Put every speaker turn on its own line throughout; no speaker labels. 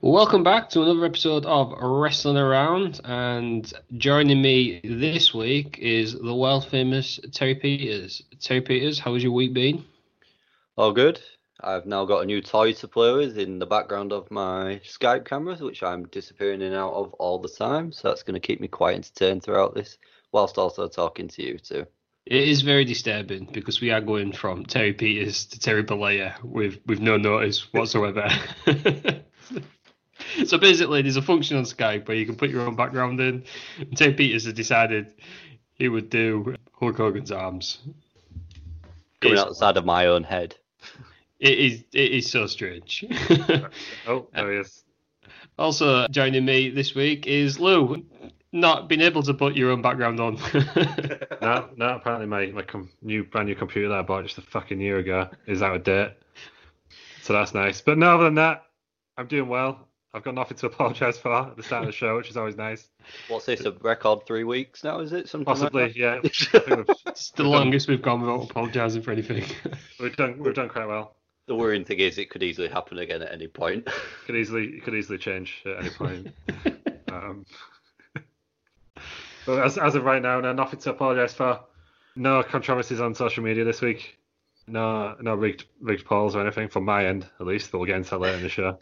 Welcome back to another episode of Wrestling Around, and joining me this week is the world famous Terry Peters. Terry Peters, how has your week been?
All good. I've now got a new toy to play with in the background of my Skype camera, which I'm disappearing in and out of all the time. So that's going to keep me quite entertained throughout this, whilst also talking to you too.
It is very disturbing because we are going from Terry Peters to Terry Balea with with no notice whatsoever. so basically, there's a function on Skype where you can put your own background in. And Terry Peters has decided he would do Hulk Hogan's arms.
Coming
It's-
outside of my own head.
It is it is so strange.
Oh, there he is.
also joining me this week is Lou. Not being able to put your own background on.
No, no. Apparently, my my com- new brand new computer that I bought just a fucking year ago is out of date. So that's nice. But no, other than that, I'm doing well. I've got nothing to apologise for at the start of the show, which is always nice.
What's this? A record three weeks now? Is it? Something like
Possibly,
that?
yeah. I think we've,
it's the longest we've gone without apologising for anything.
we've done we've done quite well.
The worrying thing is, it could easily happen again at any point.
Could easily could easily change at any point. um, but as as of right now, no, nothing to apologise for. No controversies on social media this week. No, no rigged rigged polls or anything from my end, at least. But we'll get into that later in the show.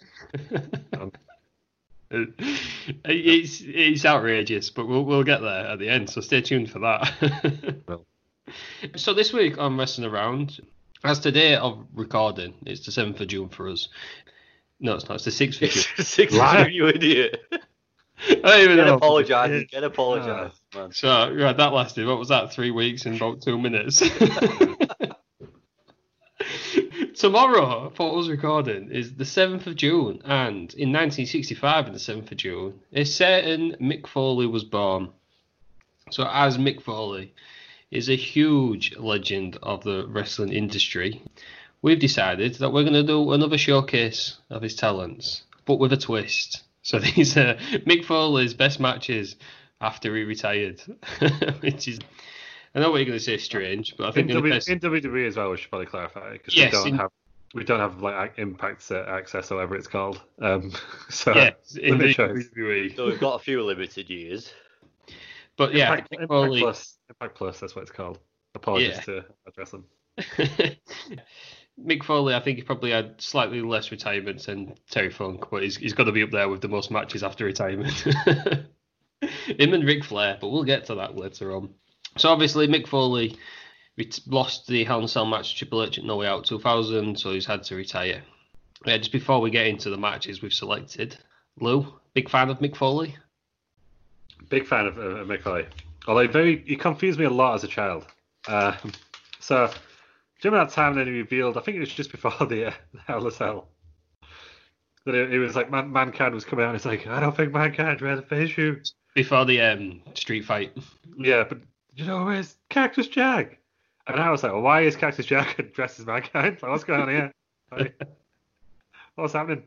it's it's outrageous, but we'll we'll get there at the end. So stay tuned for that. so this week on messing around, as today of recording, it's the seventh of June for us. No, it's not. It's the sixth of June.
Six
Right.
you idiot.
I don't even
Get
know.
apologised. Get apologised,
uh,
man.
So right, that lasted. What was that? Three weeks and about two minutes. Tomorrow, for us recording, is the seventh of June, and in 1965, on the seventh of June, a certain Mick Foley was born. So, as Mick Foley is a huge legend of the wrestling industry, we've decided that we're going to do another showcase of his talents, but with a twist. So these are Mick Foley's best matches after he retired, which is I know what you're going to say strange, but I
In,
think they're the
w,
best-
in WWE as well, we should probably clarify because
Yes,
we don't
in-
have we don't have like ac- impact uh, access or whatever it's called. Um, so
yeah, in
limited
the
choice.
WWE.
So we've got a few limited years.
But yeah,
impact,
Mick
Impact
Foley.
plus, impact plus, that's what it's called. Apologies
Yeah.
to address them.
Mick Foley, I think he probably had slightly less retirements than Terry Funk, but he's, he's got to be up there with the most matches after retirement. Him and Ric Flair, but we'll get to that later on. So obviously, Mick Foley ret- lost the Hell in a Cell match to Triple H at No Way Out 2000, so he's had to retire. Yeah, just before we get into the matches we've selected, Lou, big fan of Mick Foley?
Big fan of, of Mick Foley. Although very, he confused me a lot as a child. Um, so, do you remember that time that he revealed? I think it was just before the uh, Hell in a Cell. That it, it was like man, mankind was coming out. and It's like I don't think mankind read the face you.
Before the um, street fight.
Yeah, but you know where's Cactus Jack? And I was like, well, why is Cactus Jack dressed as mankind? Like, what's going on here? Like, what's happening?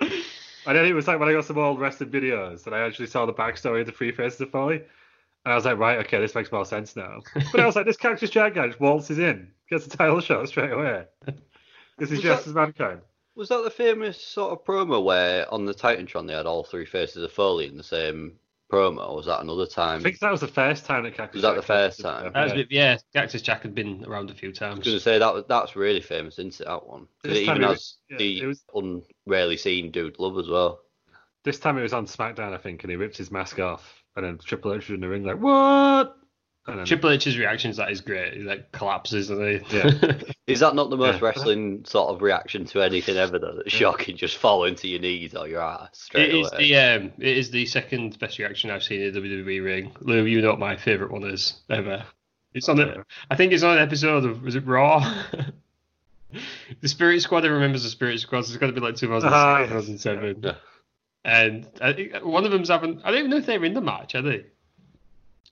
And then it was like when I got some old wrestling videos and I actually saw the backstory of the Free Faces of Folly. And I was like, right, okay, this makes more sense now. But I was like, this Cactus Jack guy just waltzes in, gets the title shot straight away. Because he's dressed as mankind.
Was that the famous sort of promo where on the Titantron they had all three faces of Foley in the same promo? Or was that another
I
time?
think that was the first time that Cactus
Was that the
Jack-
first time?
That's
Yeah.
been- Uh, yeah, Cactus Jack had been around a few
I
times.
was going to say that was that's really famous, isn't it? That one. 'Cause
This
It
time
even
it
has
was- yeah,
the
it was-
unrarely seen dude love as well.
This time it was on SmackDown, I think, and he ripped his mask off, and then Triple H was in the ring like, "What?" And then,
Triple H's reaction to that is great. He like collapses and he
Yeah.
Is that not the most
Yeah.
wrestling sort of reaction to anything ever? Though that's shocking, just falling to your knees or your ass straight
It is
away.
the um, it is the second best reaction I've seen in a WWE E ring. Lou, you know what my favourite one is ever. It's on the, I think it's on an episode of was it Raw? the Spirit Squad. I remembers the Spirit Squad. So it's got to be like 2006,
Ah, yes.
2007.
Yeah.
And I think one of them's having. I don't even know if they're in the match. Are they?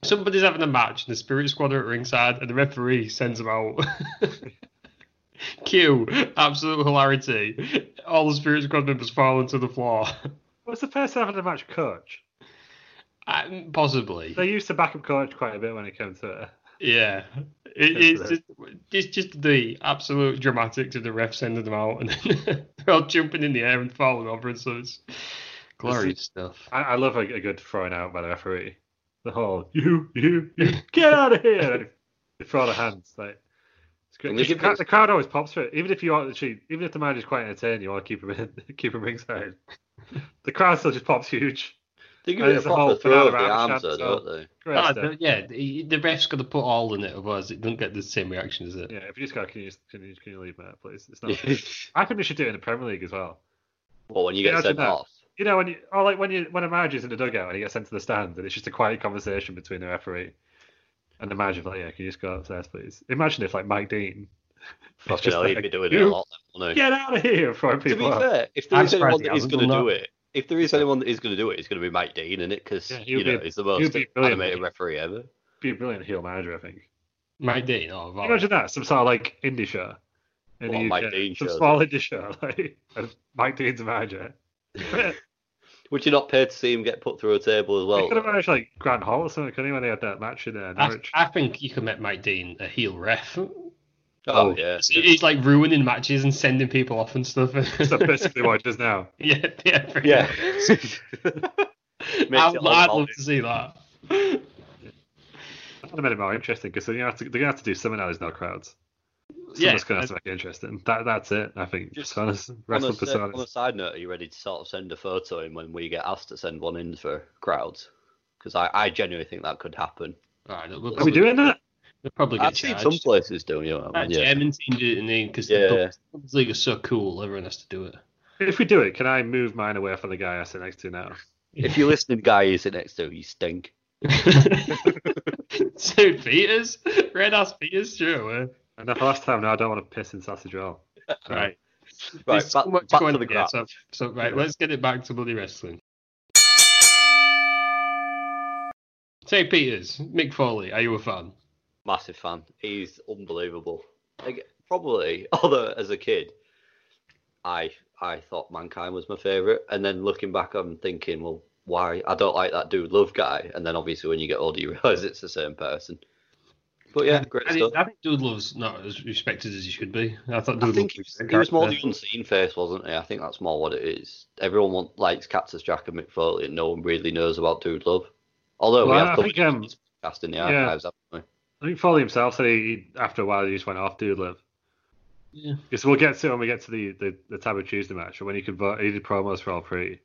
Somebody's having a match, and the Spirit Squad are at ringside, and the referee sends them out. Q, absolute hilarity. All the Spirit Squad members falling to the floor.
was the first time having a match coach?
Uh, possibly.
They used to back up coach quite a bit when it came to it.
yeah. It, it's, just, it's just the absolute dramatics of the ref sending them out and then they're all jumping in the air and falling over. And so it's glorious stuff.
I, I love a, a good throwing out by the referee. The whole you, you, you, get out of here! And they throw the hands like. it's great.
And they
'Cause The,
give
crowd-
us-
the crowd always pops for it, even if you aren't actually, even if the match is quite entertaining, you want to keep him in, keep him ringside. The crowd still just pops huge.
They give
And
it a
it's a uh, whole
proper throw of the
banana round
arms, though,
chant,
don't
so-
they?
Great
Ah,
stuff.
the- yeah, the, the ref's got to put all in it, otherwise it doesn't get the same reaction as it.
Yeah, if you just go, can you can you, can you leave, mate, please? It's not. I think we should do it in the Premier League as well.
Well, when you get
Yeah, I
sent
did that.
off,
You know, when you or like when you when a manager's in the dugout and he gets sent to the stand, and it's just a quiet conversation between the referee and the manager. Like, yeah, can you just go upstairs, please? Imagine if like Mike Dean, It's
fucking
just
hell, he'd
like,
be doing it a
you-
lot. then, wouldn't he?
get out of here, throwing
To be
people. out.
fair, if there
I'm
is
surprised
anyone
he
that is
hasn't
going to
done
do it, if there is anyone that is going to do it, it's going to be Mike Dean, isn't it? Because
Yeah, he
you
would be
know
a-
he's the
he would
most
be brilliant,
animated
wouldn't he?
referee ever.
Be a brilliant heel manager, I think.
Mike Dean, oh, wow.
Imagine that, some sort of like indie show. In
What,
the
Mike
UK,
Dean
some
shows
small indie show, like and Mike Dean's a manager.
Would you not pay to see him get put through a table as
they could have
well?
managed like Grant Hall or something, couldn't he, when they had that match in there?
I,
Norwich?
I think you can make Mike Dean a heel ref.
Oh yeah,
He's he's, like ruining matches and sending people off and stuff.
So basically what it does now.
yeah, yeah, pretty
yeah.
much.
Makes
I'd,
it all
I'd
about
love
it.
to see that.
That'd have made it more interesting because you have to, they're gonna have to do something now. There's no crowds. Someone's
Yeah,
gonna have to make it interesting. That that's it. I think
Just
personas,
On a,
wrestling
si- on a
personas.
side note, are you ready to sort of send a photo in when we get asked to send one in for crowds? Because I, I genuinely think that could happen.
Right, we'll
Are we
probably-
doing that?
They'll probably get
I've seen
charged.
some places doing it. you know what I
That
mean? Yeah.
German team did it in the end because
Yeah.
the Bundesliga League is so cool. Everyone has to do it.
If we do it, can I move mine away from the guy I sit next to now?
If you're listening, guy you sit next to, you stink.
so Peters, red ass Peters, sure. eh?
And the last time, no, I don't want to piss in sausage roll.
Right,
Right,
There's so
back,
much
back
going
to the
on here,
crowd.
so, so right, let's get it back to bloody wrestling. Say Peters, Mick Foley, are you a fan?
Massive fan. He's unbelievable. Like, probably, although as a kid, I I thought Mankind was my favourite, and then looking back, I'm thinking, well, why? I don't like that dude, Love Guy, and then obviously when you get older, you realise it's the same person. But yeah, great
I,
stuff.
think- I think Dude Love's not as respected as he should be. I thought Dude
I
Love
think he was,
a great
he was more the
character.
unseen face, wasn't he? I think that's more what it is. Everyone want, likes Cactus Jack and Mick Foley, and no one really knows about Dude Love. Although
Well,
we
I
have covered
think, um,
this podcast in the
yeah.
archives, haven't
I think Foley himself said he, he- after a while he just went off, dude, live.
Yeah.
Because we'll get to it when we get to the the, the Taboo Tuesday match. And when he could vote, he did promos for all three.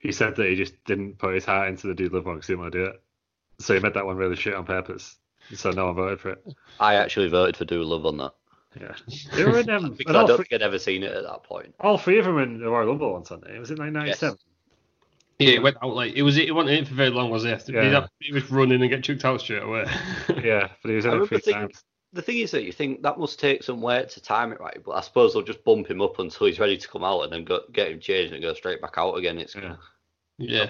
He said that he just didn't put his heart into the dude live one because he didn't want to do it. So he made that one really shit on purpose. So no one voted for it.
we? I actually voted for Dude Love on that
Yeah. They were in, um,
because
and
I
all,
don't
three,
think I'd ever seen it at that point.
all three of them in the Royal Rumble on Sunday. Was it 1997?
Yeah, it went out like it was. It wasn't in for very long, was it?
Yeah.
He'd have- He was running and get chucked out straight away.
Yeah, but he was in
I
it
remember
three
thinking-
times.
The thing is that you think that must take some work to time it right, but I suppose they'll just bump him up until he's ready to come out and then go, get him changed and go straight back out again. It's
Yeah.
yeah.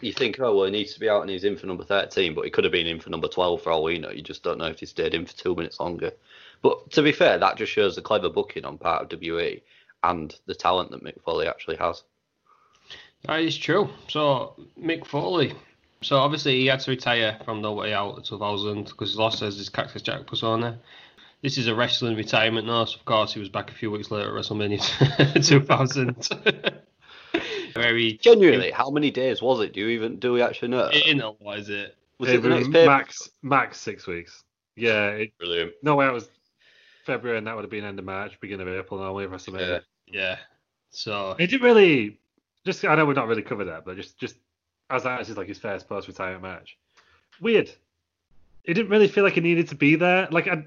you think, oh well, he needs to be out and he's in for number thirteen, but he could have been in for number twelve for all we know. You just don't know if he stayed in for two minutes longer. But to be fair, that just shows the clever booking on part of WE and the talent that Mick Foley actually has.
That is true. So Mick Foley. So obviously he had to retire from No Way Out at 2000 because he lost his, his Cactus Jack persona. This is a wrestling retirement now, so of course he was back a few weeks later at WrestleMania 2000. Where he
Genuinely, how many days was it? Do you even do we actually know?
analyze it.
Was
It
it the
was
next pay?
max max six weeks. Yeah, it,
Brilliant.
no way it was February, and that would have been end of March, beginning of April, normally WrestleMania.
Yeah.
Yeah. So
It didn't really. Just I know we've not really covered that, but just just as that is like his first post retirement match. Weird. It didn't really feel like he needed to be there. Like I,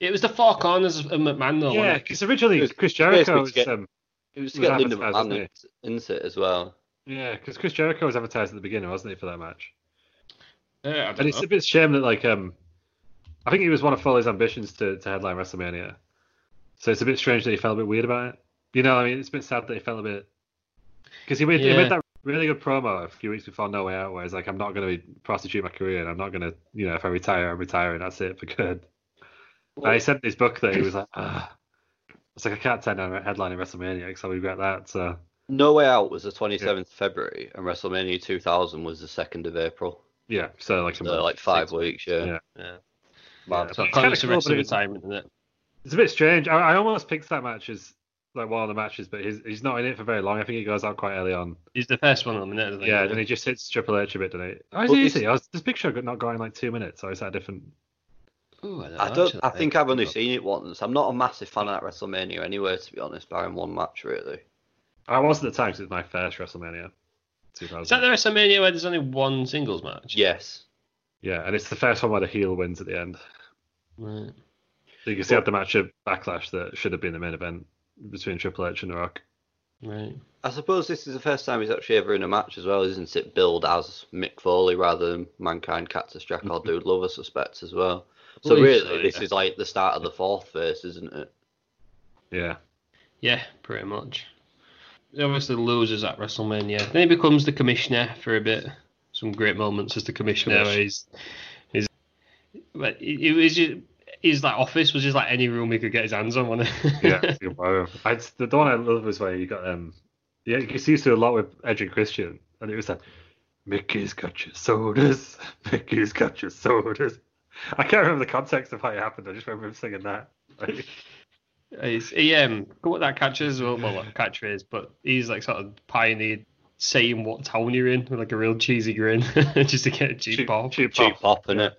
it was the four corners of McMahon though.
yeah,
wasn't it?
because originally
It was
Chris Jericho
basically
was
to get-
um,
It was to
It was
get Linda McMahon
advertised, wasn't
in- into it as well.
yeah, because Chris Jericho was advertised at the beginning, wasn't he, for that match?
Yeah, I don't
And it's
know.
a bit shame that like um, I think it was one of Foley's ambitions to to headline WrestleMania. So it's a bit strange that he felt a bit weird about it. You know, I mean, it's a bit sad that he felt a bit because he made he
Yeah.
made that really good promo a few weeks before No Way Out, where he's like, "I'm not going to prostitute my career, and I'm not going to, you know, if I retire, I'm retiring. That's it for good." and he said in his book that he was like, "Ah." "It's like I can't turn down a headline in WrestleMania because I regret that." So
No Way Out was the 27th of February, and WrestleMania 2000 was the 2nd of April.
yeah, so like, a
So
month.
Uh, like five weeks, yeah.
Yeah.
Man,
So corners
It's kinda
of wrestling
cool, but it's-
retirement, isn't it?
It's a bit strange. I, I almost picked that match as like one of the matches, but he's he's not in it for very long. I think he goes out quite early on.
He's the first one on the minute. I think.
Yeah, and he just hits Triple H a bit, doesn't he? Oh, is
Well,
he
it's-
easy? I was, this big show got not going like two minutes, or is that a different?
Ooh, I don't.
I
know,
don't.
actually.
I think I've only seen it once. I'm not a massive fan of that WrestleMania anyway, to be honest. Barring one match, really.
I was at the time 'cause it was my first WrestleMania.
Is that
2000.
the WrestleMania where there's only one singles match?
Yes.
Yeah, and it's the first one where the heel wins at the end.
Right.
So you can see how the match of backlash that should have been the main event between Triple H and The Rock.
Right.
I suppose this is the first time he's actually ever in a match as well, isn't it? Billed as Mick Foley rather than Mankind, Cactus Jack, or Dude Love, I suspect, as well. So
believe
really,
so,
this
yeah.
is like the start of the fourth phase, isn't it?
Yeah,
Yeah, pretty much. He obviously loses at WrestleMania. Then he becomes the commissioner for a bit. Some great moments as the commissioner. where He's, he's, but it it was just, his like office was just like any room he could get his hands on. Wasn't it?
yeah. it's a good one. I, it's- the one I love was where you got um, yeah, you see used to a lot with Edge and Christian, and it was like, Mickey's got your sodas, Mickey's got your sodas. I can't remember the context of how it happened. I just remember him singing that. Like,
He's, he um, got what that catches, well, well, not catchphrase, but he's like sort of pioneered saying what town you're in with like a real cheesy grin just to get a cheap,
cheap-
ball.
cheap
Cheap
pop.
pop, innit?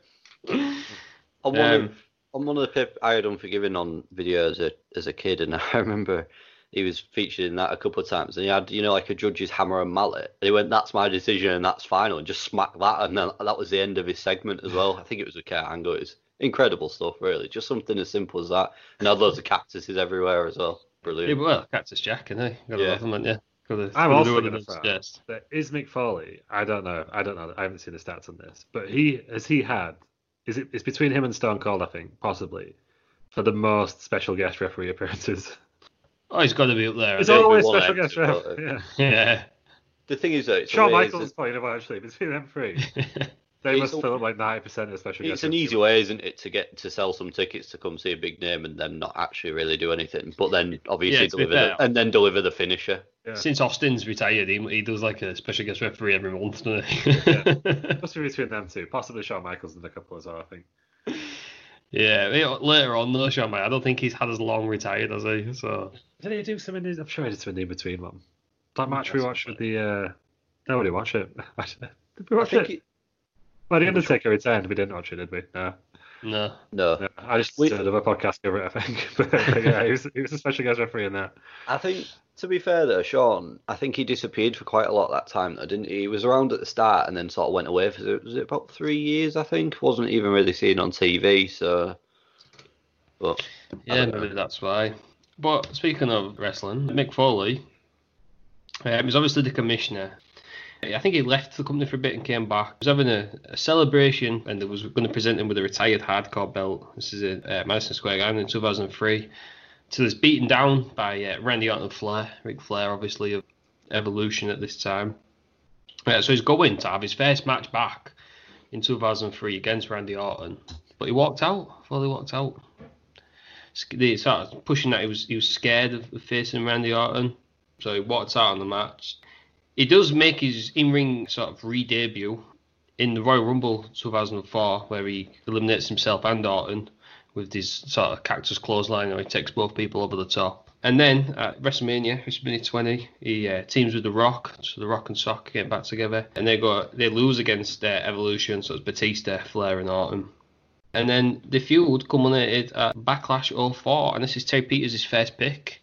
On one,
Um,
of, on one of the pip I had Unforgiven on video as a, as a kid, and I remember he was featured in that a couple of times, and he had, you know, like a judge's hammer and mallet. And he went, that's my decision, and that's final, and just smacked that, and then that was the end of his segment as well. I think it was with Kurt Angle. It was incredible stuff, really. Just something as simple as that. And had loads of cactuses everywhere as well.
yeah,
Brilliant.
well, Cactus Jack, isn't he? Gotta
Yeah.
love him, haven't you? Gotta-
I'm
gotta
also
do what he
gonna
does
throw.
best.
There is Mick Foley. I don't know. I don't know. I haven't seen the stats on this, but he has he had. Is it? It's between him and Stone Cold, I think, possibly, for the most special guest referee appearances.
Oh, he's got to be up there.
It's
I think.
always
one
special
exit,
guest ref.
but-
Yeah.
Yeah.
The thing is, though, it's,
Shawn
a way,
Michaels is
it's,
probably never actually between them three. They
It's
must
a-
fill up like ninety percent of special
it's
guest.
an
refs.
easy way, isn't it, to get to sell some tickets to come see a big name and then not actually really do anything, but then obviously
Yeah, to be
deliver the,
fair.
and then deliver the finisher.
Yeah.
Since Austin's retired, he, he does like a special guest referee every month. Doesn't he?
It Must be between them two. Possibly Shawn Michaels and a couple as well. I think.
yeah. you know, Later on, though, Sean, mate, I don't think he's had as long retired as he. So
Did he do some in? I'm sure he did some in the between one. That match we watched with the. uh Nobody watched it. did we
I
watch
think
it?
it,
Well, the Undertaker returned. We didn't watch it, did we? No.
no.
no,
no. I just
We-
did another podcast over it, I think. but, uh, but yeah, he was, he was a special guest referee in that.
I think, to be fair though, Sean, I think he disappeared for quite a lot that time, though, didn't he? He was around at the start and then sort of went away for was it about three years, I think. Wasn't even really seen on TV, so. But
Yeah, maybe that's why. But speaking of wrestling, Mick Foley, um, he's obviously the commissioner. I think he left the company for a bit and came back. He was having a, a celebration and they was going to present him with a retired hardcore belt. This is in uh, Madison Square Garden in 2003. So he's beaten down by uh, Randy Orton and Flair. Ric Flair, obviously, of Evolution at this time. Uh, so he's going to have his first match back in 2003 against Randy Orton. But he walked out. Foley walked out they started pushing that he was he was scared of, of facing Randy Orton, so he walked out on the match. He does make his in-ring sort of re-debut in the Royal Rumble 2004, where he eliminates himself and Orton, with his sort of cactus clothesline where he takes both people over the top. And then at WrestleMania, WrestleMania 20, he uh, teams with The Rock, so The Rock and Sock get back together, and they go they lose against uh, Evolution, so it's Batista, Flair, and Orton. And then the feud culminated at uh, Backlash 04, and this is Terry Peters' first pick.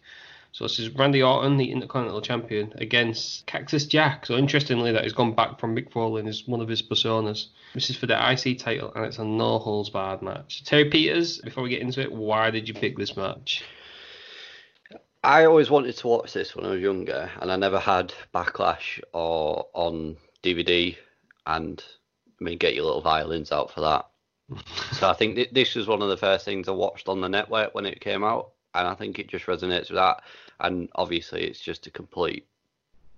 So this is Randy Orton, the Intercontinental Champion, against Cactus Jack. So interestingly, that he's gone back from Mick Foley and is one of his personas. This is for the IC title, and it's a no holds barred match. Terry Peters, before we get into it, why did you pick this match?
I always wanted to watch this when I was younger, and I never had Backlash or on DVD. And I mean, get your little violins out for that. so I think th- this was one of the first things I watched on the network when it came out, and I think it just resonates with that. And obviously, it's just a complete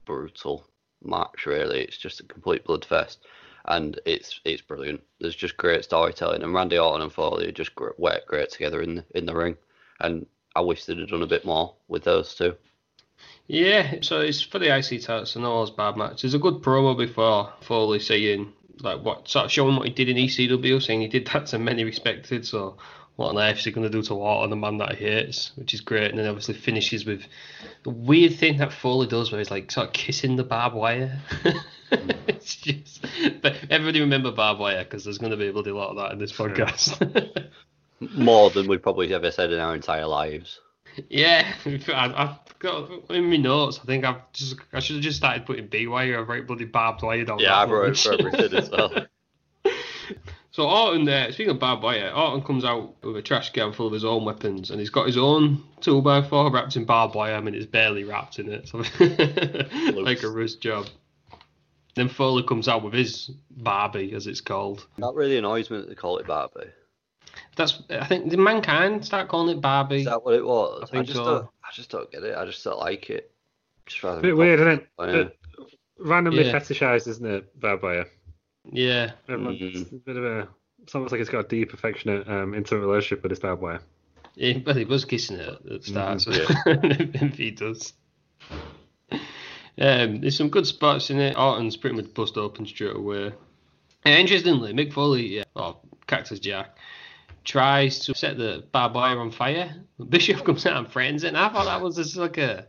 brutal match. Really, it's just a complete bloodfest, and it's it's brilliant. There's just great storytelling, and Randy Orton and Foley just gr- work great together in the, in the ring. And I wish they'd have done a bit more with those two.
Yeah, so it's for the IC title, so no one's bad match. There's a good promo before Foley saying like what sort of showing what he did in ECW, saying he did that to many respected. So what on earth is he going to do to Orton, the man that he hates, which is great. And then obviously finishes with the weird thing that Foley does, where he's like sort of kissing the barbed wire. it's just, but everybody remember barbed wire because there's going to be a bloody lot of that in this podcast.
More than we probably ever said in our entire lives.
Yeah, I, I've got in my notes. I think I've just I should have just started putting B wire. I wrote bloody barbed wire down.
Yeah,
that
I wrote it
much.
for everything as well.
So Orton, uh, speaking of barbed wire, Orton comes out with a trash can full of his own weapons, and he's got his own two by four wrapped in barbed wire. I mean, it's barely wrapped in it, so like a wrist job. Then Foley comes out with his Barbie, as it's called.
That really annoys me that they call it Barbie.
That's I think did mankind start calling it Barbie?
Is that what it was?
I
I,
think
just
so.
don't. I just don't get it. I just don't like it. Just rather
A bit weird, isn't it?
Oh, yeah.
That Randomly
Yeah.
fetishized, isn't it? Bad by you.
yeah,
Everyone-
Mm-hmm.
It's a bit of a. It's almost like it's got a deep, affectionate, um, intimate relationship with his bad boy.
he, well, he was kissing her at the start, so
Mm-hmm.
if he does. Um, there's some good spots in it. Orton's pretty much bust open straight away. And interestingly, Mick Foley, yeah, or Cactus Jack, tries to set the barbed wire on fire. Bishop comes out and friends it, and I thought that was just like a,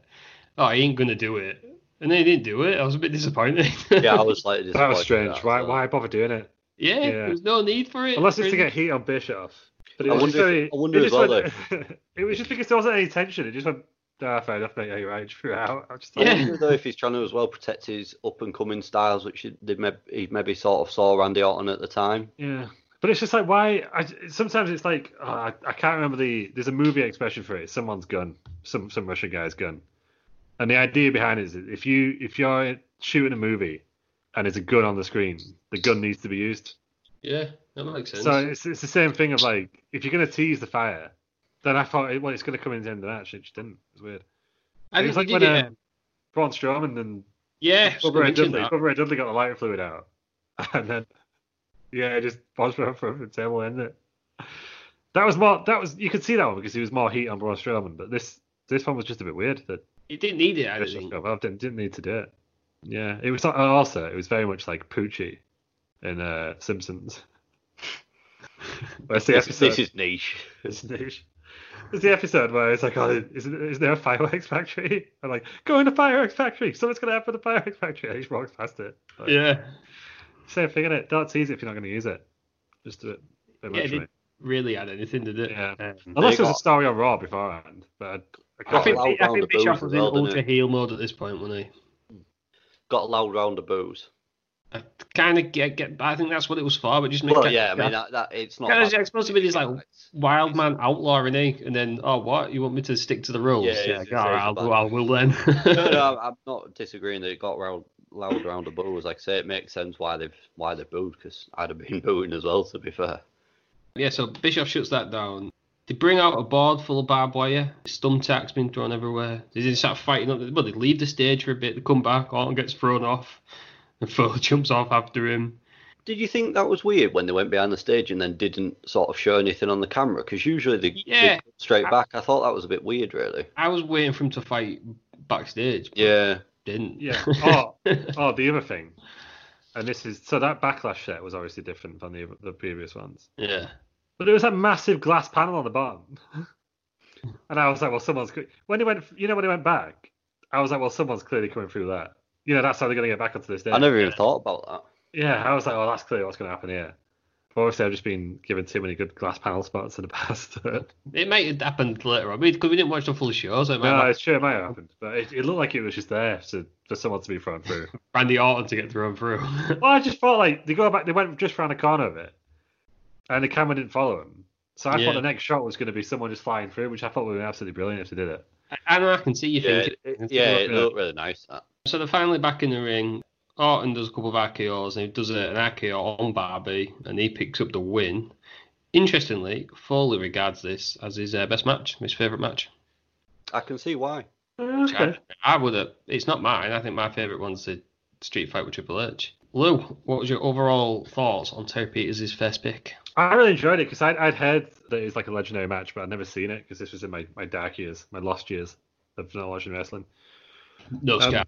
oh, he ain't gonna do it, and then he didn't do it. I was a bit disappointed.
Yeah, I was slightly disappointed.
That was strange.
with that,
why?
so.
Why bother doing it?
yeah,
Yeah.
there was no need for it.
Unless it's to get heat on Bischoff. But it
I
was
wonder
just
if-
very-
I wonder
it
as
just
well,
went- it was just because there wasn't any tension. It just went. Ah, fair enough, mate. Yeah, you're right. Just threw it out. I just thought,
I wonder though if he's trying to as well protect his up and coming styles, which he, they may, he maybe sort of saw Randy Orton at the time.
Yeah, but it's just like why? I, sometimes it's like oh, I, I can't remember the. There's a movie expression for it. Someone's gun, some some Russian guy's gun, and the idea behind it is that if you if you're shooting a movie and there's a gun on the screen, the gun needs to be used.
yeah, that makes sense.
So it's it's the same thing of like if you're gonna tease the fire, then I thought well it's gonna come in the end of the match. It just didn't. It's weird.
I think
it's
he
like
did
when
it.
um, Braun Strowman and
yeah,
Bubba Ray
mention
Dudley.
that.
Bubba Ray Dudley got the lighter fluid out, and then yeah, just bounced around from the table, and it. That was more. That was you could see that one because he was more heat on Braun Strowman, but this this one was just a bit weird that
he didn't need it. I don't
Bishop
think.
got involved in, didn't need to do it. Yeah, it was not, and also it was very much like Poochie in uh, Simpsons. Where's the
This,
episode?
this is niche.
It's niche. It's the episode where it's like, oh, is, is there a fireworks factory? I'm like, go in the fireworks factory. Something's going to happen to the fireworks factory. I just walked past it. Like,
Yeah.
Same thing, innit? Don't tease it if you're not going to use it. Just do it. Pretty
Yeah,
much,
it
mate.
really had anything to do.
Yeah.
Um,
Unless
They
there's a
got-
story on Raw beforehand. But I,
I
can't
Got
think,
allowed
I
round the
think Bischoff
booze
was
as
in
well, didn't
ultra heel mode at this point, wasn't he?
Got a loud round of booze.
I kind of get, get, I think that's what it was for, but just make
Well,
that-
yeah, I mean that, that it's not.
Kind of
bad.
just supposed to be this like wild man outlaw, and he, and then oh what, you want me to stick to the rules?
Yeah, it's- it's
all right,
a
I'll,
bad-
do- I will then.
no, no, I'm- I'm not disagreeing that it got round, loud round the booze. Like I say, it makes sense why they've why they booed because I'd have been booing as well. To be fair,
yeah, so Bischoff shuts that down. They bring out a board full of barbed wire. Thumbtacks been thrown everywhere. They just start fighting up. Well, they leave the stage for a bit. They come back. Orton gets thrown off. And Foley jumps off after him.
did you think that was weird when they went behind the stage and then didn't sort of show anything on the camera? Because usually they, they
Yeah.
cut straight back. I thought that was a bit weird, really.
I was waiting for him to fight backstage. but
Yeah,
didn't.
yeah. Oh, oh, the other thing. And this is so that backlash set was obviously different from the the previous ones.
yeah.
But there was a massive glass panel on the bottom. and I was like, well, someone's. cre- When he went, you know, when he went back, I was like, well, someone's clearly coming through that. You know, that's how they're going to get back onto this day.
I never even thought about that.
Yeah, I was like, oh, that's clearly what's going to happen here. But obviously, I've just been given too many good glass panel spots in the past. no,
It might have happened later on because we didn't watch the full show, so it might have happened
it's true, it might have happened. But it, it looked like it was just there to, for someone to be thrown through.
for Randy Orton to get thrown through.
well, I just thought, like, they go back, they went just round the corner of it, and the camera didn't follow him. So I
Yeah.
thought the next shot was going to be someone just flying through, which I thought would be absolutely brilliant if they did it.
and I can see you
Yeah,
thinking.
it, yeah, it
Yeah.
looked really nice. That.
So they're finally back in the ring. Orton does a couple of RKOs and he does a- an RKO on Barbie and he picks up the win. Interestingly, Foley regards this as his uh, best match, his favourite match.
I can see why.
Which I, I would have. It's not mine. I think my favourite one's the Street Fight with Triple H. Lou, what was your overall thoughts on Terry Peters' first pick?
I really enjoyed it because I'd, I'd heard that it was like a legendary match, but I'd never seen it because this was in my, my dark years, my lost years of not watching wrestling.
No,
Um,
Scar.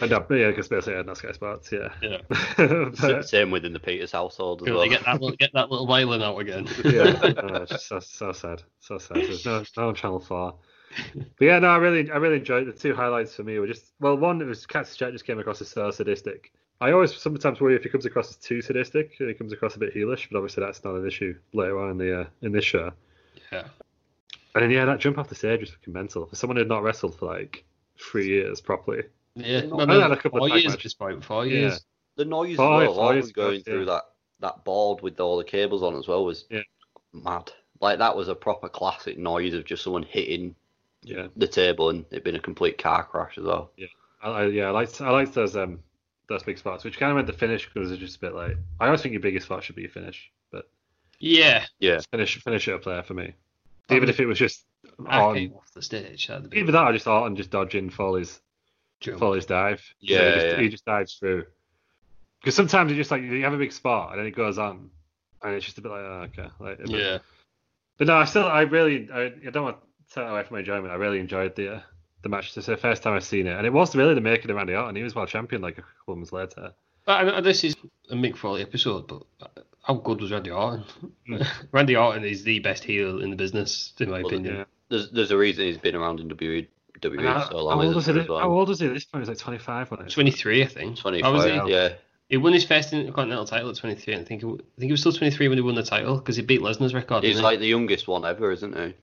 But no, but yeah, because basically I had no Sky Sports, yeah.
Yeah.
Sa-
But-
Same within the Peters household as
Gonna
well.
Get that, little- get that little Wayland out again.
yeah, oh, it's just so, so sad, so sad. There's no no Channel Four. But yeah, no, I really I really enjoyed it. the two highlights for me were just well, one it was Cats Jack just came across as so sadistic. I always sometimes worry if he comes across as too sadistic, he comes across a bit heelish, but obviously that's not an issue later on in the uh, in this show.
yeah.
And then yeah, that jump off the stage was fucking mental. For someone who had not wrestled for like three years properly.
Yeah,
Not-
no,
I
no,
had a couple
four
of tag
years at
matches.
this point. Four
Yeah.
years.
The noise as
Five,
well, all
five,
was going
five,
through
yeah.
that that board with all the cables on as well was
Yeah.
mad. Like that was a proper classic noise of just someone hitting
Yeah.
the table and it being a complete car crash as well.
I, I yeah, I liked I liked those um those big spots, which kind of made the finish because it's just a bit like I always think your biggest spot should be your finish, but
Yeah.
Yeah,
finish finish it up there for me.
Um,
Even if it was just
I
on,
came off the stage. That'd be
either that or just on just dodging Foley's
Jump.
Foley's dive.
Yeah,
he just,
yeah.
he just dives through. Because sometimes you just like you have a big spot and then it goes on, and it's just a bit like oh, okay, like but-
Yeah.
But no, I still I really I, I don't want to turn away from my enjoyment. I really enjoyed the uh, the match. This is the first time I've seen it, and it was really the making of Randy Orton. He was world champion like a couple of months later.
But I, I- this is a Mick Foley episode, but how good was Randy Orton?
Hmm.
Randy Orton is the best heel in the business, in my
Well,
opinion.
yeah.
there's there's a reason he's been around in WWE,
And how,
so
how
long.
old was
isn't
he?
there, as well?
How old was he at this point? He was like 25 wasn't he?
23, I think. How was
25,
he?
yeah.
He won his first Intercontinental title at 23, and I think he, w- I think he was still 23 when he won the title because he beat Lesnar's record.
He's
didn't
like the youngest one ever, isn't he?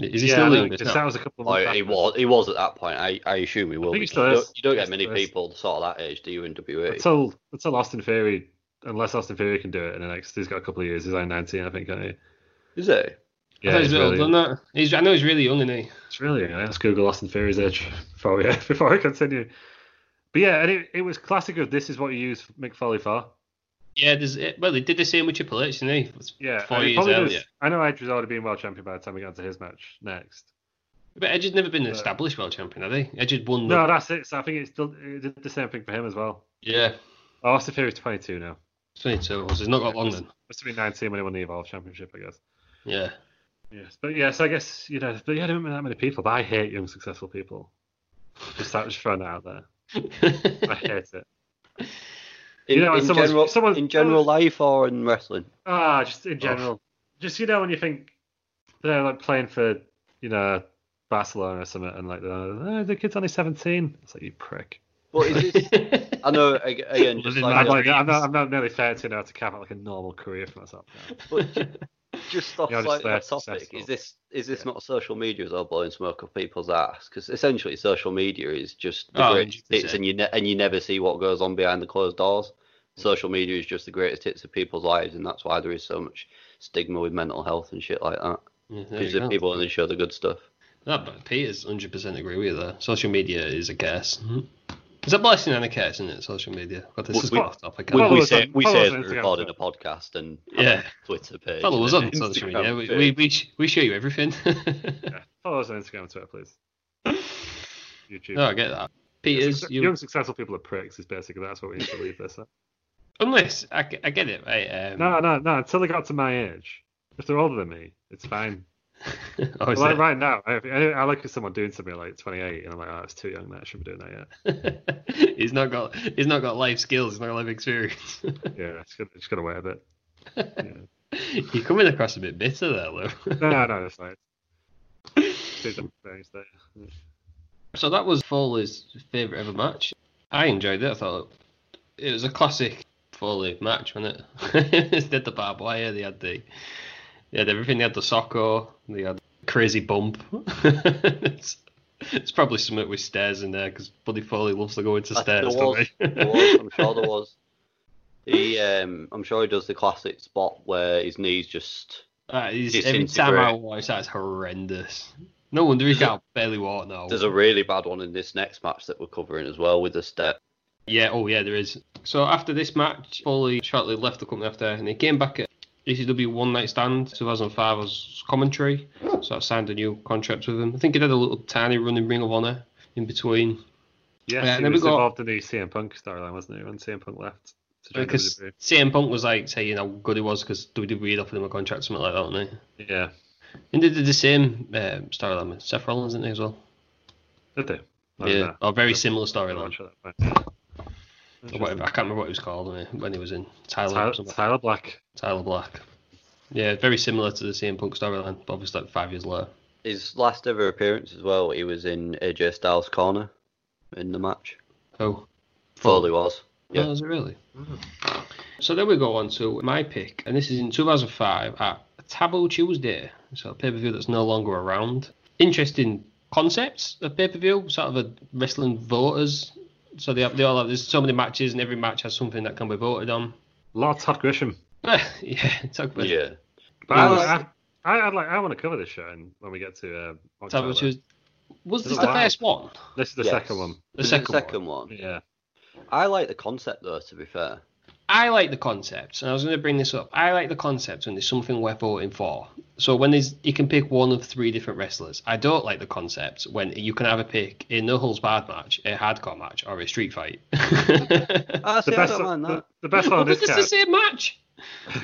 he? is he
yeah,
still
I know,
doing this
'cause
now?
that was a couple of months
Well, he
after.
was he was at that point. I, I assume he will.
think
be.
he still
you,
is.
don't, you don't
He
get many
still is.
people sort of that age, do you, in E? WWE?
until until Austin Fury, unless Austin Fury can do it in the next, he's got a couple of years. He's only 19, I think. Isn't he?
Is it?
I thought
Yeah,
he's
he's
a bit
really,
older than that. He's, I know he's really young, isn't he?
it's really. young. Let's Google Austin Fury's age before we before we continue. But yeah, and it, it was classic of this is what you use Mick Foley for.
Yeah, there's, eh, well, he did the same with Triple H, didn't he? It's
Yeah,
four
and he
years
probably
earlier.
does- I know Edge was already being world champion by the time we got to his match next.
But Edge had never been an established world champion, had he? Edge had won the.
No, that's it. So I think it's still it did the same thing for him as well.
yeah,
Oh, Austin Fury's 22 now.
22. So he's not got long then.
Must have been 19 when he won the Evolve Championship, I guess.
Yeah.
Yes, but yes, I guess you know. But yeah, there aren't that many people. But I hate young successful people. Just that, just throwing that out there. I hate it.
In,
You know,
in
someone's-
general,
someone's-
in general life or in wrestling?
Ah, just in general, just you know when you think they're like playing for you know Barcelona or something, and like oh, the kid's only seventeen. It's like you prick.
But is this, I know ag- again, just
Living
like,
I'm,
life
like, I'm not. I'm not nearly thirty now to carve out like a normal career for myself. now.
but ju- just off
Yeah, just uh,
slightly
there,
off topic,
successful.
is this is this not social media as well blowing smoke up people's ass? Because essentially, social media is just the
Oh,
greatest
100%.
hits, and you ne- and you never see what goes on behind the closed doors. Social media is just the greatest hits of people's lives, and that's why there is so much stigma with mental health and shit like that.
Yeah, there
Because
you
the
go.
people only show the good stuff.
No, but Peter's 100% agree with you there. Social media is a curse. Mm-hmm. It's a blessing and a curse, isn't it? Social media. God, this
We-
is
we-
off topic.
We,
Follow
aren't
we
us
say
on-
we
follow
say
us
as
on
we're
Instagram,
recording
sir.
a podcast and
Yeah.
yeah. Twitter page.
Follow us
and
on social media.
Instagram
We,
page.
we, we, sh- we show you everything.
Yeah. Follow us on Instagram, and Twitter, please. YouTube.
no, I get that. Peters,
Success-
you,
Young successful people are pricks. Is basically that's what we need to leave this. At.
unless I, g- I get it, right? Um,
No, no, no. Until they got to my age, if they're older than me, it's fine.
oh, is
like
it?
right now, I, I look at someone doing something like 28, and I'm like, oh, it's too young. That I shouldn't be doing that yet.
he's not got he's not got life skills. He's not got life experience.
Yeah, it's gonna, it's gonna wait a bit. Yeah.
You're coming across a bit bitter there, Lou.
No, no, it's nice. Two different things there.
So that was Foley's favourite ever match. I enjoyed it. I thought it was a classic Foley match, wasn't it? they had the barbed wire, they had the they had everything. They had the socko, they had crazy bump. it's, it's probably something with stairs in there because Buddy Foley loves to go into
I- there
stairs.
was,
doesn't he?
there was, I'm sure there was. He, um, I'm sure he does the classic spot where his knees just.
That is, every time I
Disintegrate.
watch that, it's horrendous. No wonder he can't barely walk now.
There's a really bad one in this next match that we're covering as well with the step.
Yeah, oh yeah, there is. So after this match, Foley shortly left the company after, and he came back at ECW One Night Stand 2005 as commentary. So I signed a new contract with him. I think he did a little tiny run in Ring of Honor in between.
Yes,
Yeah,
he
then we
was
got-
involved in the CM Punk storyline, wasn't he? When CM Punk left. To join
Because
WWE.
CM Punk was like saying how good he was because WWE E had offered him a contract, something like that, wasn't they?
E. Yeah,
And they did the same um, storyline with Seth Rollins, didn't they, as well?
did they? I don't
yeah,
know.
or very similar
I'm
storyline.
not sure that point.
Or whatever. I can't remember what it was called wasn't it, when he was in Tyler.
Tyler,
or something.
Tyler Black.
Tyler Black. Yeah, very similar to the CM Punk storyline, but obviously like five years later.
His last ever appearance as well, he was in AJ Styles' corner in the match.
Oh,
Hmm.
Foley was.
yeah.
Yeah.
was it really? So then we go on to my pick, and this is in 2005 at Taboo Tuesday. So a pay per view that's no longer around. Interesting concepts of pay per view, sort of a wrestling voters. So they, have, they all have, there's so many matches, and every match has something that can be voted on.
Lord Todd Grisham.
yeah, talk
Hmm.
about
Yeah.
But I,
Yeah,
like, I, I, I'd like, I want to cover this show and when we get to uh,
Taboo
October.
Tuesday. Was this
Is it
the
live?
first one?
This is the
Yes.
second one.
The
This is
second,
the
one.
second one.
Yeah.
I like the concept though, to be fair.
I like the concept, and I was going to bring this up. I like the concept when there's something we're voting for. So when there's, you can pick one of three different wrestlers. I don't like the concept when you can either pick a no holds barred match, a hardcore match, or a street fight.
Ah, see,
The
I
best,
don't mind
the,
that.
the best one on
but
Oh, this
it's the
card.
same match.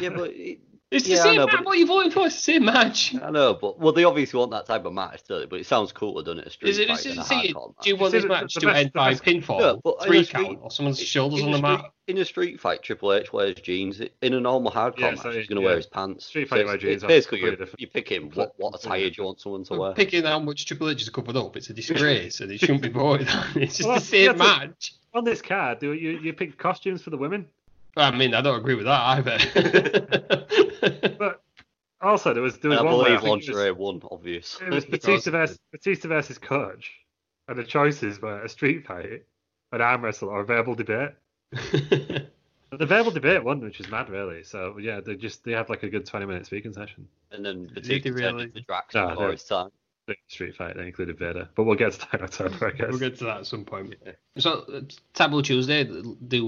yeah, but it,
It's the
Yeah, I
same
know,
match.
but-
What are you voting for? It's the same match.
I know, but well, they obviously want that type of match, don't they? But it sounds cooler, doesn't it? A street
Is it,
fight
is it,
than a
see,
hardcore match.
do you want
You
this
see,
match
the-
to
the best-
end
the
by
best-
pinfall,
No, but in a
three
street-
count, or someone's
i-
shoulders
in
on
a
the
street-
mat?
In a street fight, Triple H wears jeans. In a normal hardcore
Yeah,
match,
so
he's going to
yeah.
wear his pants.
Street fight
it's-
wear jeans
it's
are
Basically,
completely
you're,
different.
you're picking what, what
Completely
attire do you want someone to
Well,
wear.
Picking how much Triple H is covered up, it's a disgrace, and it shouldn't be voted on. It's just
Well,
the same
that's- that's
match.
On this card, do you, you pick costumes for the women?
I mean, I don't agree with that either.
But also, there was there
And I
was one where I
believe
think it was,
lingerie won, obvious.
it was Batista versus Batista versus Coach, and the choices were a street fight, an arm wrestle, or a verbal debate. But the verbal debate won, which is mad, really. So yeah, they just they had like a good twenty minute speaking session.
And then
he
Batista turned
realise-
into Drax
No,
before
no.
his time.
The street fight they included Vader, but we'll get to that in October, I guess.
we'll get to that at some point. So, uh, Taboo Tuesday, they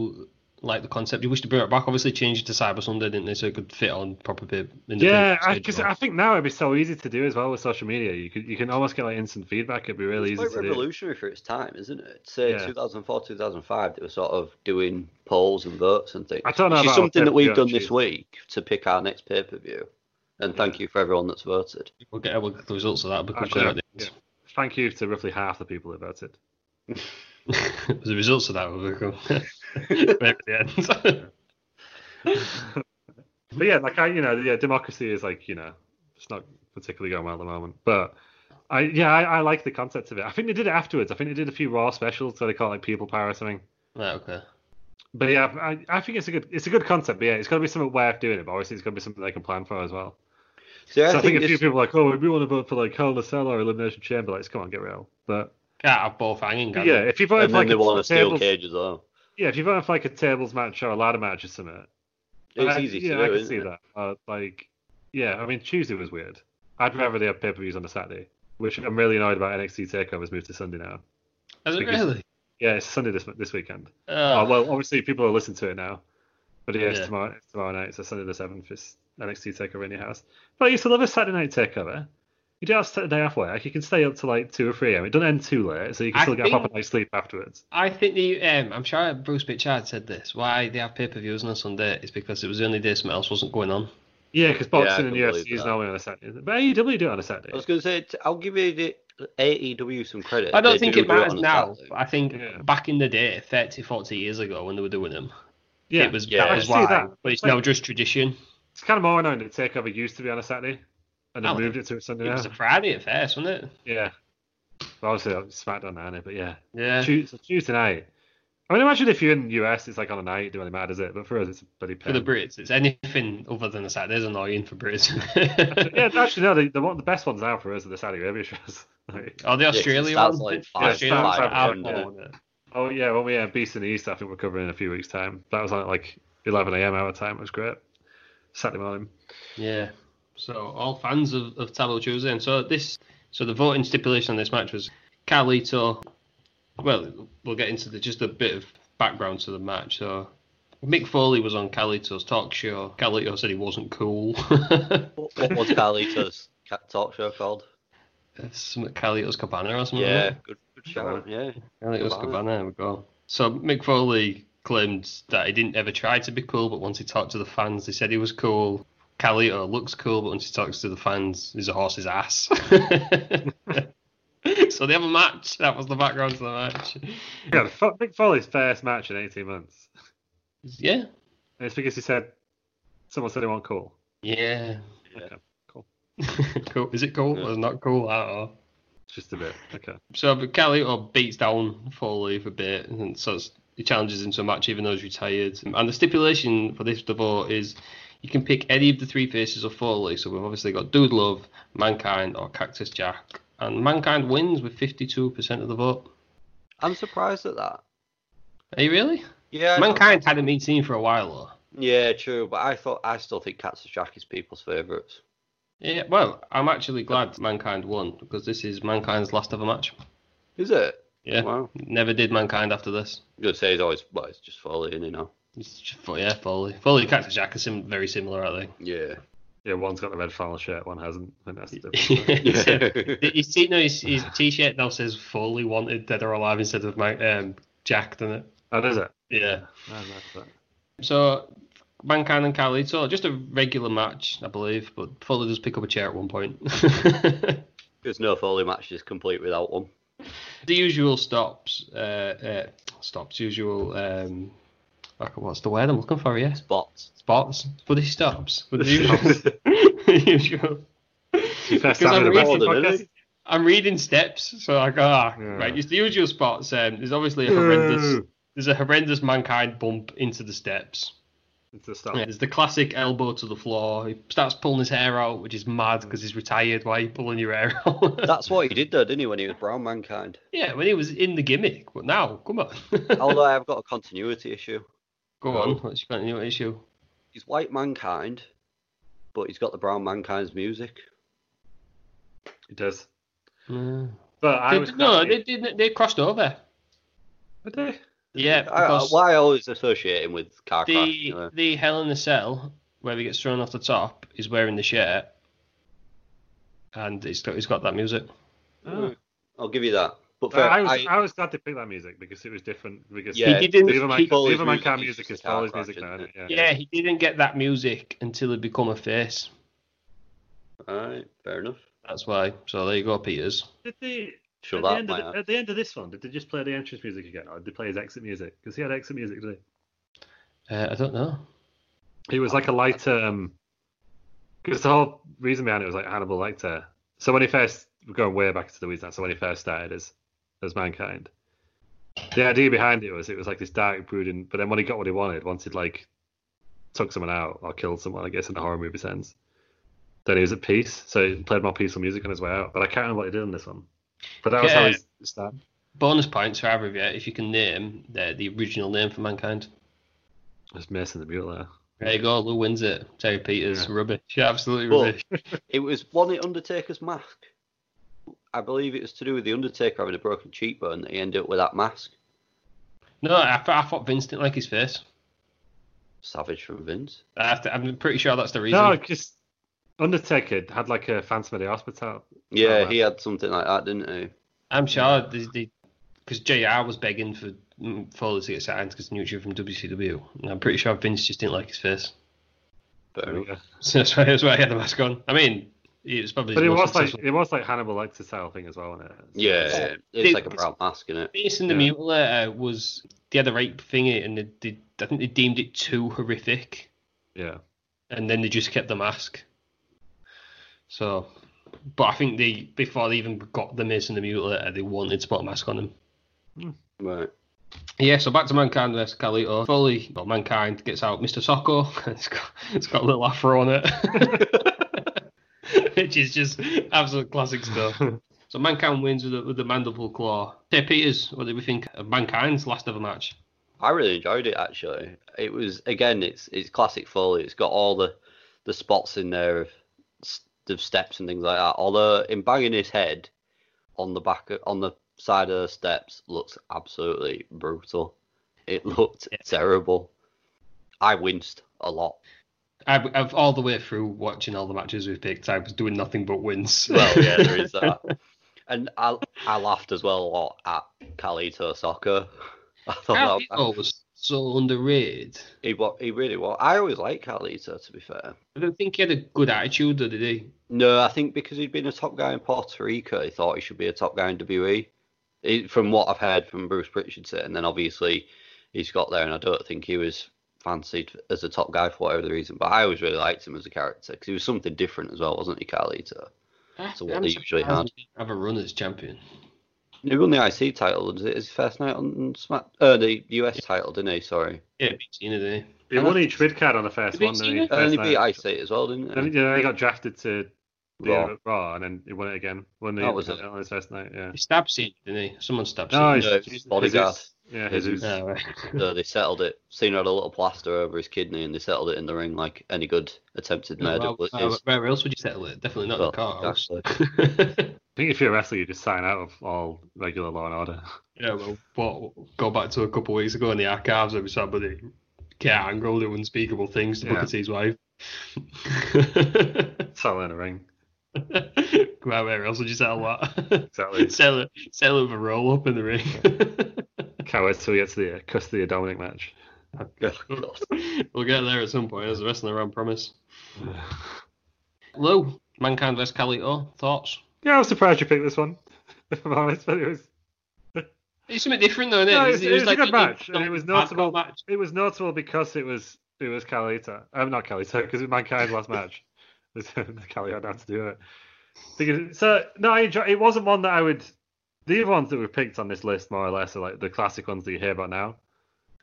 like the concept. You wish to bring it back, obviously, changed it to Cyber Sunday, didn't they? So it could fit on proper bit. In the
Yeah,
big
I,
schedule.
cause I think now it'd be so easy to do as well with social media. You could you can almost get like instant feedback. It'd be really
it's
easy
quite
to do.
revolutionary for its time, isn't it? Say
Yeah.
2004, 2005, they were sort of doing polls and votes and things.
I don't know
Which is
about
something that we've
pay-per-view
done this
actually.
week to pick our next pay per view. And thank you for everyone that's voted.
We'll get, we'll get the results of that. But we'll
Actually,
come back to it. Mm-hmm.
yeah. Thank you to roughly half the people who voted.
the results of that will come right at the end.
But yeah, like I, you know, yeah, democracy is like you know, it's not particularly going well at the moment. But I, yeah, I, I like the concept of it. I think they did it afterwards. I think they did a few raw specials, so they call it like People Power or something.
right, okay.
But yeah, I, I think it's a good, it's a good concept. But yeah, it's got to be some way of doing it. But obviously, it's got to be something they can plan for as well.
See, I,
so I
think,
think, a few
this-
people are like, oh, we want to vote for like Hell in a Cell or Elimination Chamber. Like, come on, get real. But
Can't have both hanging.
but
Can
yeah, if you vote
and
for
then
like
they want
a
a steel
tables,
cage as well.
yeah, if you vote for like a tables match or a ladder match or something,
It's
I-
easy to
yeah,
do,
I can
isn't
see
it?
that. Uh, like, yeah, I mean, Tuesday was weird. I'd rather they have pay per views on a Saturday, which I'm really annoyed about. NXT Takeover's moved to Sunday now.
Is it
because-
really?
Yeah, it's Sunday this this weekend.
Oh,
Oh, well, obviously people are listening to it now, but yeah, it's
Yeah.
tomorrow. It's tomorrow night. So Sunday the seventh is NXT Takeover in your house. But I used to love a Saturday night Takeover. You don't have to day off work. You can stay up to like two or three a.m. It doesn't end too late, so you can
I
still get a
think-
proper night's sleep afterwards.
I think the um, I'm sure Bruce Pritchard said this. Why they have pay per views on a Sunday is because it was the only day something else wasn't going on.
Yeah, because
Yeah, I
boxing and
can believe
UFC is
that.
normally on a Saturday. isn't it? But AEW do it on a Saturday.
I was going to say, t- I'll give you the AEW some credit.
I don't
They
think
do
it
do on
matters
a
now.
Saturday.
but I think
Yeah.
back in the day, 30, 40 years ago, when they were doing them,
Yeah,
it was
Yeah.
that
I
was
see
why.
that.
But it's
Like-
now just tradition.
It's kind of more annoying that Takeover used to be on a Saturday, and they
Oh,
moved it to a Sunday
It
now.
was a Friday at first, wasn't it?
Yeah. Well, obviously, that was SmackDown now, innit? but yeah.
Yeah.
Tu- so Tuesday night. I mean, imagine if you're in the US, it's like on a night, it doesn't really matter, does it? But for us, it's a bloody
For
pain.
the Brits, it's anything other than a Saturday's annoying for Brits.
yeah, actually, no, the, the, one, the best ones now for us are the Saudi Arabia shows. like,
Or the
it
Australia
starts
one.
like
The
five,
Australia one's
five,
half
yeah.
full, wasn't it?
oh, yeah, when we had Beast in the East, I think we're covering in a few weeks' time. That was on at like 11 a.m. our time. It was great. Saturday morning.
Yeah. So all fans of, of Tabo Tuesday, and so this, so the voting stipulation on this match was Carlito. Well, we'll get into the, just a bit of background to the match. So Mick Foley was on Carlito's talk show. Carlito said he wasn't cool.
What, what was Carlito's ca- talk show called?
Some Carlito's Cabana or something.
Yeah,
Yeah.
good, good shout. Yeah,
Carlito's
Cabana.
Cabana. There we go. So Mick Foley claimed that he didn't ever try to be cool, but once he talked to the fans, they said he was cool. Carlito looks cool, but once he talks to the fans, he's a horse's ass. so they have a match. That was the background to the match.
Yeah, Fo- Mick Foley's first match in 18 months.
Yeah.
And it's because he said, someone said he wasn't cool.
Yeah.
Okay, cool.
cool. Is it cool or not cool? I don't know.
It's just a bit. Okay.
So Calio beats down Foley for a bit, and so it's- he challenges him to a match even though he's retired. And the stipulation for this vote is you can pick any of the three faces of Foley. So we've obviously got Dude Love, Mankind, or Cactus Jack. And Mankind wins with 52% of the vote.
I'm surprised at that.
Are you really?
Yeah, I don't-
Mankind hadn't been seen for a while, though.
Yeah, true. But I thought I still think Cats and Jack is people's favourites.
Yeah, well, I'm actually glad Mankind won because this is Mankind's last ever match.
Is it?
Yeah.
Wow.
Never did Mankind after this.
You'd say he's always well, it's just Foley, you know.
It's just, yeah, Foley. Foley and Cactus Jack are sim- very similar, aren't they?
Yeah.
Yeah, one's got the red flannel shirt, one hasn't. I think that's the difference.
yeah. his, t- no, his, his t-shirt now says Foley wanted dead or alive instead of my, um, Jack, doesn't it?
oh, does it?
Yeah.
I don't know about that.
So Mankind and Carlito, just a regular match, I believe, but Foley does pick up a chair at one point.
There's no Foley match is complete without one.
the usual stops, uh, uh, stops, usual, um, fuck, what's the word I'm looking for, yeah?
Spots.
Spots. But he stops. But the usual. usual.
First
Because I'm
time in a
reading-
wrestling podcast.
I'm reading steps, so I go, ah,
Yeah.
right, it's the usual spots. Um, there's obviously a horrendous, there's a horrendous mankind bump into the steps.
It's a stop.
Yeah, There's the classic elbow to the floor. He starts pulling his hair out, which is mad because he's retired. Why are you pulling your hair out?
That's what he did though, didn't he, when he was Brown Mankind?
yeah, when he was in the gimmick, but now, come on.
Although I have got a continuity issue.
go on, what's your continuity issue?
He's white mankind, but he's got the Brown Mankind's music.
It does.
Mm.
But I
They-
was
no,
happy-
they, they, they crossed over.
Did they?
Yeah,
I, I,
because
well, I always associate him with car
the,
crash. you know.
the Hell in a Cell, where he gets thrown off the top, is wearing the shirt. And he's got, he's got that music.
Oh.
I'll give you that. But
I,
fair,
was
I-
I was glad they picked that music because it was different. Because
Yeah,
he didn't-
Leave a man,
he-
leave a man
Foley's
can't
music
music
is
is Foley's
car
music now.
crash,
isn't it?
Yeah, he didn't get that music until he'd become a face.
Alright, fair enough.
That's why. So there you go, Peters.
Did they?
Sure,
at, the
that
end
might
of
have.
the, at the end of this one, did they just play the entrance music again, or did they play his exit music? Because he had exit music, did
Uh, I don't know.
he? He was like a lighter. Um, because the whole reason behind it was like Hannibal Lecter. So when he first, we're going way back into the weeds now. So when he first started as as mankind, the idea behind it was it was like this dark brooding. But then when he got what he wanted, once he'd like took someone out or killed someone, I guess in the horror movie sense, then he was at peace. So he played more peaceful music on his way out. But I can't remember what he did on this one. But that was how
Yeah.
he started.
Bonus points for either of you if you can name the, the original name for mankind.
Just missing the mule there.
There you go. Lou wins it. Terry Peters, rubbish. Yeah, absolutely
Well,
rubbish.
It was one at Undertaker's mask. I believe it was to do with the Undertaker having a broken cheekbone that he ended up with that mask.
No, I, th- I thought Vince didn't like his face.
Savage from Vince.
I have to, I'm pretty sure that's the reason.
No, just Undertaker had like a Phantom of the Hospital.
Yeah,
Oh,
he had something like that, didn't he?
I'm sure the because JR was begging for mm, Foley to get signed because Nutri from WCW. And I'm pretty sure Vince just didn't like his face.
Fair
There we
enough.
go.
So that's why, that's why he had the mask on. I mean, it was probably
But
his
it
most
was like
successful-
it was like Hannibal Lecter style thing as well, wasn't it?
Yeah, it's
They-
like a brown mask, isn't it?
Beast and the uh,
Yeah.
Mutilator was they had the right thing, and they, they, I think they deemed it too horrific.
Yeah.
and then they just kept the mask. So, but I think they before they even got the Mason the Mutilator, they wanted to put a mask on him.
Right.
Yeah, so back to Mankind vs. Carlito. Fully, well, Mankind gets out Mr. Socko. It's got, it's got a little afro on it, which is just absolute classic stuff. So Mankind wins with the, with the mandible claw. Hey, Peters, what did we think of Mankind's last ever match?
I really enjoyed it actually. It was again, it's it's classic Foley. It's got all the the spots in there of, s- of steps and things like that. Although in banging his head on the back of- on the side of the steps looks absolutely brutal. It looked terrible. I winced a lot.
I, I've all the way through watching all the matches we've picked, I was doing nothing but wins.
Well, yeah, there is that. And I I laughed as well a lot at Calito Soccer. I thought that,
Carlito was so underrated.
he wa- he really was. I always liked Calito to be fair.
I don't think he had a good attitude, though, did he?
No, I think because he'd been a top guy in Puerto Rico, he thought he should be a top guy in WE. It, from what I've heard from Bruce Richardson, and then obviously he's got there, and I don't think he was fancied as a top guy for whatever the reason. But I always really liked him as a character because he was something different as well, wasn't he, Carlito? So what they usually
surprised
had.
he didn't Have a run as champion.
He won the IC title. Was it his first night on Smack? Uh, the US title, didn't he? Sorry.
Yeah, beat Cena, didn't he?
He won each mid card on the first
Did he
one.
see
didn't he?
it?
And then
First
he beat
night.
IC as well, didn't he?
Then, you know, he got drafted to the
Raw.
Raw. Raw, and then he won it again. Won the
That was it.
on his first night. Yeah.
He stabbed Cena, didn't he? Someone stabbed
No,
Cena.
he's
No, it's
Jesus-
bodyguard.
Jesus. Yeah,
Jesus.
Jesus.
Ah, right.
so they settled it. Cena had a little plaster over his kidney, and they settled it in the ring like any good attempted murder
Well,
would
uh,
is.
where else would you settle it? Definitely not
Well,
the car.
exactly.
I think if you're a wrestler, you just sign out of all regular Law and Order.
yeah, well, what, go back to a couple of weeks ago in the archives of somebody Kurt Angle doing unspeakable things to
Yeah.
Booker T's wife.
Settle in a ring.
Come on, where else would you settle that?
Exactly.
sell it, sell it with a roll up in the ring.
Can't wait till we get to the uh, custody of Dominic match.
we'll get there at some point. As the wrestling around promise. Lou, Mankind vs. Calito, thoughts?
Yeah, I was surprised you picked this one. If I'm honest, but it was
It's something different though, isn't
No,
it?
it's- it was a good match, and it was
hardcore
noticeable.
match.
It was notable because it was it was Calita. Um, not Calita, because it was Mankind's last match. Calita had to do it. Because- So no, I enjoy, it wasn't one that I would. The other ones that we've picked on this list, more or less, are like the classic ones that you hear about now.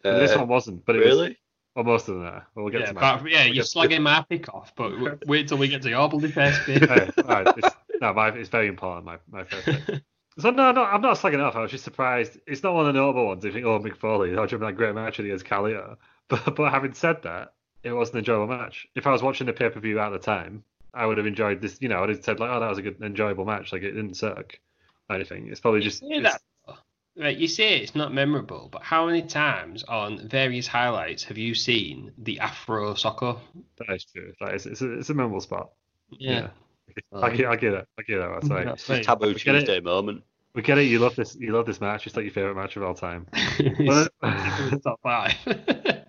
But this
Uh,
one wasn't, but it was
really?
well, most of them are. Well, we'll get
Yeah,
to
but,
mine.
yeah,
We'll
you're
get to-
slagging my pick off, but w- wait till we get to your bloody first pick.
Hey, alright, it's, no, my, it's very important. My my first. pick. So no, no, I'm not slagging it off. I was just surprised. It's not one of the notable ones. You think, oh, Mick Foley, that would have been a great match against Calio. But but having said that, it was an enjoyable match. If I was watching the pay per view at the time, I would have enjoyed this. You know, I'd have said like, oh, that was a good, enjoyable match. Like it didn't suck. or Anything. It's probably just.
Yeah,
it's-
that- Right, you say it's not memorable, but how many times on various highlights have you seen the Afro soccer?
that is true. That is, it's, a, it's a memorable spot.
Yeah.
I get, I get it. I get it. That's right.
That's
It's a
right.
taboo
Forget it.
Tuesday moment.
We get it. You love this. You love this match. It's like your favorite match of all time.
It's- it's in the top five.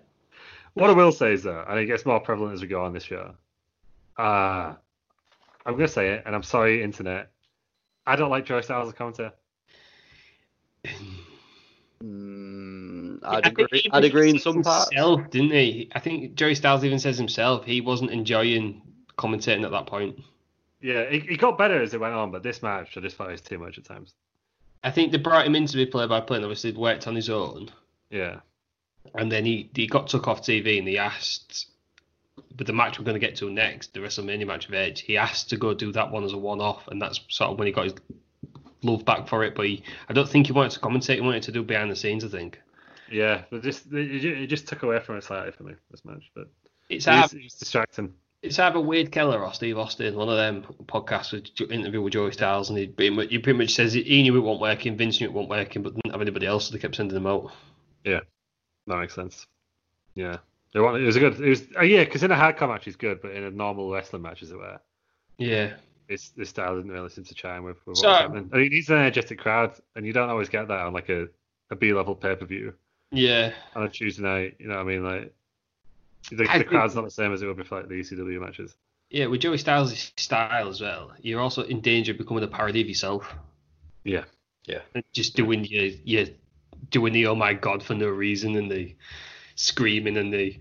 What I will say is though, and it gets more prevalent as we go on this year. Uh I'm gonna say it, and I'm sorry, internet. I don't like Joy Styles as a commentator.
Mm,
I
I'd
think
agree.
he
I'd
even
agree in
says
some parts.
Himself, didn't he? I think Joey Styles even says himself he wasn't enjoying commentating at that point.
Yeah, it, it got better as it went on, but this match I just thought it was too much at times.
I think they brought him in to be play by play, and obviously he'd worked on his own.
Yeah.
And then he, he got took off TV and he asked, with the match we're going to get to next, the WrestleMania match of Edge, he asked to go do that one as a one off. And that's sort of when he got his love back for it. But he, I don't think he wanted to commentate, he wanted to do behind the sines, I think.
Yeah, but just it, it just took away from it slightly for me, this match. But
It's
it
hard,
was, it was distracting.
it's either Wade Keller or Steve Austin, one of them podcasts with Jo- interview with Joey Styles, and he pretty much, he pretty much says he- he knew it wasn't working, Vince knew it wasn't working, but didn't have anybody else, so they kept sending him out.
That makes sense. Yeah. It wa- it was a good it was uh, yeah, because in a hardcore match he's good, but in a normal wrestling match as it were.
Yeah.
His this style didn't really seem to chime with, with what
So-
was happening. And he needs an energetic crowd, and you don't always get that on like a, a B level pay per view
Yeah.
on a Tuesday night. You know what I mean? Like the, the
I think-
crowd's not the same as it would be for like the ECW matches.
Yeah, with Joey Styles' style as well, you're also in danger of becoming a parody of yourself.
Yeah,
Just doing your, your doing the oh my god for no reason and the screaming and the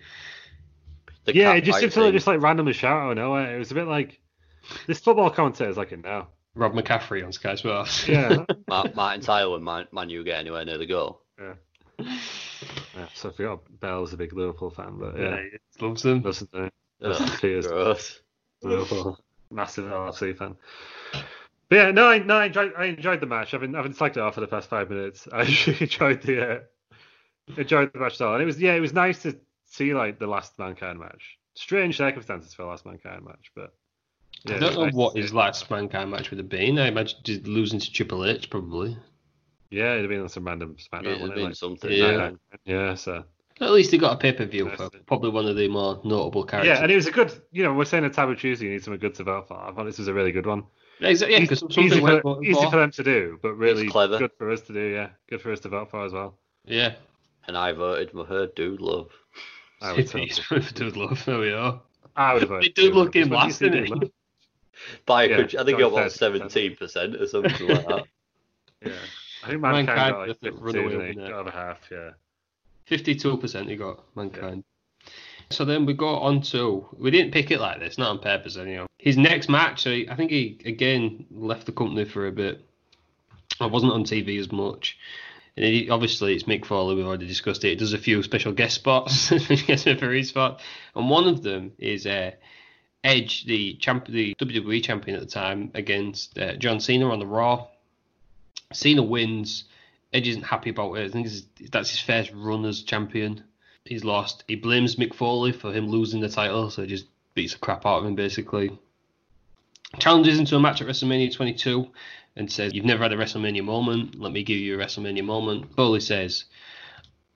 The
yeah,
cat
it just
fight
seemed to like,
thing.
just like randomly shout out of nowhere. It was a bit like this football commentator is like it now.
Rob McCaffrey on Sky Sports.
Yeah.
Ma- Martin Tyler when Man, Man U get anywhere near the goal.
yeah. Yeah, so I forgot Bell's a big Liverpool fan, but yeah,
yeah, he loves them.
that's the
Ugh,
Peters.
gross.
Liverpool. Massive LFC fan. But yeah, no, I, no, I enjoyed, I enjoyed the match. I've been, I've been psyched out for the past five minutes. I actually enjoyed the, uh, enjoyed the match at all, and it was, yeah, it was nice to see like the last mankind match. Strange circumstances for a last mankind match, but yeah,
I
it
don't
was
know
nice to
what
see.
his last mankind match would have been. I imagine just losing to Triple H probably.
Yeah, it'd have been on some random SmackDown.
It'd have
wouldn't it?
been
Like,
something.
yeah.
man.
yeah, so
uh, At least he got a pay per view
That's
for
it.
probably one of the more notable characters.
yeah, and it was a good. You know, we're saying a taboo Tuesday. You need something good to vote for. I thought this was a really good one.
Yeah, exa- yeah,
Easy-
'cause something
easy,
we're
for,
voting
easy
for.
for them to do, but really
clever.
good for us to do. Yeah, good for us to vote for as well.
Yeah.
And I voted for her dude love.
I would, tell
He's with Dude Love, there we are.
I would have voted.
They do
for
look
it.
in
What do you
last,
see,
didn't
Dude,
it?
By a
Yeah,
good- I think I
got
won
30%.
seventeen percent or something like that.
Yeah, I think
Mankind
mankind,
with
got like
the
52,
runaway
didn't he?
winner.
Got over half. Yeah,
52% he got, mankind. So then we go on to. We didn't pick it like this, not on purpose, anyhow. His next match, so he- I think he again left the company for a bit. I wasn't on TV as much. And he, obviously, it's Mick Foley, we've already discussed it. He does a few special guest spots, guest referee spot. And one of them is uh, Edge, the, champ- the WWE champion at the time, against uh, John Cena on the Raw. Cena wins. Edge isn't happy about it. I think this is- that's his first run as champion. He's lost. He blames Mick Foley for him losing the title, so he just beats the crap out of him basically. Challenges into a match at WrestleMania 22 and says, You've never had a WrestleMania moment. Let me give you a WrestleMania moment. Foley says,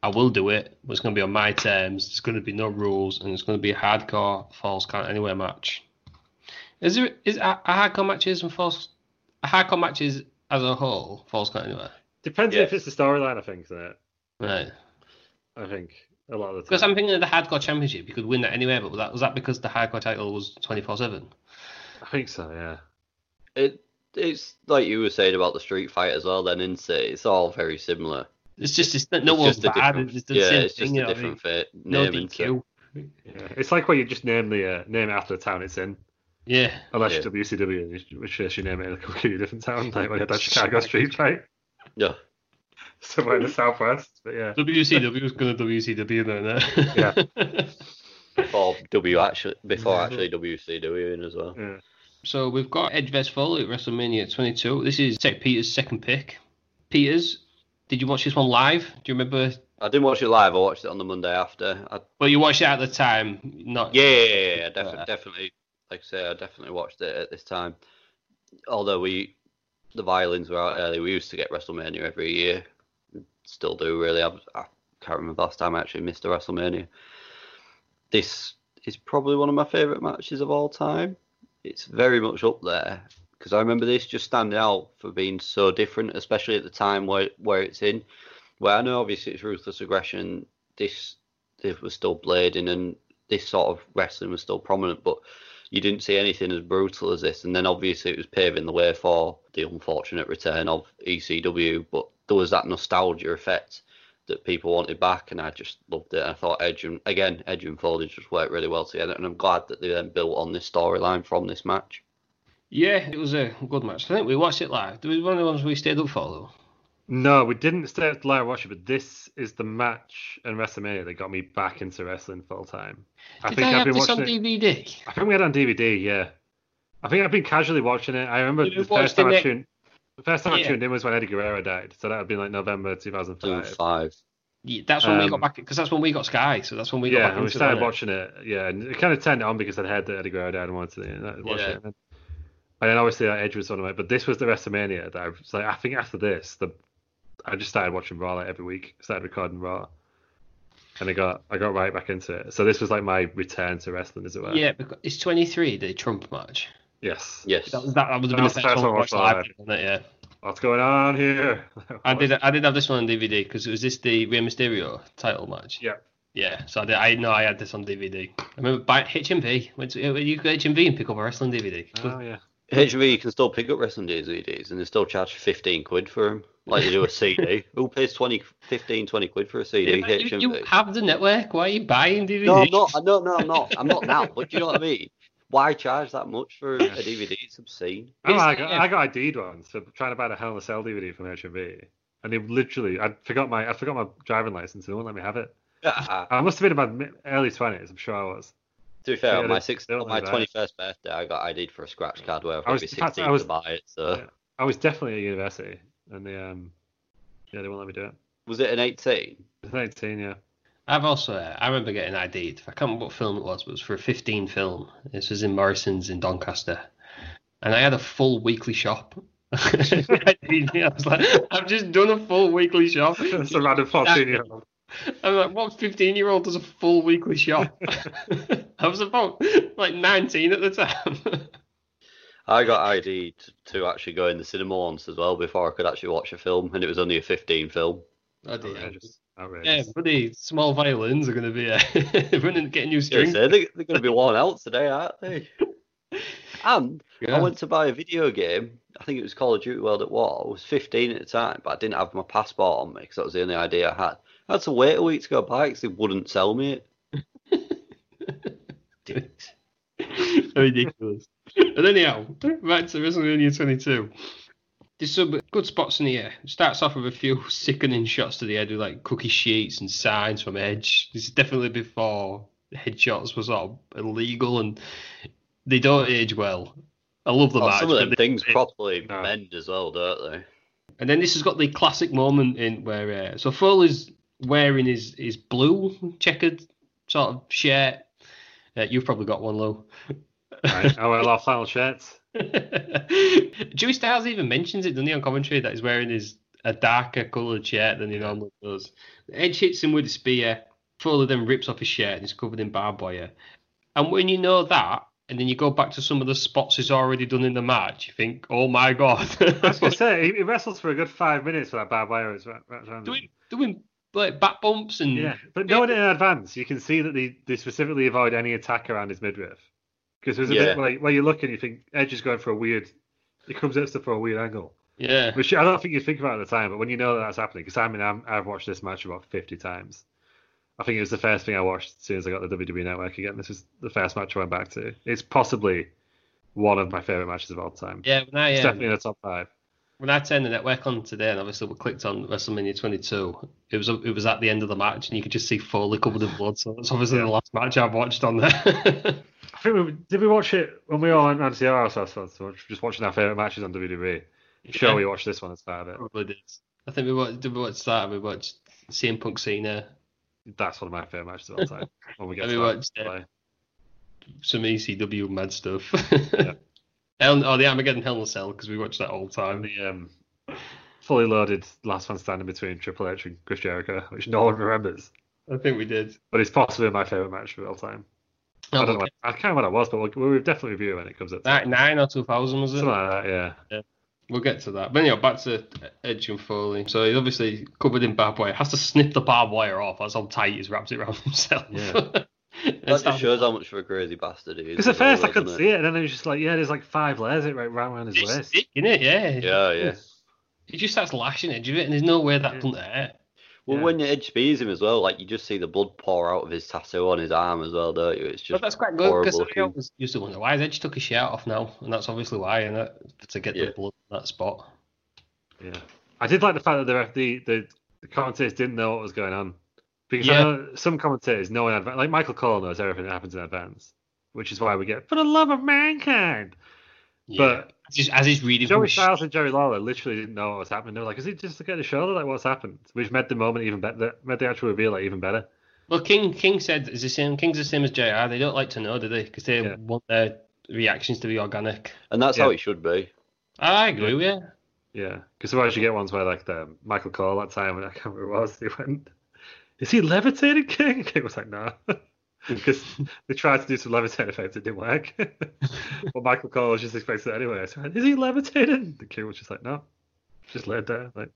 I will do it, but it's going to be on my terms. There's going to be no rules, and it's going to be a hardcore false count anywhere match. Is there is a, a hardcore matches and false a hardcore matches as a whole false count anywhere?
depends
Yeah.
if it's the storyline. I think isn't it?
Right.
I think a lot of the
Because
time.
I'm thinking of the hardcore championship, you could win that anywhere, but was that, was that because the hardcore title was 24 7?
I think so. Yeah.
It it's like you were saying about the Street Fight as well. Then isn't it? It's all very similar.
It's just, it's, no
it's
one's
just a
bad.
different,
It's the
yeah,
same
it's just
thing, you
a
know what I
different
mean?
fit
No
name. and so-
DQ.
Yeah, it's like where you just name the uh, name it after the town it's in,
Yeah.
unless
Yeah.
you're WCW, in which case you name it in a completely different town, like when you had that Chicago street fight
No,
somewhere in the southwest. But yeah,
WCW is going to WCW now,
Yeah.
Yeah.
before W actually before actually WCW in as well.
yeah.
So we've got Edge vs Foley at WrestleMania 22. This is Tech Peters' second pick. Peters, did you watch this one live? Do you remember?
I didn't watch it live. I watched it on the Monday after. I,
Well, you watched it at the time, not.
yeah, yeah, yeah, yeah, defi-
Yeah.
definitely. Like I say, I definitely watched it at this time. Although we, the violins were out early. We used to get WrestleMania every year. Still do really. I, I can't remember the last time I actually missed a WrestleMania. This is probably one of my favorite matches of all time. It's very much up there because I remember this just standing out for being so different, especially at the time where where it's in. Where I know obviously it's ruthless aggression. This this was still blading and this sort of wrestling was still prominent, but you didn't see anything as brutal as this. And then obviously it was paving the way for the unfortunate return of ECW, but there was that nostalgia effect that people wanted back, and I just loved it. I thought Edge and again Edge and Foley just worked really well together, and I'm glad that they then built on this storyline from this match.
Yeah, it was a good match. I think we watched it live. It was one of the ones we stayed up for, though.
No, we didn't stay up to live watch it, but this is the match in WrestleMania that got me back into wrestling full time. I
Did
think
I
I've
have
been
this
watching
on
it.
DVD?
I think we had it on DVD. Yeah, I think I've been casually watching it. I remember
You
the
watched
first time
it
I
next-
tuned. The first time I
Yeah.
tuned in was when Eddie Guerrero died, so that would be like November 2005.
Five.
Yeah, that's when we got
Um,
back because that's when we got Sky, so that's when we got
yeah,
back
and we
into
started
that.
watching it. Yeah, and it kind of turned it on because I'd heard that Eddie Guerrero died and wanted to watch
Yeah.
it. And then obviously like, Edge was one of my, but this was the WrestleMania that I was like. I think after this, the I just started watching Raw like every week. Started recording Raw, and I got I got right back into it. So this was like my return to wrestling, as it were.
Yeah, because it's 23, the Trump match.
Yes.
Yes.
That, was- that, that would have been
That
the
was
first one I watched live.
live.
wasn't it? Yeah,
What's going on here?
I did. I did have this one on DVD because it was this the Rey Mysterio title match.
Yeah.
Yeah, so I did, I know I had this on DVD. I remember by HMV. Went to, you go to HMV and pick up a wrestling DVD.
Oh yeah.
HV you can still pick up wrestling DVDs, and they still charge fifteen quid for them. Like you do a CD. Who pays 20, 15, 20 quid for a CD?
You, you
HMV?
have the network. Why are you buying DVDs?
No, I'm not. I- No, no, I'm not. I'm not now. But do you know what I mean? Why charge that much for a DVD? It's obscene.
I, remember Oh, I,
It's-
got,
yeah.
I got ID'd once for trying to buy the Hell in a Cell DVD from HMV, and they literally, I forgot my, I forgot my driving license, and they won't let me have it.
to
I must have been about mid- early twenties, I'm sure I was.
Uh, be fair,
Yeah,
on my
they-
six,
they don't
on my
do that.
twenty first birthday, I got ID'd for a scratch card where
I
I
was-
was maybe
in fact,
sixteen
I was-
to buy it. So
Yeah. I was definitely at university, and they, um, yeah, they won't let me do it.
was it an eighteen?
I was Nineteen, yeah.
I've also, uh, I remember getting ID'd. I can't remember what film it was, but it was for a 15 film. This was in Morrison's in Doncaster. And I had a full weekly shop. I was like, I've just done a full weekly shop.
It's a random fourteen-year-old.
I'm like, what 15 year old does a full weekly shop? I was about like 19 at the time.
I got ID'd to actually go in the cinema once as well before I could actually watch a film, and it was only a fifteen film.
Oh, dear.
Outrageous.
Yeah,
Outrageous.
bloody small violins are going to be uh, running, getting new
Yeah,
strings.
so they, they're going to be worn out today, aren't they? And I
Yeah.
went to buy a video game. I think it was Call of Duty World at War. I was 15 at the time, but I didn't have my passport on me because that was the only ID I had. I had to wait a week to go buy it 'cause they wouldn't sell me it.
Ridiculous. but anyhow, back to WrestleMania 22. There's some good spots in here. It starts off with a few sickening shots to the head with like cookie sheets and signs from Edge. This is definitely before headshots were sort of illegal and they don't age well. I love the
Oh,
match.
some of
but
them
they-
things properly
No.
bend as well, don't they?
and then this has got the classic moment in where uh, so Foley's wearing his his blue checkered sort of shirt. Uh, you've probably got one, Lou.
Right. I wear our flannel shirts.
Joey Styles even mentions it, doesn't he, on commentary that he's wearing his a darker coloured shirt than he normally does. Edge hits him with a spear. Foley then rips off his shirt and he's covered in barbed wire. And when you know that, and then you go back to some of the spots he's already done in the match, you think, oh my god.
I was gonna say he, he wrestles for a good five minutes with that barbed wire as well. wrapped around him.
doing doing like back bumps and
Yeah, but knowing it in advance, you can see that they, they specifically avoid any attack around his midriff. Because there's a
Yeah.
bit like where you look and you think Edge is going for a weird, he comes at stuff for a weird angle,
yeah.
which I don't think you think about at the time. But when you know that that's happening, because I mean I'm, I've watched this match about 50 times. I think it was the first thing I watched as soon as I got the WWE Network again. This is the first match I went back to. It's possibly one of my favorite matches of all time.
Yeah, when I
it's
um,
definitely in the top five.
when I turned the network on today, and obviously we clicked on WrestleMania 22, it was it was at the end of the match, and you could just see Foley covered in blood. So it's obviously the last match I've watched on there.
I think we did we watch it when we all went round to see our house once, so just watching our favorite matches on WWE. Sure,
Yeah.
we watched this one as part of it.
Probably did. I think we watched, did we watched that. and We watched CM Punk Cena,
That's one of my favorite matches of all time. When we get
Have
to
you
that
watched it?
play.
some ECW mad stuff.
Yeah.
Hell, oh, the Armageddon Hell in a Cell because we watched that all the time.
the um, fully loaded last one standing between Triple H and Chris Jericho, which no one remembers,
I think we did.
but it's possibly my favorite match of all time. I
Oh,
don't know. What, I can't remember what it was, but we'll, we'll definitely review it when it comes up. to it.
99 or 2000 was it?
Something like that, yeah.
We'll get to that. But anyhow, back to Edge and Foley. So he's obviously covered in barbed wire. Has to snip the barbed wire off. That's how tight he's wrapped it around himself.
Yeah.
And
That
started-
just shows how much of a crazy bastard he is.
Because at
as well,
first I couldn't
doesn't
see it, and then it was just like, yeah, there's like five layers it right round around his
it's
waist.
thick, innit? Yeah.
Yeah, yeah.
He just starts lashing Edge of it, and there's no way that doesn't hurt.
Well,
Yeah.
when Edge spears him as well, like you just see the blood pour out of his tattoo on his arm as well, don't you? It's just
But that's quite good because
horrible
I
looking.
always used to wonder why has Edge took his shirt off now, and that's obviously why, and to get
Yeah.
the blood in that spot.
Yeah, I did like the fact that the ref- the the, the commentators didn't know what was going on because I
Yeah.
know some commentators know in advance, like Michael Cole knows everything that happens in advance, which is why we get for the love of mankind.
Yeah.
But-
As he's, as he's reading from
Joey
his sh-
Styles and Jerry Lawler literally didn't know what was happening. They were like, "Is he just looking at his shoulder? Like, what's happened?" Which made the moment even better, made the actual reveal like even better.
Well, King King said is the same. King's the same as JR. They don't like to know, do they? Because they
Yeah.
want their reactions to be organic.
And that's how
Yeah.
it should be.
I agree with you.
Yeah, because otherwise you get ones where like the Michael Cole that time, and I can't remember who it was, he went, "Is he levitating, King?" It was like, "No," because they tried to do some levitating effects, it didn't work. but Michael Cole was just expecting it anyway. So, is he levitating? The King was just like, "No, just laid there." Like,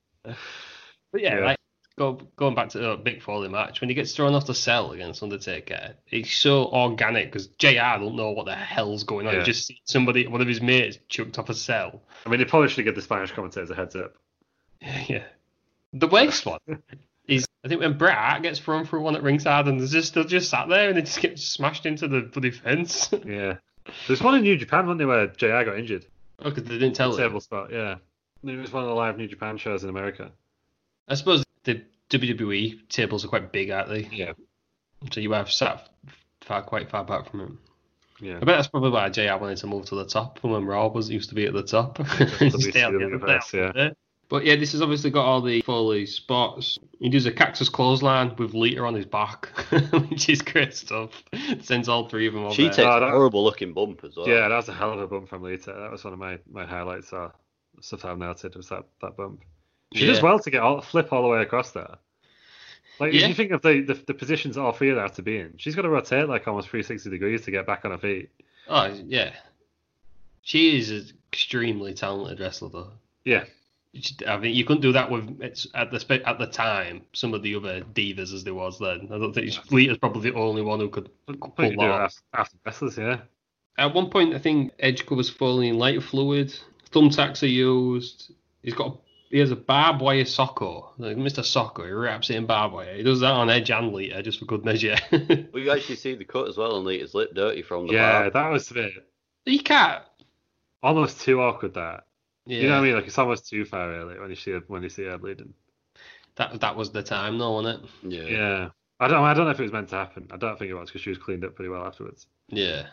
But yeah,
Yeah.
like go, going back to the Big Foley match, when he gets thrown off the cell against Undertaker, it's so organic because JR don't know what the hell's going on.
Yeah.
He just sees somebody, one of his mates, chucked off a cell.
I mean, they probably should give the Spanish commentators a heads up.
yeah. The worst one is I think when Bret Hart gets thrown through one at ringside and they just still just sat there and they just get smashed into the bloody fence. oh,
Yeah. There's one in New Japan, wasn't there, where JR got injured?
because Oh, they didn't tell him.
Table spot, yeah. It was one of the live New Japan shows in America.
I suppose the WWE tables are quite big, aren't they?
Yeah.
So you have sat far quite far back from him.
Yeah.
I bet that's probably why JR wanted to move to the top from when Raw was used to be at the top.
used to
Stay on
be
the
the
other
best, yeah.
side. But yeah, this has obviously got all the Foley spots. He does a cactus clothesline with Lita on his back, which is great stuff. Sends all three of them over.
She takes
Oh,
a
that-
horrible looking bump as well.
Yeah, that was a hell of a bump from Lita. That was one of my, my highlights or stuff that I've noted was that, that bump. She does
Yeah.
well to get all flip all the way across there. Like
Yeah.
if you think of the, the the positions all three of them have to be in, she's got to rotate like almost 360 degrees to get back on her feet.
Oh yeah, she is an extremely talented wrestler though.
Yeah,
She- I mean, you couldn't do that with it's at the spe- at the time some of the other divas as there was then. I don't think she- Lita's probably the only one who could pull
you can do it
that off.
after, after wrestlers, yeah.
At one point, I think Edge covers Foley in light fluid. Thumbtacks are used. He's got he has a barbed wire socker, like Mr. Socker. He wraps it in barbed wire. He does that on Edge and Lita just for good measure.
Well, you actually see the cut as well, and Lita's lip dirty from the
yeah,
barb.
that was a bit
he can't.
almost too awkward. That
Yeah,
you know what I mean? Like it's almost too far really when you see her, when you see her leading.
that that was the time though, wasn't it?
Yeah.
Yeah, I don't I don't know if it was meant to happen. I don't think it was because she was cleaned up pretty well afterwards.
Yeah.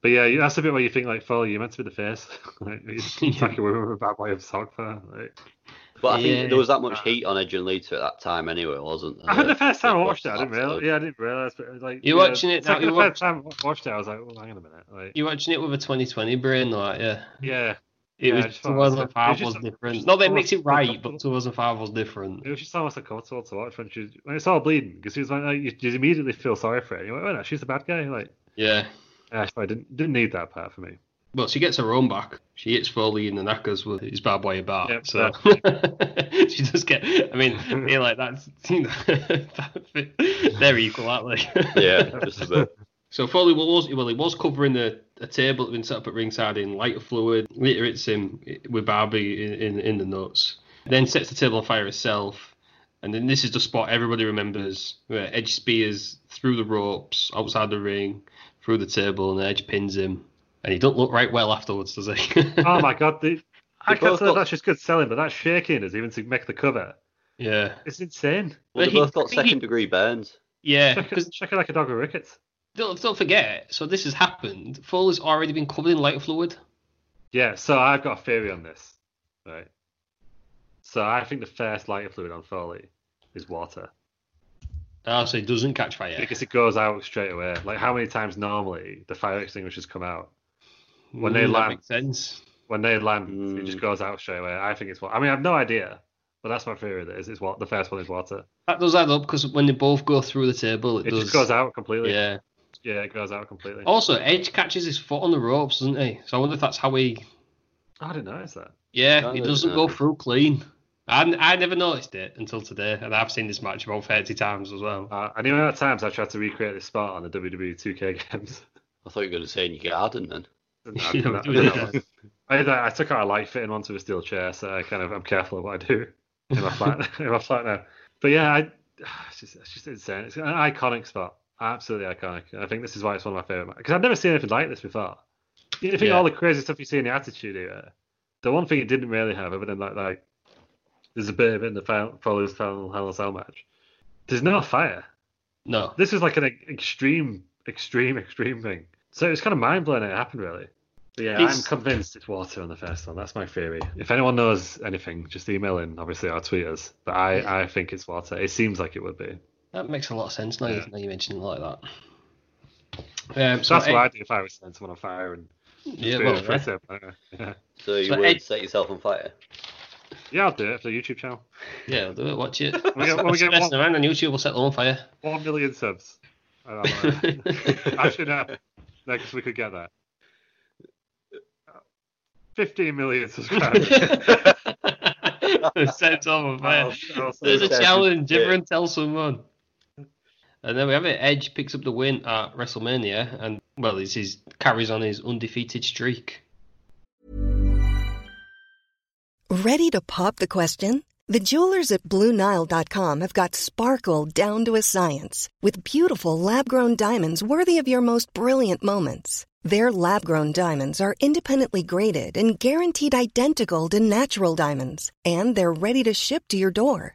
But yeah, you- that's the bit where you think like, Foley, you're meant to be the face. like, you attack a woman with a bad way of sock there. Like,
But I
Yeah.
think there was that much heat on Edge and Lita at that time anyway, wasn't there?
I think the first time I
It
watched it, I
was
didn't realize.
absolute-
Yeah, I didn't realize. But like,
You're
yeah,
watching it now,
second
you're
or third time I watched it, I was like, well, hang on a minute. Like,
You're watching it with a 2020 brain, like yeah.
yeah,
It
Yeah, I
was
just
two
thought it was
thousand
a-
five
it was
was
just a-
different.
just
No, they
a-
makes it right, but two thousand five was different.
it was just almost uncomfortable to watch when she when it's all bleeding because she was like, like, you just immediately feel sorry for her. You went, oh no, she's the bad guy. Like,
Yeah.
yeah, so I didn't didn't need that part for me.
Well, she gets her own back. She hits Foley in the knackers with his barbed wire bat.
Yep,
so she does get. I mean, yeah, like that's you know, that- they're equal, aren't they?
Yeah, just a bit.
So Foley was well, he was covering the a table that had been set up at ringside in lighter fluid. Later, it's him with Barbie in, in in the nuts. Then sets the table on fire herself. And then this is the spot everybody remembers where Edge spears through the ropes outside the ring, through the table, and Edge pins him. And he don't look right well afterwards, does he?
Oh my god, the, I
They both
can't say that
got-
that's just good selling, but that shaking is even to make the cover.
yeah,
It's insane.
Well, they
He-
both got
he-
second degree burns.
yeah. Because
Shaking shaking like a dog with rickets.
don't, don't forget, so this has happened. Foley's already been covered in light fluid.
Yeah, so I've got a theory on this. Right. So I think the first lighter fluid on Foley is water
Oh, so he doesn't catch fire.
because it goes out straight away. Like how many times normally the fire extinguishers come out? when they
Mm, that
land.
makes sense.
When they land, it
Mm.
just goes out straight away. I think it's water. I mean, I have no idea, but that's my theory. That is, it's what the first one is water.
That does add up because when they both go through the table, it,
It
does.
just goes out completely.
Yeah.
yeah, it goes out completely. Oh,
Also, Edge catches his foot on the ropes, doesn't he? So I wonder if that's how he.
I didn't notice that.
Yeah,
That
he
is
doesn't go
nice.
through clean. I, I never noticed it until today, and I've seen this match about 30 times as well.
Uh, and the amount of times I tried to recreate this spot on the WWE 2K games.
I thought you were going to say in your garden then.
You
I, didn't-
know,
I
doing
didn't-
it.
I, either- I took out a light fitting onto a steel chair, so I kind of I'm careful of what I do in my flat in my flat now. But yeah, I, it's just it's just insane. It's an iconic spot, absolutely iconic. And I think this is why it's one of my favorite because I've never seen anything like this before. You think
Yeah.
all the crazy stuff you see in the Attitude Era. The one thing it didn't really have, other than like like there's a bit of it in the Fol- Foley's Hell Hell in a Cell match. There's no fire.
No.
This is like an e- extreme, extreme, extreme thing. So it's kind of mind blowing it happened, really. But yeah,
It's-
I'm convinced it's water on the first one. That's my theory. If anyone knows anything, just email in, obviously, or tweet us. But I, I think it's water. It seems like it would be.
That makes a lot of sense now,
Yeah.
now you mention it like that. Um,
So
so
that's
Ed-
what I'd do if I was setting someone on fire and
Yeah,
doing
well,
it for
yeah.
them. Uh, yeah.
So you
So
would
Ed-
set yourself on fire.
yeah, I'll do it for the YouTube channel.
yeah, I'll do it. Watch it.
When we get, when we get
Messing
one,
around on YouTube, we'll set them on fire.
one million subs. I don't know. Actually, no, because we could get that. 15 million subscribers.
set them on fire.
I'll- I'll
There's a
Session.
challenge.
Yeah.
Everyone tell someone. And then we have it. Edge picks up the win at WrestleMania, and well, this is carries on his undefeated streak.
Ready to pop the question? The jewelers at BlueNile.com have got sparkle down to a science with beautiful lab grown diamonds worthy of your most brilliant moments. Their lab grown diamonds are independently graded and guaranteed identical to natural diamonds, and they're ready to ship to your door.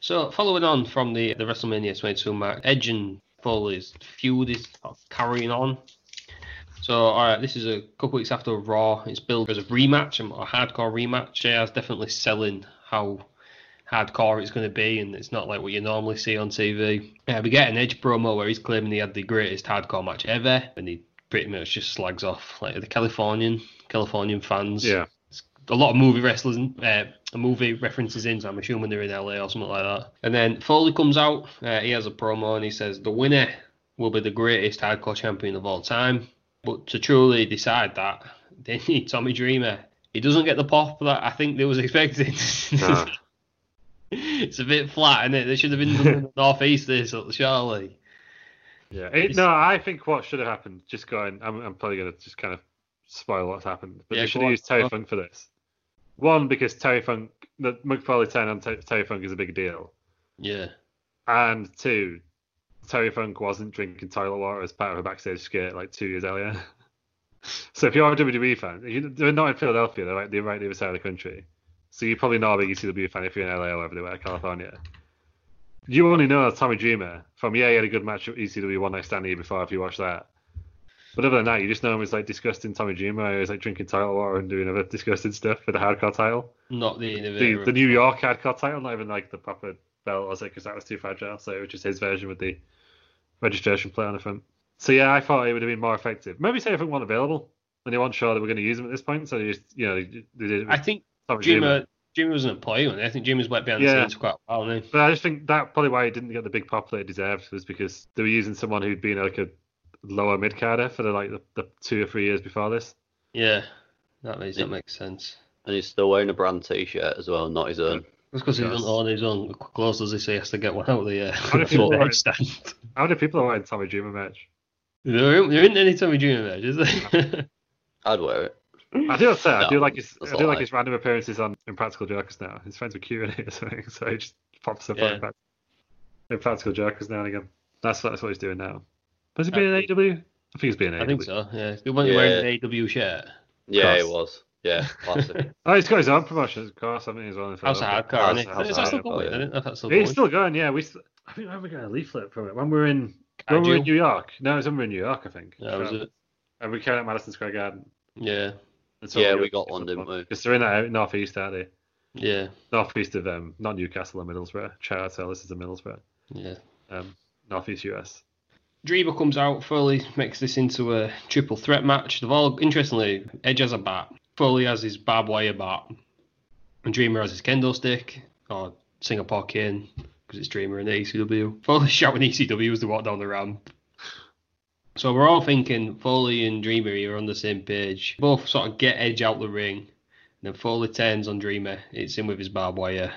So, following on from the, the WrestleMania 22 match, Edge and Foley's feud is sort of carrying on. So, all right, this is a couple weeks after Raw. It's billed as a rematch, a a hardcore rematch. JR's definitely selling how hardcore it's going to be, and it's not like what you normally see on TV. Uh, we get an Edge promo where he's claiming he had the greatest hardcore match ever, and he pretty much just slags off like the Californian Californian fans.
Yeah.
It's a lot of movie wrestlers, uh, movie references in, so I'm assuming they're in LA or something like that. And then Foley comes out, uh, he has a promo, and he says, The winner will be the greatest hardcore champion of all time. But to truly decide that, they need Tommy Dreamer. He doesn't get the pop that I think they was expecting.
No.
it's a bit flat, and it? They should have been in the northeast this, surely.
Yeah, it, no, I think what should have happened, just going, I'm, I'm probably going to just kind of spoil what's happened, but
Yeah,
they should
go on.
have used Terry Funk for this. One, because Terry Funk, the McFarlane turn on Ter- Terry Funk is a big deal.
Yeah.
And two, Terry Funk wasn't drinking toilet water as part of a backstage skit like two years earlier. so if you're a WWE fan, you, they're not in Philadelphia, they're right, they're right the other side of the country. So you're probably not a big ECW fan if you're in LA or wherever they were, California. You only know Tommy Dreamer from, yeah, he had a good match at ECW One Night Stand the year before if you watch that. But other than that, you just know him as like disgusting Tommy Dreamer, who was like drinking toilet water and doing other disgusting stuff for the hardcore title
Not the innovator.
the, the New York hardcore title, not even like the proper belt, was it? Because that was too fragile. So it was just his version with the registration plate on the front. So yeah, I thought it would have been more effective. Maybe say if it weren't available, and they weren't sure they were going to use them at this point, so they just you know they, they did. It with
I think
Tommy
Jimmy, Jimmy was an employee, wasn't he? I think Jimmy's went behind the
Yeah.
scenes quite a while now.
But I just think that probably why he didn't get the big pop that it deserved was because they were using someone who'd been like a lower mid carder for the like the, the two or three years before this.
Yeah, that makes that makes sense.
And he's still wearing a brand T-shirt as well, not his own.
That's because he doesn't own his own clothes, does he? So he has to get one out of the, uh,
did people
the
write-
edge stand.
How many people are wearing Tommy Dreamer merch?
there, there isn't any Tommy Dreamer there, is there?
I'd wear it.
I do have to say, I
No,
do like his
that's
I
all
do like
right.
his random appearances on Impractical Jokers now. His friends were Q and A or something, so he just pops up
Yeah.
on Imprac- Impractical Jokers now and again. That's that's what he's doing now. Has he been in AW? I think he's been in AW.
I think so. Yeah, the one wearing an AW shirt.
Yeah, it
Class.
was. Yeah, classic.
Oh, he's got his own promotion, of course. I mean, he's one of the
House of Hardcore,
House-
isn't it?
House
Is
of
that still
Hardcore,
going?
yeah.
I didn't know if that's still going.
It's still going, yeah. We, st- I think I we got a leaflet from it when we were in
I
when we were in
do.
New York. No, it was when we were in New York, I think. Um,
Yeah, was it?
And we came out Madison Square Garden.
Yeah,
And
Yeah, we got one, didn't we?
Because they're in that northeast, aren't they?
yeah,
Northeast of um, not Newcastle and Middlesbrough. Shout out this is in Middlesbrough.
yeah.
um, Northeast US.
Dreamer comes out. Foley makes this into a triple threat match. They've all, interestingly, Edge has a bat. Foley has his barbed wire bat. And Dreamer has his kendo stick, or Singapore cane, because it's Dreamer in the E ECW. Foley shouting ECW as they walk down the ramp. So we're all thinking Foley and Dreamer are on the same page. Both sort of get Edge out the ring. And then Foley turns on Dreamer, hits him with his barbed wire.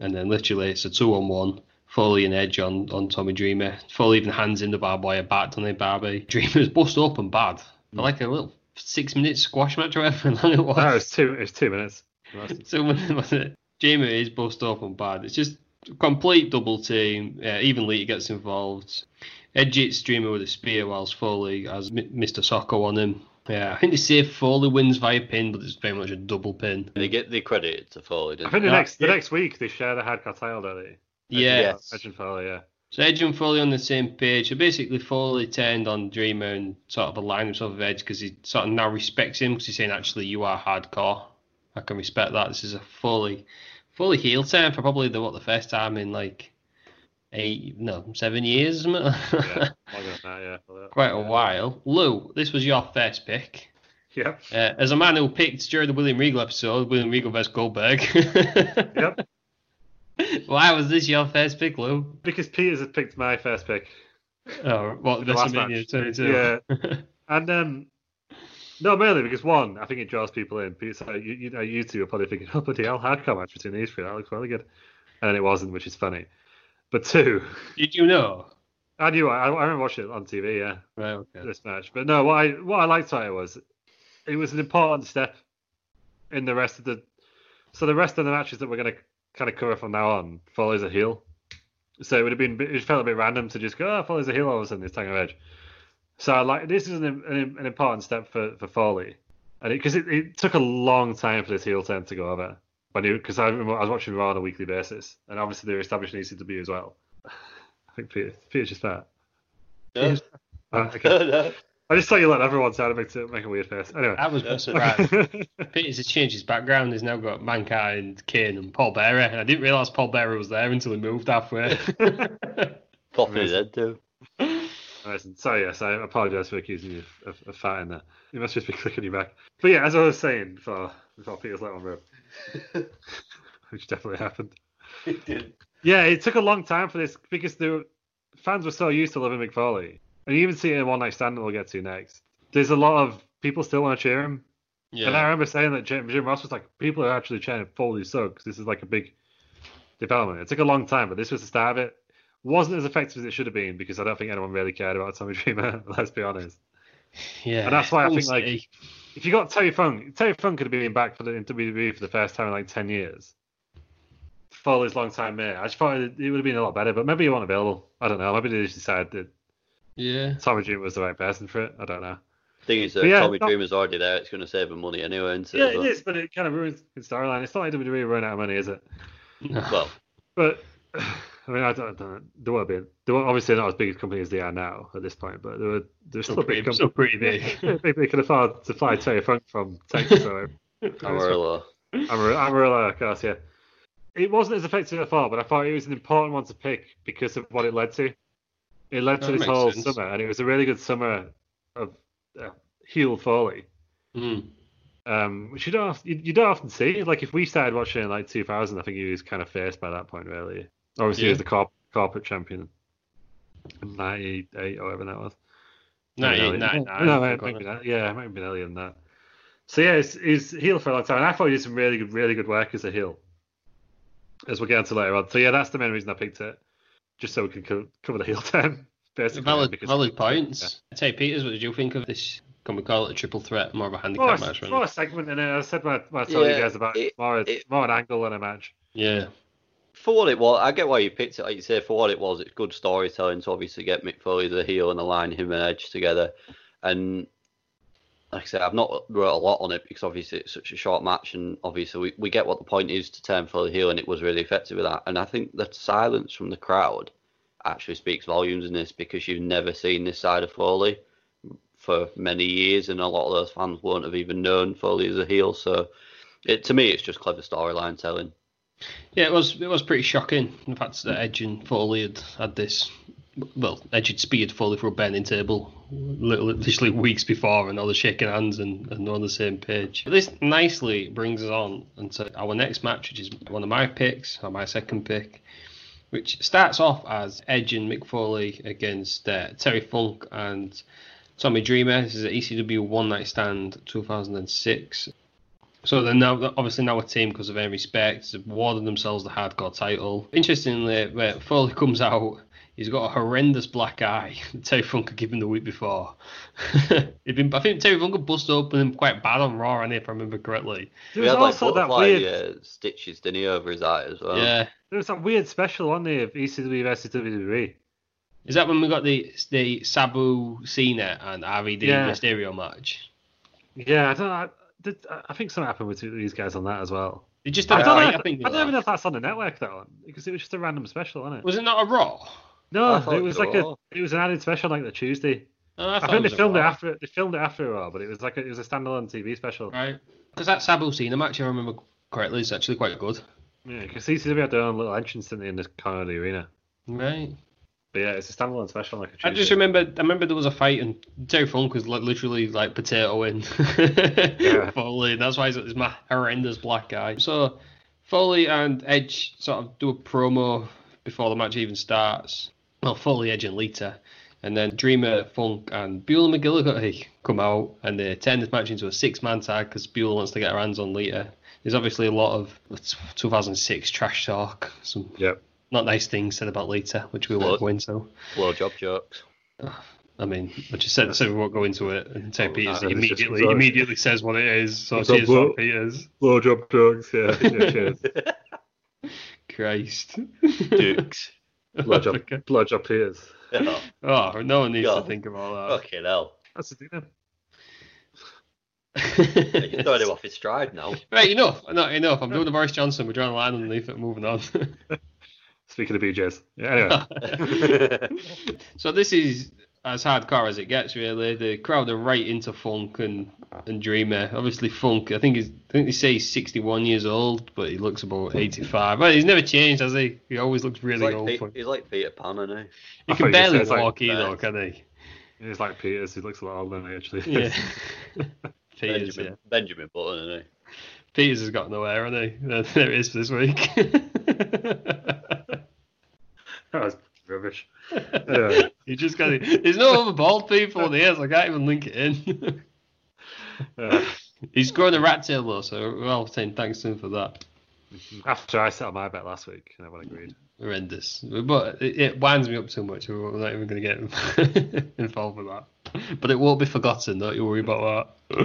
And then literally it's a two on one. Foley and Edge on, on Tommy Dreamer. Foley even hands him the barbed wire back, doesn't he, Barbie? Dreamer's bust open bad. For like a little six minute squash match or whatever long it was.
No, it's two. It's two minutes.
Someone was it? Dreamer is bust open bad. It's just complete double team. Uh, even Lita gets involved. Edge hits Dreamer with a spear whilst Foley has M- Mr. Socko on him. Yeah, I think they say Foley wins via pin, but it's very much a double pin.
They get the credit to Foley.
I
Didn't
think
they?
the next the next week they share the hardcore title, don't they?
Yeah.
Yes.
Edge and Foley, yeah.
So Edge and Foley on the same page. So basically, Foley turned on Dreamer and sort of aligned himself with Edge because he sort of now respects him because he's saying, actually, you are hardcore. I can respect that. This is a fully, fully heel turn for probably the what the first time in like eight, no, seven years. isn't it?
Yeah. Longer than that, yeah. Foley.
Quite a while. Lou, this was your first pick.
Yep.
Uh, as a man who picked during the William Regal episode, William Regal vs Goldberg.
Yep.
Why was this your first pick, Lou?
Because Peters had picked my first pick.
Oh, what
The last
WrestleMania
match.
22? Yeah.
And um, no, mainly because one, I think it draws people in. Because uh, you, you know, you two are probably thinking, "Oh bloody hell, hardcore match between these three. That looks really good," and then it wasn't, which is funny. But two,
Did you know?
I knew I, I remember watching it on TV. Yeah,
Right, okay.
this match. But no, what I what I liked about it was it was an important step in the rest of the so the rest of the matches that we're going to kind of cover from now on follows a heel. So it would have been it felt a bit random to just go oh, follows a heel all of a sudden this Tango Edge. So I like this is an an, an important step for for Foley, and because it, it, took a long time for this heel turn to go over. When because I remember I was watching Raw on a weekly basis, and obviously they're establishing ECW as well. I think Peter, Peter's just there.
No.
Ah, okay.
No, no.
I just thought you let everyone sound and make, to make a weird face. Anyway.
I was surprised. Peters has changed his background. He's now got Mankind, Kane, and Paul Bearer. And I didn't realise Paul Bearer was there until he moved halfway.
Popping his head too.
Listen, so yes, I apologise for accusing you of, of fat in there. You must just be clicking your back. But yeah, as I was saying before, before Peter's let one rip, which definitely happened.
It did.
Yeah, it took a long time for this because the fans were so used to loving McFarley. And you even see it in One Night Stand that we'll get to next. There's a lot of people still want to cheer him. And I
yeah.
remember saying that Jim, Jim Ross was like, people are actually trying to follow these because This is like a big development. It took a long time, but this was the start of it. Wasn't as effective as it should have been because I don't think anyone really cared about Tommy Dreamer. let's be honest.
yeah.
and that's why I think, like-
Honestly,
If you got Terry Funk, Terry Funk could have been back for the in WWE for the first time in like ten years. For this long time there, I just thought it, it would have been a lot better, but maybe he wasn't available. I don't know. Maybe they just decided that
Yeah.
Tommy Dreamer was the right person for it. I don't know.
Thing is, uh,
But yeah,
Tommy
no-
Dreamer's already there. It's going to save him money anyway, isn't it?
Yeah,
But-
it is, but it kind of ruins his storyline. It's not like WWE run out of money, is it?
Well,
But I mean, I don't, know. They were big. They were obviously not as big a company as they are now at this point, but they were they were still,
Still
big.
pretty,
company.
still pretty big.
they, they could afford to fly Terry Funk from Texas or
Amarillo.
Amar- Amarillo, of course. Yeah, it wasn't as effective as I thought, but I thought it was an important one to pick because of what it led to. It led
That
to this
makes
whole
sense.
summer, and it was a really good summer of uh, heel Foley
Mm.
um, which you don't of- you, you don't often see. Like if we started watching in like 2000, I think he was kind of faced by that point, really. Obviously, he was
Yeah.
the corp- corporate champion in '98 or whatever that was.
No,
Maybe
no,
earlier.
no,
no,
no,
maybe, maybe that. Yeah, it might have been earlier than that. So yeah, it's, it's heel for a long time, and I thought he did some really good, really good work as a heel, as we'll get into later on. So yeah, that's the main reason I picked it, just so we can co- cover the heel turn. Basically,
Valid,
because-
valid points. Tay Peters, what did you think of this? Can we call it a triple threat? More of a handicap
More, a-
match, right?
more a segment, and I said when I, when I told
Yeah,
you guys about it,
it-
more, a-
it-
more an angle than a match.
Yeah.
For what it was, I get why you picked it. Like you say, for what it was, it's good storytelling to obviously get Mick Foley the heel and align him and Edge together. And like I said, I've not wrote a lot on it because obviously it's such a short match, and obviously we, we get what the point is to turn Foley heel, and it was really effective with that. And I think the silence from the crowd actually speaks volumes in this because you've never seen this side of Foley for many years, and a lot of those fans won't have even known Foley as a heel. So it to me, it's just clever storyline telling.
Yeah, it was it was pretty shocking. In fact, that Edge and Foley had had this well, edged speared fully through a bending table, literally, literally weeks before, and all the shaking hands and, and on the same page. This nicely brings us on into our next match, which is one of my picks, or my second pick, which starts off as Edge and Mick Foley against uh, Terry Funk and Tommy Dreamer. This is at ECW One Night Stand 2006. So they're now they're obviously now a team because of any respect. They've awarded themselves the hardcore title. Interestingly, where Foley comes out, he's got a horrendous black eye. that Terry Funk had given the week before. He'd been, I think Terry Funk had bust open him quite bad on Raw, and if I remember correctly.
There
he
was
had like
also that
butterfly
weird.
uh, stitches, didn't he, over his eye as well?
Yeah.
There was that weird special on there of ECW versus E. WWE.
Is that when we got the the Sabu Cena and RVD
Yeah.
Mysterio match?
Yeah, I don't. know, I, did, I think something happened with these guys on that as well.
They just
I
had a
don't,
fight,
know,
I think they
if, I don't
were.
even know if that's on the network though, because it was just a random special, wasn't it?
Was it not a Raw?
I
no,
thought
it was
it
like a,
was.
it was an added special like the Tuesday.
Oh,
I,
thought
think
was
they
a
filmed it
Raw.
after they filmed it after a while, but it was like a, it was a standalone TV special.
Right. Because that Sabu Cena match, if I remember correctly, is actually quite good.
Yeah, because ECW had their own little entrance didn't they, in the corner of the arena.
Right.
But yeah, it's a standalone special like a Tuesday.
I just remember, I remember there was a fight and Terry Funk was like literally like potatoing
Yeah.
Foley. and That's why he's, he's my horrendous black guy. So Foley and Edge sort of do a promo before the match even starts. Well, Foley, Edge, and Lita, and then Dreamer, Funk, and Buell McGillicuddy come out and they turn this match into a six-man tag because Buell wants to get her hands on Lita. There's obviously a lot of 2006 trash talk, some
Yep.
not nice things said about Lita, which we won't go into.
Blow job jokes.
I mean, I just said so we won't go into it. And Ted Peters
no, this is
immediately
bizarre.
immediately says what it is. So
It's a
cheers, Ted
blow-
Peters.
Blowjob jokes, yeah. yeah cheers.
Christ.
Dukes.
Blowjob, blowjob tears.
Yeah.
Oh, no one needs to
God.
think of all
Fucking hell.
That's the thing. then.
You throw him
that.
off his stride now.
right, enough. No, enough. I'm doing the Boris Johnson. We're drawing a line underneath it. Moving on.
Speaking of BJ's. Yeah, anyway.
so this is as hardcore as it gets, really. The crowd are right into Funk and, and Dreamer. Obviously, Funk. I think he's. I think they say he's 61 years old, but he looks about 85. Well, he's never changed, has he? He always looks
he's,
really
like
old.
Pe-
for-
he's like Peter Pan, isn't he?
He can
I thought you
barely
said it's like
walk either,
that.
can he?
He's like Peters. He looks a lot older than he actually
Yeah.
is.
Peters, yeah.
Benjamin, Benjamin Button, isn't he?
Peters has got nowhere, hasn't he? There- There it is for this week.
That was rubbish. Anyway,
you just got to, There's no other bald people on the ears. I can't even link it in.
uh,
He's grown a rat tail though, so we're all saying thanks to him for that.
after I settled my bet last week, and everyone agreed.
Horrendous, but it, it winds me up so much. We're not even going to get involved with that. But it won't be forgotten. Don't you worry about that.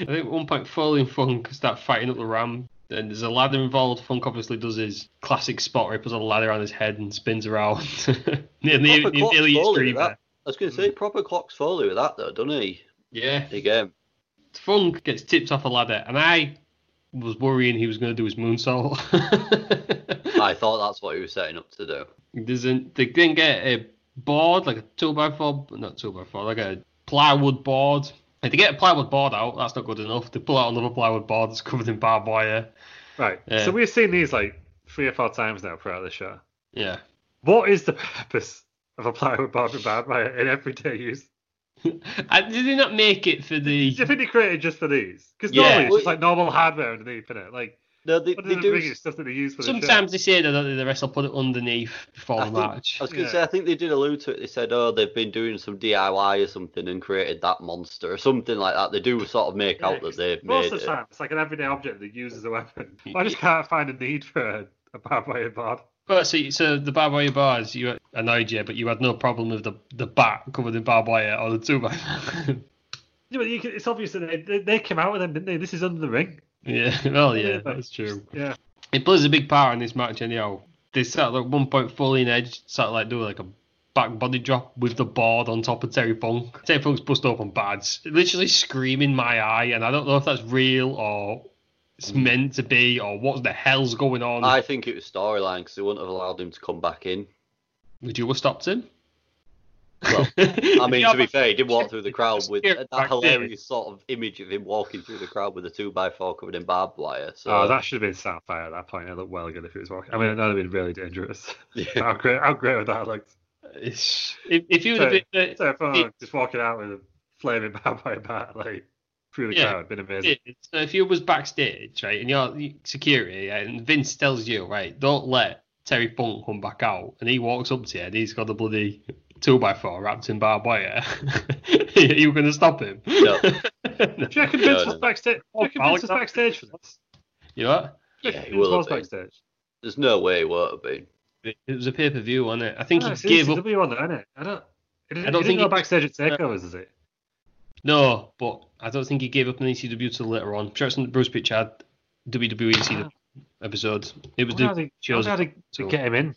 I think at one point Foley and Funk start fighting up the ramp, and there's a ladder involved. Funk obviously does his classic spot where he puts a ladder on his head and spins around. nearly,
Proper clock's
nearly
Foley
eats
with
Dreamer.
that. I was going to say, proper clocks Foley with that, though, doesn't he?
Yeah,
Again.
Funk gets tipped off a ladder, and I was worrying he was going to do his moonsault.
I thought that's what he was setting up to do.
There's an, they didn't get a board, like a 2x4, not 2x4, like a plywood board. If they get a plywood board out, that's not good enough. They pull out another plywood board that's covered in barbed wire.
Right.
Yeah.
So we've seen these like three or four times now throughout the show.
Yeah.
What is the purpose of a plywood bar and barbed wire in everyday use?
I, did they not make it for the.
Do you think they created just for these? Because
Yeah.
normally it's just like normal hardware underneath, is it? Like,
No, they,
what
they
does it
do.
bring? It's stuff that they use for the show.
Sometimes they say that don't they, the rest will put it underneath before the
I, think,
match.
I was going to
Yeah.
say, I think they did allude to it. They said, oh, they've been doing some DIY or something and created that monster or something like that. They do sort of make
Yeah,
out that
'cause
they've
most
made
of the
it.
time it's like an everyday object that uses a weapon. I just can't find a need for a, a barbed wire bar.
But so, so the barbed wire bars, you annoyed you, but you had no problem with the, the bat covered in barbed wire or the 2x4.
Yeah, but you can, it's obvious that they, they, they came out with them, didn't they? This is under the ring.
yeah, well, yeah, that's true.
Yeah.
it plays a big part in this match anyhow. They sat at like one point fully in edge, sat like doing like a back body drop with the board on top of Terry Funk. Terry Funk's bust open bads, literally screaming my eye, and I don't know if that's real or it's meant to be or what the hell's going on.
Mm. I think it was storyline because they wouldn't have allowed him to come back in.
Would you have stopped him?
Well, I mean,
Yeah,
to be
but-
fair, he did walk through the crowd with
Yeah,
that
back
hilarious sort of image of him walking through the crowd with a two by four covered in barbed wire. So
Oh,
uh,
that should have been Sapphire at that point. It looked well good if it was walking. I mean, that would have been really dangerous. how great! How great would that have looked?
It's, if, if you would
so,
have been, uh,
so far,
it-
just walking out with a flaming bad boy bat, like through the
Yeah.
crowd, been amazing.
it is. So if you was backstage, right, and you're you- security, yeah, and Vince tells you, right, don't let Terry Funk come back out, and he walks up to you, and he's got a bloody two by four wrapped in barbed wire. You're gonna stop him?
No.
Do you reckon
No, no.
Vince was backstage? Do you reckon
I'll
Vince was
go-
backstage for this?
You know, what?
Do you
Yeah,
reckon
he
Vince
will
was
have been.
backstage.
There's no way it won't have been.
it it was a pay per view, wasn't it? I think
No,
he
it's
gave up.
ECW one, though, isn't it? I don't. It didn't,
I
I
don't
don't
think
go
he-
backstage at takeovers, is it?
No, but I don't think he gave up an ECW till later on. I'm sure it's in the Bruce Pritchard E WWE ECW episode. It was
I wonder
the
how Ah. they, I
shows.
wonder how they
so-
get him in.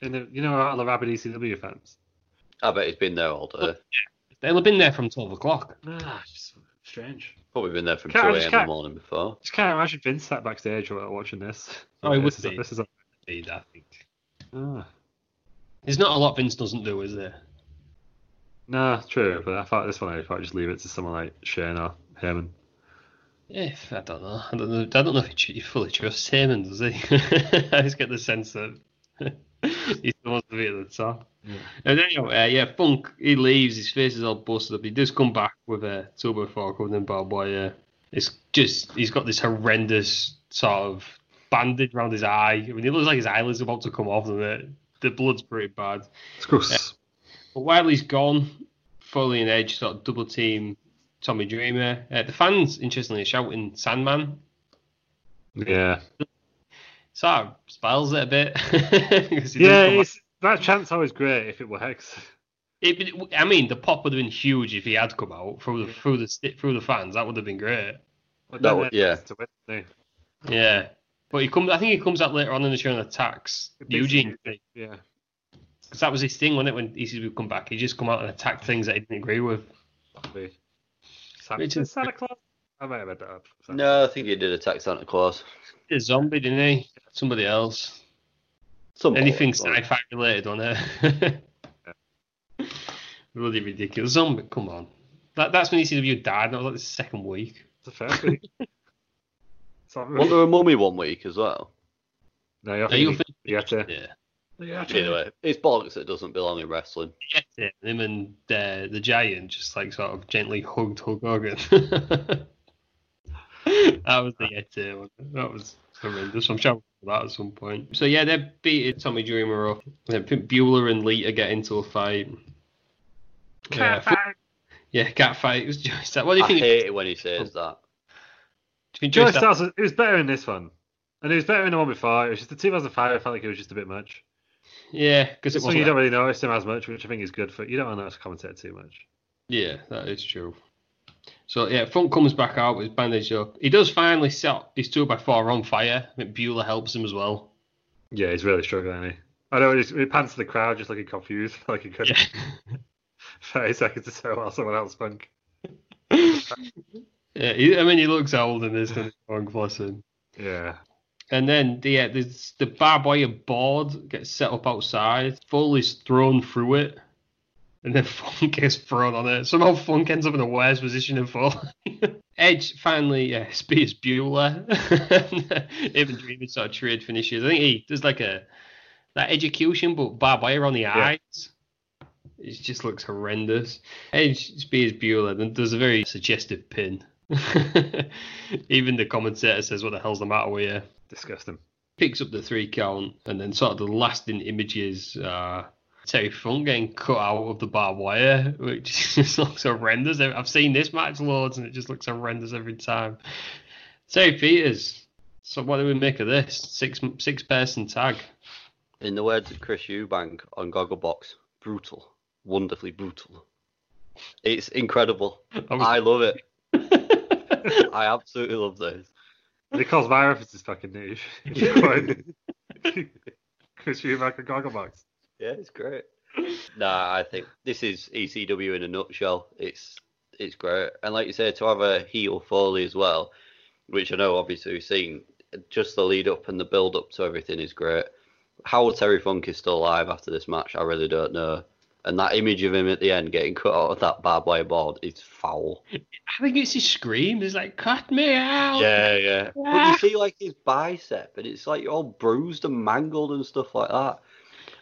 in the, you know, out of the rabid ECW fans.
I bet he's been there all day.
They'll have been there from twelve o'clock.
Ah, just strange.
Probably been there from 2
Can't- I
a.m.
just
in the
can't-
morning before.
Just can't imagine Vince sat backstage while watching this.
Oh, he would
this is,
be.
This is
Indeed, I think
ah.
there's not a lot Vince doesn't do, is there?
no, true. But I thought this one, I thought I'd just leave it to someone like Shane or Heyman.
If I don't know, I don't know. I don't know if he, tr- he fully trusts Heyman, does he? I just get the sense that he's the one to be at the top. And anyway, uh, yeah, Funk he leaves. His face is all busted up. He does come back with a two by four covered in barbed wire. uh, It's just he's got this horrendous sort of bandage around his eye. I mean, it looks like his eyelid's about to come off, and the the blood's pretty bad.
It's gross.
But while he's gone, Foley and Edge sort of double team Tommy Dreamer. Uh, the fans, interestingly, are shouting Sandman.
Yeah.
Sort of spells it a bit. 'Cause he
Yeah,
didn't come
it's, that chant's always great if it were Hex.
out. It- I mean, the pop would have been huge if he had come out through the through the sti- through the fans. That would have been great.
But
That
then
would-
it
yeah.
has to win, doesn't
Yeah, but he comes. I think he comes out later on in the show and attacks
It beats
Eugene
he? Yeah.
because that was his thing, wasn't it? When ECW would come back, he just come out and attack things that he didn't agree with.
Be. Santa,
Richard-
Santa Claus? I might have made that up. Santa-
No, I think he did attack Santa Claus.
He did a zombie, didn't he? Somebody else.
Some
Anything
bollocks, like-
sci-fi related on it. Really ridiculous. Zombie, come on. That, that's when ECW died, and that was like the second week.
It's a fair week. Something-
Wasn't there a mummy one week as well?
No, you have
Are you
to. You have to.
Yeah.
You have
Either
to.
way, it's bollocks that doesn't belong in wrestling.
yeah. Him and uh, the Giant just like sort of gently hugged Hulk Hogan. that was the Yeti one. That was horrendous. I'm sure we'll that at some point. So yeah, they beat Tommy Dreamer up. Then Bueller and Lita get into a fight.
Can't
yeah,
find-
yeah, cat fight. It was just that. What do you
I
think?
hate it when he says that.
do you think
Joey
Joey Styles-
Styles, was- it was better in this one. And it was better in the one before. It was just the 2005, I felt like it was just a bit much.
Yeah, because it
This one
wasn't.
you don't really notice him as much, which I think is good for you. don't want to commentate too much.
Yeah, that is true. So yeah, Funk comes back out with his bandage up. He does finally set his two by four on fire. I think Bueller helps him as well.
Yeah, he's really struggling. Isn't he? I know. It, just, it pans to the crowd, just looking confused, like he couldn't. 30 seconds or so while someone else spunk.
Yeah, he, I mean he looks old in this doesn't he, Funk, bless him.
Yeah.
And then yeah, there's the barbed wire board gets set up outside. Foley's thrown through it, and then Funk gets thrown on it. Somehow Funk ends up in a worse position than Foley. Edge finally uh, spears Bueller. Even Dreamer sort of trade finishes. I think he does like a that execution, but barbed wire on the eyes. It just looks horrendous. Edge spears Bueller, then does a very suggestive pin. Even the commentator says, "What the hell's the matter with you?"
Disgusting.
picks up the three count, and then sort of the lasting images are Terry Funk getting cut out of the barbed wire, which just looks horrendous. I've seen this match loads, and it just looks horrendous every time. Terry Peters. So what do we make of this six six person tag?
In the words of Chris Eubank on Gogglebox, brutal. Wonderfully brutal. It's incredible.
was-
I love it. I absolutely love this.
He calls my references fucking niche. Chris Eubank and Gogglebox.
Yeah, it's great. nah, I think this is ECW in a nutshell. It's it's great, and like you say, to have a heel Foley as well, which I know obviously we've seen. Just the lead up and the build up to everything is great. How Terry Funk is still alive after this match, I really don't know. And that image of him at the end getting cut out of that barbed wire board is foul.
I think it's his scream. He's like, "Cut me out!"
Yeah, yeah. But you see, like his bicep, and it's like all bruised and mangled and stuff like that.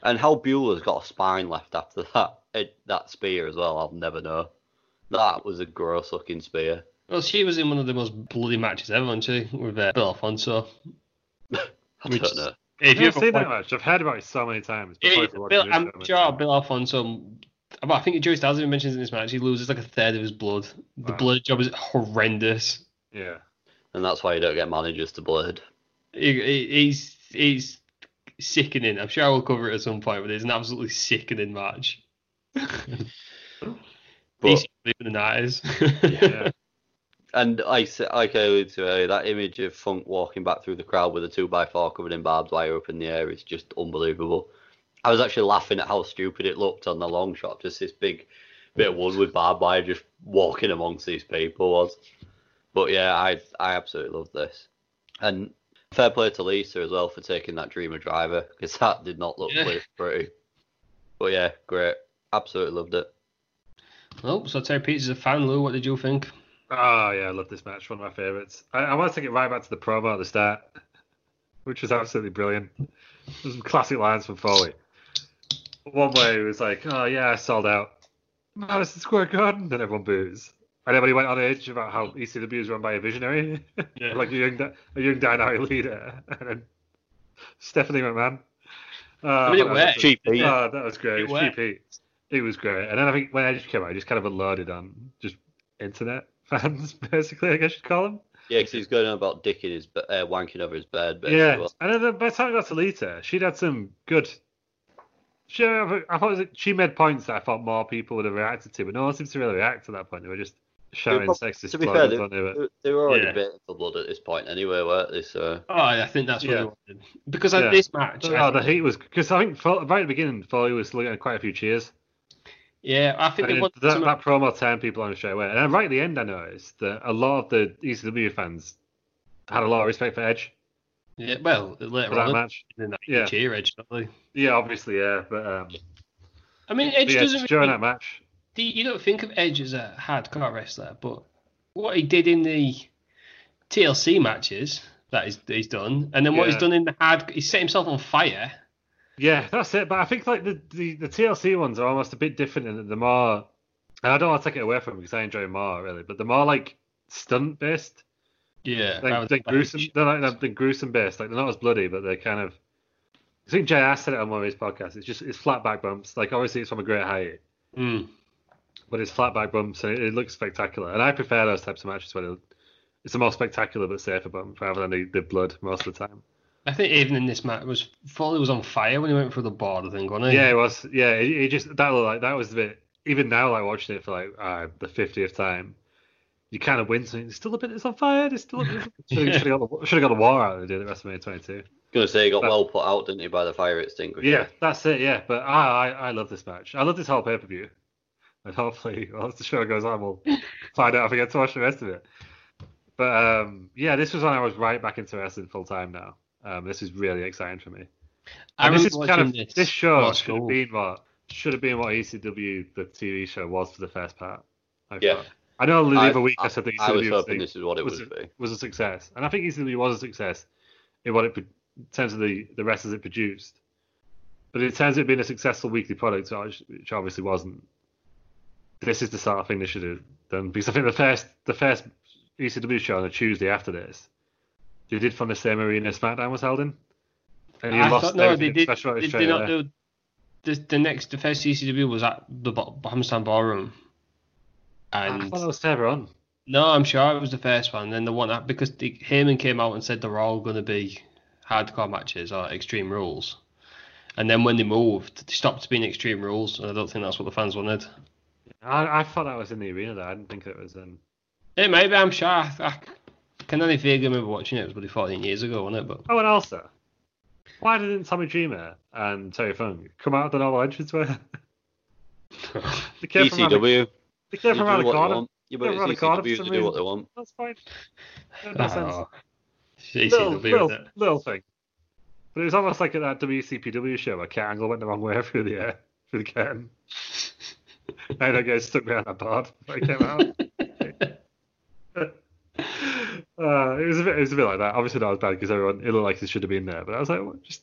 And how Bueller's got a spine left after that it, that spear as well, I'll never know. That was a gross looking spear.
Well, she was in one of the most bloody matches ever, wasn't she? With uh, Bill Alfonso.
I
Which-
don't know.
If
If you
you've
ever
seen that
watch-
much, I've heard about it so many times.
Yeah,
before I watched
Bill,
this
I'm
film,
sure Bill Alfonso. Well, I think Joey Styles even mentions in this match he loses like a third of his blood. The
Wow.
blood job is horrendous.
Yeah.
And that's why you don't get managers to blade.
He, he- he's he's sickening. I'm sure I will cover it at some point, but it's an absolutely sickening match.
But,
Basically, the nineties.
Yeah.
and I s- like I alluded to earlier, that image of Funk walking back through the crowd with a two by four covered in barbed wire up in the air is just unbelievable. I was actually laughing at how stupid it looked on the long shot, just this big bit of wood with barbed wire just walking amongst these people was. But yeah, I I absolutely love this. And fair play to Lisa as well for taking that dreamer driver, because that did not look
Yeah.
pretty. But yeah, great. Absolutely loved it.
oh, so Terry Peters is a fan, Lou. What did you think?
Oh yeah, I love this match. One of my favorites. I, I want to take it right back to the promo at the start, which was absolutely brilliant. There's some classic lines from Foley. One way he was like, "Oh yeah, I sold out Madison Square Garden," and everyone boos. And everybody went on edge about how ECW is run by a visionary,
Yeah.
like a young, di- a young dynamic leader, and then Stephanie McMahon. Uh,
I mean, it
that was
worked.
absolutely-
Cheap heat.
Oh, that was great.
It
It was
worked.
cheap heat. It was great. And then I think when Edge came out, he just kind of unloaded on just internet fans, basically, I guess you'd call them.
Yeah, because he's going on about dicking his be- uh, wanking over his bed. Basically.
yeah.
Well,
And then by the time I got to Lita, she'd had some good. She, I thought it was- she made points that I thought more people would have reacted to, but no one seems to really react to that point. They were just shouting
prob-
sexist
to be fair,
slogans,
they,
weren't they? But-
they- they were already
Yeah.
a bit in the blood at this point anyway, weren't they? So
Oh, I think that's what
Yeah.
I wanted because at
Yeah.
this match, I
Oh, the heat was because I think Fo- right at the beginning, Foley was looking at quite a few cheers.
Yeah, I think
I
they
mean,
wanted
that,
some.
that promo turned people on straight away. And then right at the end, I noticed that a lot of the ECW fans had a lot of respect for Edge
yeah, well, later
for that
on
match.
in that
yeah.
cheer edge, don't they?
Yeah, obviously, yeah. But, um,
I mean,
but
Edge
yeah,
doesn't.
during
Really,
that match,
do- you don't think of Edge as a hardcore wrestler, but what he did in the TLC matches that he's, he's done, and then what he's
Yeah.
done in the hard, he set himself on fire.
yeah, that's it. But I think like the, the, the TLC ones are almost a bit different in that the more, and I don't want to take it away from them because I enjoy them more really, but the more like stunt based,
Yeah,
They're,
rather
they're
than
gruesome.
Edge.
They're like they're, they're gruesome based. Like they're not as bloody, but they're kind of. I think JR said it on one of his podcasts. It's just it's flat back bumps. Like obviously it's from a great height,
Mm.
but it's flat back bumps and it, it looks spectacular. And I prefer those types of matches when it, it's a more spectacular but safer bump rather than the, the blood most of the time.
I think even in this match was Foley was on fire when he went through the board. I think, wasn't he?
Yeah, it was. Yeah, it, it just that looked like that was a bit. Even now, like watching it for like uh, the fiftieth time, you kind of wince. and It's still a bit. It's on fire. It's still. Should have got, the- got a war out of the WrestleMania twenty two.
going to say he got
But-
well put out, didn't he, by the fire extinguisher?
Yeah, that's it. Yeah, but I, I, I love this match. I love this whole pay per view, and hopefully, as the show goes on, we'll find out if I get to watch the rest of it. But um, yeah, this was when I was right back into wrestling full time. Now, um, this is really exciting for me.
I
And this is
remember
kind of
watching
this, show
Oh,
should have
cool.
been what should have been what ECW the TV show was for the first part. I
Yeah.
thought. I know the
I-
other week I, said that ECW
I was
was,
hoping
the-
this is what it
was
would
a,
be.
was a success, and I think ECW was a success in what it pro- in terms of the the wrestlers it produced. But in terms of it being a successful weekly product, which which obviously wasn't, this is the sort of thing they should have done because I think the first the first ECW show on a Tuesday after this, they did from the same arena SmackDown was held in, and you
I
lost
thought, no,
everything
they did.
special
They
straight
did not
away.
do. The, the next, the first ECW was at the Bo- Hammerstein Ballroom,
I
and
thought that was further on.
No, I'm sure it was the first one. Then the one that because the, Heyman came out and said they're all going to be hardcore matches or Extreme Rules, and then when they moved, they stopped being Extreme Rules, and I don't think that's what the fans wanted.
I, I thought that was in the arena. Though. I didn't think it was um, in.
It maybe I'm sure. I, I can only vaguely remember watching it. It was bloody 14 years ago, wasn't it? But
Oh, and also, why didn't Tommy Dreamer and Terry Funk come out of the normal entranceway? they came from around the,
ECW,
they
E they
came
do
from
what
around the
they
corner.
want. Yeah, but
They're
it's
around the corner for
ECW,
some
they do what
reason.
they want.
That's fine. That
I
makes
don't
sense.
know.
Little,
ECW,
little,
isn't it?
little thing. But it was almost like at that WCPW show where Kurt Angle went the wrong way through the air, through the curtain. and I guess stuck behind that part when he came out. uh, it was a bit, it was a bit like that. Obviously, that was bad because everyone it looked like they should have been there. But I was like, what? just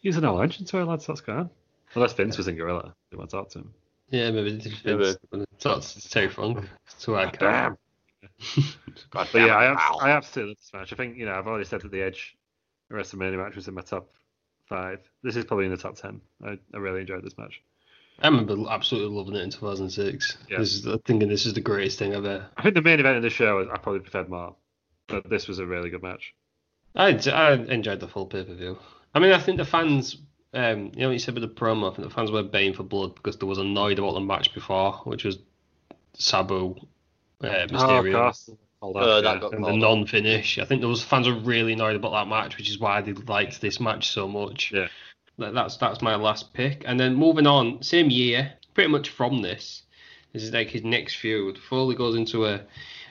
He's an allergic to it, lads. That's going on. Unless Vince was in Gorilla. They want to talk to him.
Yeah, maybe this
Yeah,
is That's so fun. So I can.
Damn. But yeah, I, abs- I absolutely love this match. I think, you know, I've already said that the Edge WrestleMania match was in my top five. This is probably in the top 10. I, I really enjoyed this match.
I remember absolutely loving it in 2006.
Yeah.
This is, thinking this is the greatest thing ever.
I think the main event of the show, I probably preferred more, but this was a really good match.
I, d- I enjoyed the full pay per view. I mean, I think the fans, um, you know, what you said with the promo, I think the fans were baying for blood because they was annoyed about the match before, which was Sabu, uh,
Oh, of
Mysterio,
course. Hold on,
Uh,
yeah.
that got
and the
called.
non-finish. I think those fans were really annoyed about that match, which is why they liked this match so much.
Yeah.
That- That's that's my last pick. And then moving on, same year, pretty much from this, this is like his next feud. Foley goes into a,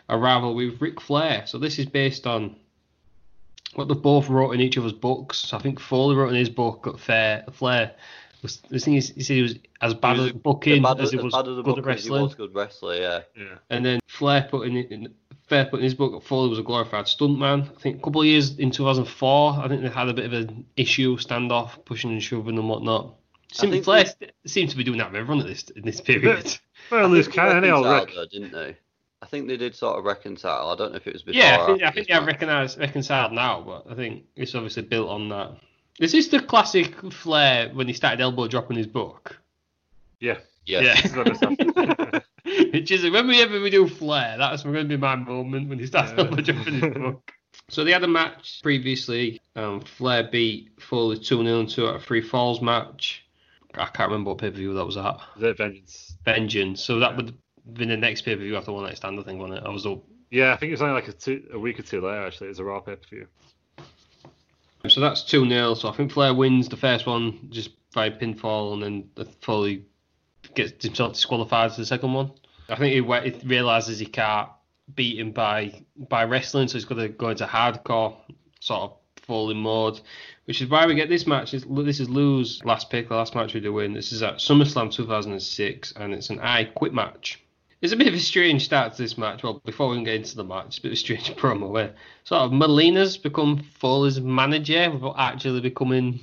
a rivalry with Ric Flair. So this is based on what they both wrote in each other's books. So I think Foley wrote in his book that Fair Flair was the thing is he said he was as bad
was
at booking
bad
as he
at-
was
bad at the
good at
book as
wrestling.
He was good wrestler, yeah.
Yeah.
And then Flair put in, in Flair put in his book that Foley was a glorified stuntman. I think a couple of years in 2004, I think they had a bit of an issue, standoff, pushing and shoving and whatnot. Seemed,
think
Flair
we-
st- seems to be doing that with everyone at this in this period.
Well,
I
there's
think they
kind of any old
reconciled
Rick.
though, didn't they? I think they did sort of reconcile. I don't know if it was before.
yeah, I think,
or
I think
after this
they're
match.
recognised, reconciled now, but I think it's obviously built on that. Is this the classic Flair when he started elbow dropping his book?
Yeah.
Yeah.
This is what this happened.
Which is whenever we do Flair, that's going to be my moment when he starts
Yeah.
elbow dropping his book. So they had a match previously. Um, Flair beat Foley 2 0 2 out of 3 falls match. I can't remember what pay per view that was at.
Is it Vengeance?
Vengeance. So that would have been the next pay per view after One Night Stand, I think, on it. I was all.
Yeah, I think it was only like a, two, a week or two later, actually. It was a Raw pay per view.
So that's 2 0. So I think Flair wins the first one just by pinfall, and then Foley gets himself disqualified for the second one. I think he, wa- he realizes he can't beat him by by wrestling, so he's got to go into hardcore sort of falling mode, which is why we get this match. This this is Lou's last pick, the last match we do win. This is at SummerSlam 2006, and it's an I Quit match. It's a bit of a strange start to this match. Well, before we can get into the match, it's a bit of a strange promo where sort of Molina's become Foley's manager without actually becoming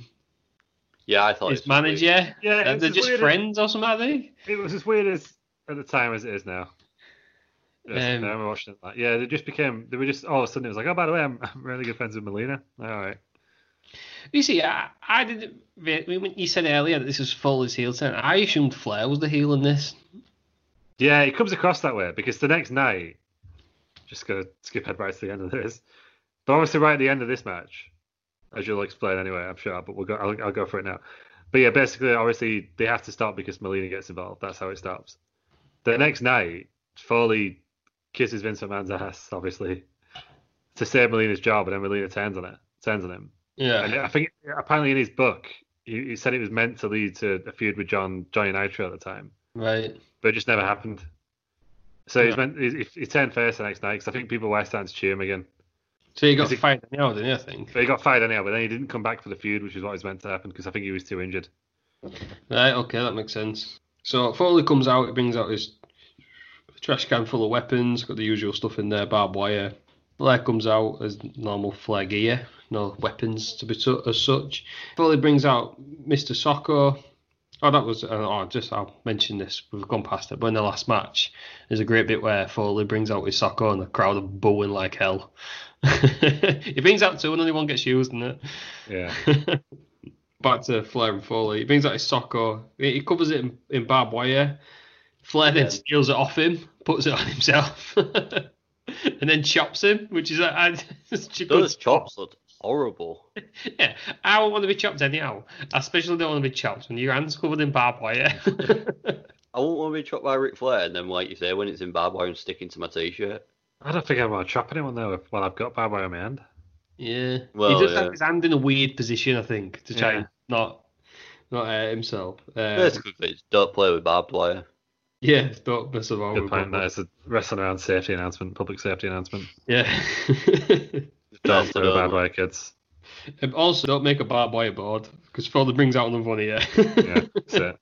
Yeah, I thought
his
it was weird.
manager.
Yeah,
Uh,
it's
they're
just
just
weird.
friends or something, are they?
It was as weird as at the time as it is now. Yes, I
Um,
remember watching it. Like, yeah, they just became. They were just all of a sudden. It was like, oh, by the way, I'm, I'm really good friends with Melina. All right.
You see, I, I didn't. re- When you said earlier that this was Foley's heel turn, I assumed Flair was the heel in this.
Yeah, it comes across that way because the next night, just gonna skip head right to the end of this, but obviously right at the end of this match, as you'll explain anyway, I'm sure. But we'll go. I'll, I'll go for it now. But yeah, basically, obviously they have to stop because Melina gets involved. That's how it stops. The next night, Foley kisses Vince McMahon's ass, obviously, to save Melina's job, and then Melina turns on it, turns on him. And
Yeah.
I think apparently in his book, he, he said it was meant to lead to a feud with John Johnny Nitro at the time
Right.
but it just never happened. So he's
Yeah.
meant he, he- he turned first the next night because I think people were starting to cheer him again.
So you got
Is it-
fired now, didn't you? I think.
But he got fired anyhow. But then he didn't come back for the feud, which is what was meant to happen because I think he was too injured.
Right. Okay, that makes sense. So Foley comes out. He brings out his trash can full of weapons. Got the usual stuff in there, barbed wire. Flair comes out as normal Flair gear, no weapons to be su- as such. Foley brings out Mr. Socko. Oh, that was. Uh, oh, just I'll mention this. We've gone past it. But in the last match, there's a great bit where Foley brings out his Socko and the crowd are booing like hell. he brings out two and only one gets used, isn't it?
Yeah,
back to Flair and Foley. He brings out his socko. He he covers it in, in barbed wire. Flair then steals it off him, puts it on himself, and then chops him, which is uh, uh, such a good.
Those chops looked horrible.
Yeah, I don't want to be chopped anyhow. I especially don't want to be chopped when your hands covered in barbed wire.
I wouldn't want to be chopped by Ric Flair, and then, like you say, when it's in barbed wire and sticking to my t-shirt.
I don't think I want to chop anyone though. if- Well, I've got barbed wire on my hand.
yeah,
Well,
he does
yeah.
have his hand in a weird position, I think, to try
Yeah.
and not not hurt himself. Uh,
Basically, it's don't play with barbed wire.
yeah, don't mess about
Good
with
point. That
barbed
is a wrestling around safety announcement, public safety announcement.
wire. Yeah.
Don't
Don't.
play with barbed wire, kids.
Um, Also, don't make a barbed wire board because Foley brings out another one here.
Yeah, that's it.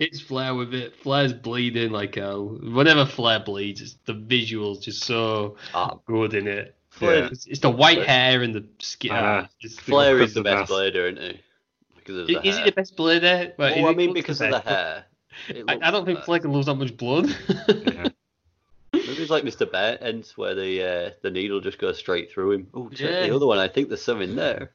it's Flair with it. Flair's bleeding like hell. Whenever Flair bleeds, it's, the visuals just so
Ah,
good in it.
Flair,
Yeah.
It's, it's the white hair and the skin.
Ah,
it's-
Flair
Because
is the
of
best
that.
blader, isn't he? because of the
Is
hair.
it the best blader? Like,
well,
it
I mean,
looks
because of the
best.
hair. It
I, I don't think
looks
Flair can lose that much blood.
Yeah.
better. Maybe it's like Mr. Bear ends where the uh, the needle just goes straight through him. Oh, check
Yeah.
the other one. I think there's some in there.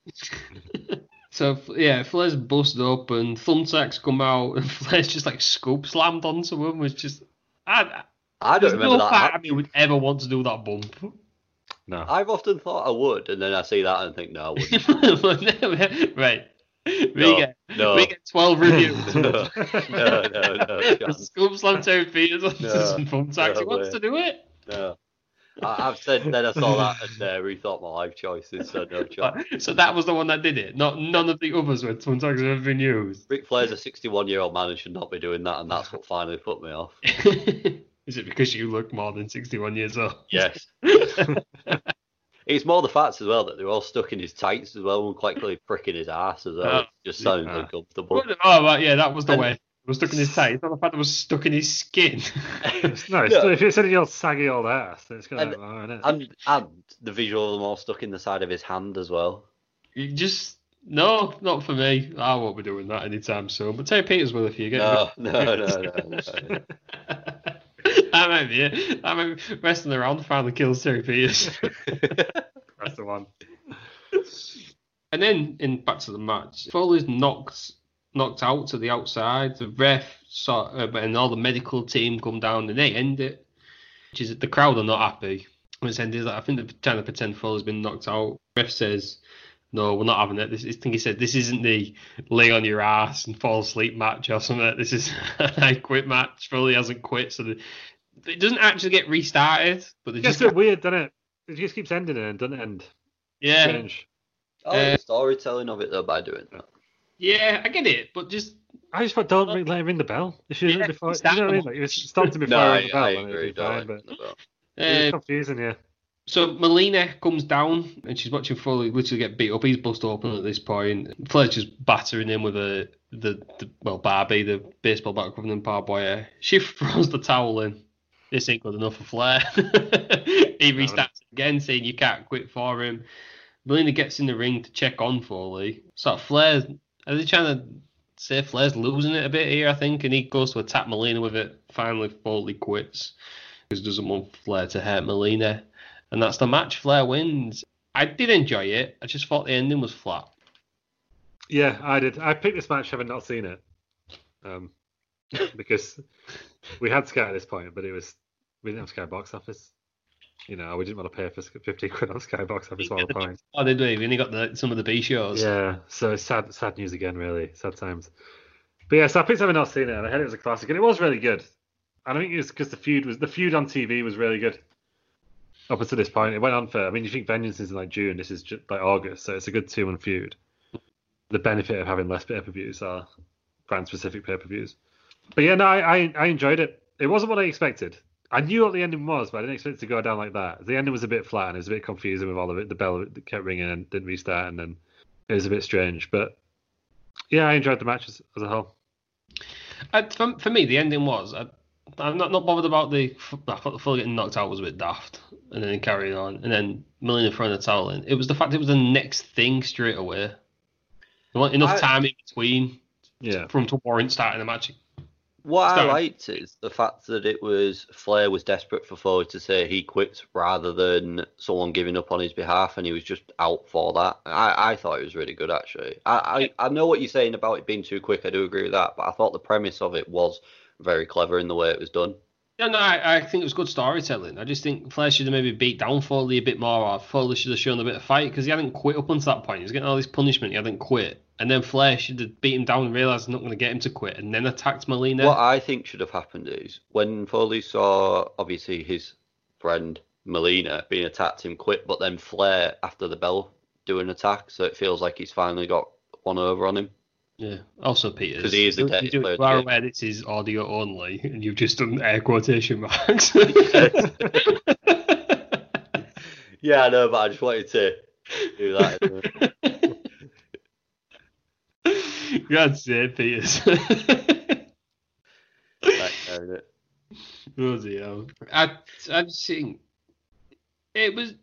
so f- yeah, Flair's busted open, thumbtacks come out, and Flair's just like scoop slammed onto him. Was just I, I
I don't
there's
remember
no
that.
part
hap-
of me would ever want to do that bump.
No.
I've often thought I would, and then I see that and think, no, I wouldn't.
right. we get
no.
we get twelve reviews.
no, no, no, no, chance,
Scoop slam Terry Peters onto
No.
some thumbtacks. he
No
wants
way.
to do it.
no. I, I've said then I saw that and uh, rethought my life choices, so no chance.
So that was the one that did it. Not none of the others where thumbtacks have ever been used.
Ric Flair's a 61 year old man and should not be doing that, and that's what finally put me off.
Is it because you look more than sixty-one years old?
Yes. it's more the facts as well that they're all stuck in his tights as well, and quite clearly pricking his ass as well.
Oh,
It just sounds
yeah.
uncomfortable.
What the- Oh right, yeah, that was the
And-
way. It was stuck in his tie. It's not the fact that it was stuck in his skin.
No, it's,
No.
if it's in your saggy old ass, then it's gonna.
And-
oh, innit?
And and the visual of them all stuck in the side of his hand as well.
You just no, not for me. I won't be doing that anytime soon. But Terry Peters will if you get.
Oh, No, no, no, no, no. no.
that might be it. That might be wrestling around finally kills Terry Peters.
That's the one.
and then in back to the match, Foley's knocked knocked out to the outside. The ref saw, uh, and all the medical team come down and they end it. Which is the crowd are not happy. And It's ended. I think they're trying to pretend Foley's been knocked out. Ref says. No, we're not having it. This, I think he said this isn't the lay on your ass and fall asleep match or something. This is an I quit match. Foley hasn't quit, so the, it doesn't actually get restarted. But they
It gets
just
a bit weird, doesn't it? It just keeps ending and doesn't end.
yeah,
Strange.
I like Oh, the storytelling of it though by doing that.
yeah, I get it, but just
I just thought don't ring, let him ring the bell. If you
Yeah,
yeah, before,
it's
you know
that
what I mean?
one.
Like, it was stopped him before
No, I,
I rang the bell.
I
and it'd
agree.
be
don't
fine,
like
but
the bell.
it was
uh,
confusing, yeah.
So Melina comes down and she's watching Foley literally get beat up. He's bust open at this point. Flair's just battering him with a the, the well Barbie, the baseball bat covering in barbed wire. She throws the towel in. This ain't good enough for Flair. he restarts again, saying you can't quit for him. Melina gets in the ring to check on Foley. So Flair's are they trying to say Flair's losing it a bit here? I think, and he goes to attack Melina with it. Finally, Foley quits because he doesn't want Flair to hurt Melina and that's the match. Flair wins. I did enjoy it. I just thought the ending was flat.
Yeah, I did. I picked this match having not seen it, um, because we had Sky at this point, but it was we didn't have Sky Box Office. You know, we didn't want to pay for sc- fifteen quid on Sky Box Office while we're playing.
Oh, did we? We only got the, some of the B shows.
Yeah, so it's sad, sad news again, really. Sad times. But yeah, so I picked having not seen it, and I heard it was a classic, and it was really good. And I think it was because the feud was the feud on TV was really good. Up until this point, it went on for. I mean, you think Vengeance is in like June, this is ju- like August, so it's a good two-month feud. The benefit of having less pay-per-views are brand-specific pay-per-views. But yeah, no, I, I I enjoyed it. It wasn't what I expected. I knew what the ending was, but I didn't expect it to go down like that. The ending was a bit flat and it was a bit confusing with all of it. The bell that kept ringing and didn't restart, and then it was a bit strange, but yeah, I enjoyed the match as, as a whole.
I, for, for me, the ending was. I, I'm not, not bothered about the. I thought the full getting knocked out was a bit daft, and then carrying on, and then Melina throwing the towel in. It was the fact it was the next thing straight away. There wasn't enough
I-
time in between
Yeah,
for him to warrant starting the match.
What I
Sorry.
liked is the fact that it was Flair was desperate for Foley to say he quits rather than someone giving up on his behalf, and he was just out for that. I, I thought it was really good actually. I, I I know what you're saying about it being too quick. I do agree with that, but I thought the premise of it was very clever in the way it was done.
Yeah, no, I, I think it was good storytelling. I just think Flair should have maybe beat down Foley a bit more, or Foley should have shown a bit of fight because he hadn't quit up until that point. He was getting all this punishment, he hadn't quit. And then Flair should have beat him down and realised he's not going to get him to quit, and then attacked Molina.
What I think should have happened is when Foley saw obviously his friend Molina being attacked, him quit, but then Flair after the bell do an attack, so it feels like he's finally got one over on him.
yeah. Also, Peters.
'Cause he is the
you,
greatest
you,
player
you are
to get.
aware this is audio only, and you've just done air quotation marks.
Yeah, I know, but I just wanted to do that.
God's sake, Peters.
Like, uh,
Bloody hell. I, I just think it was.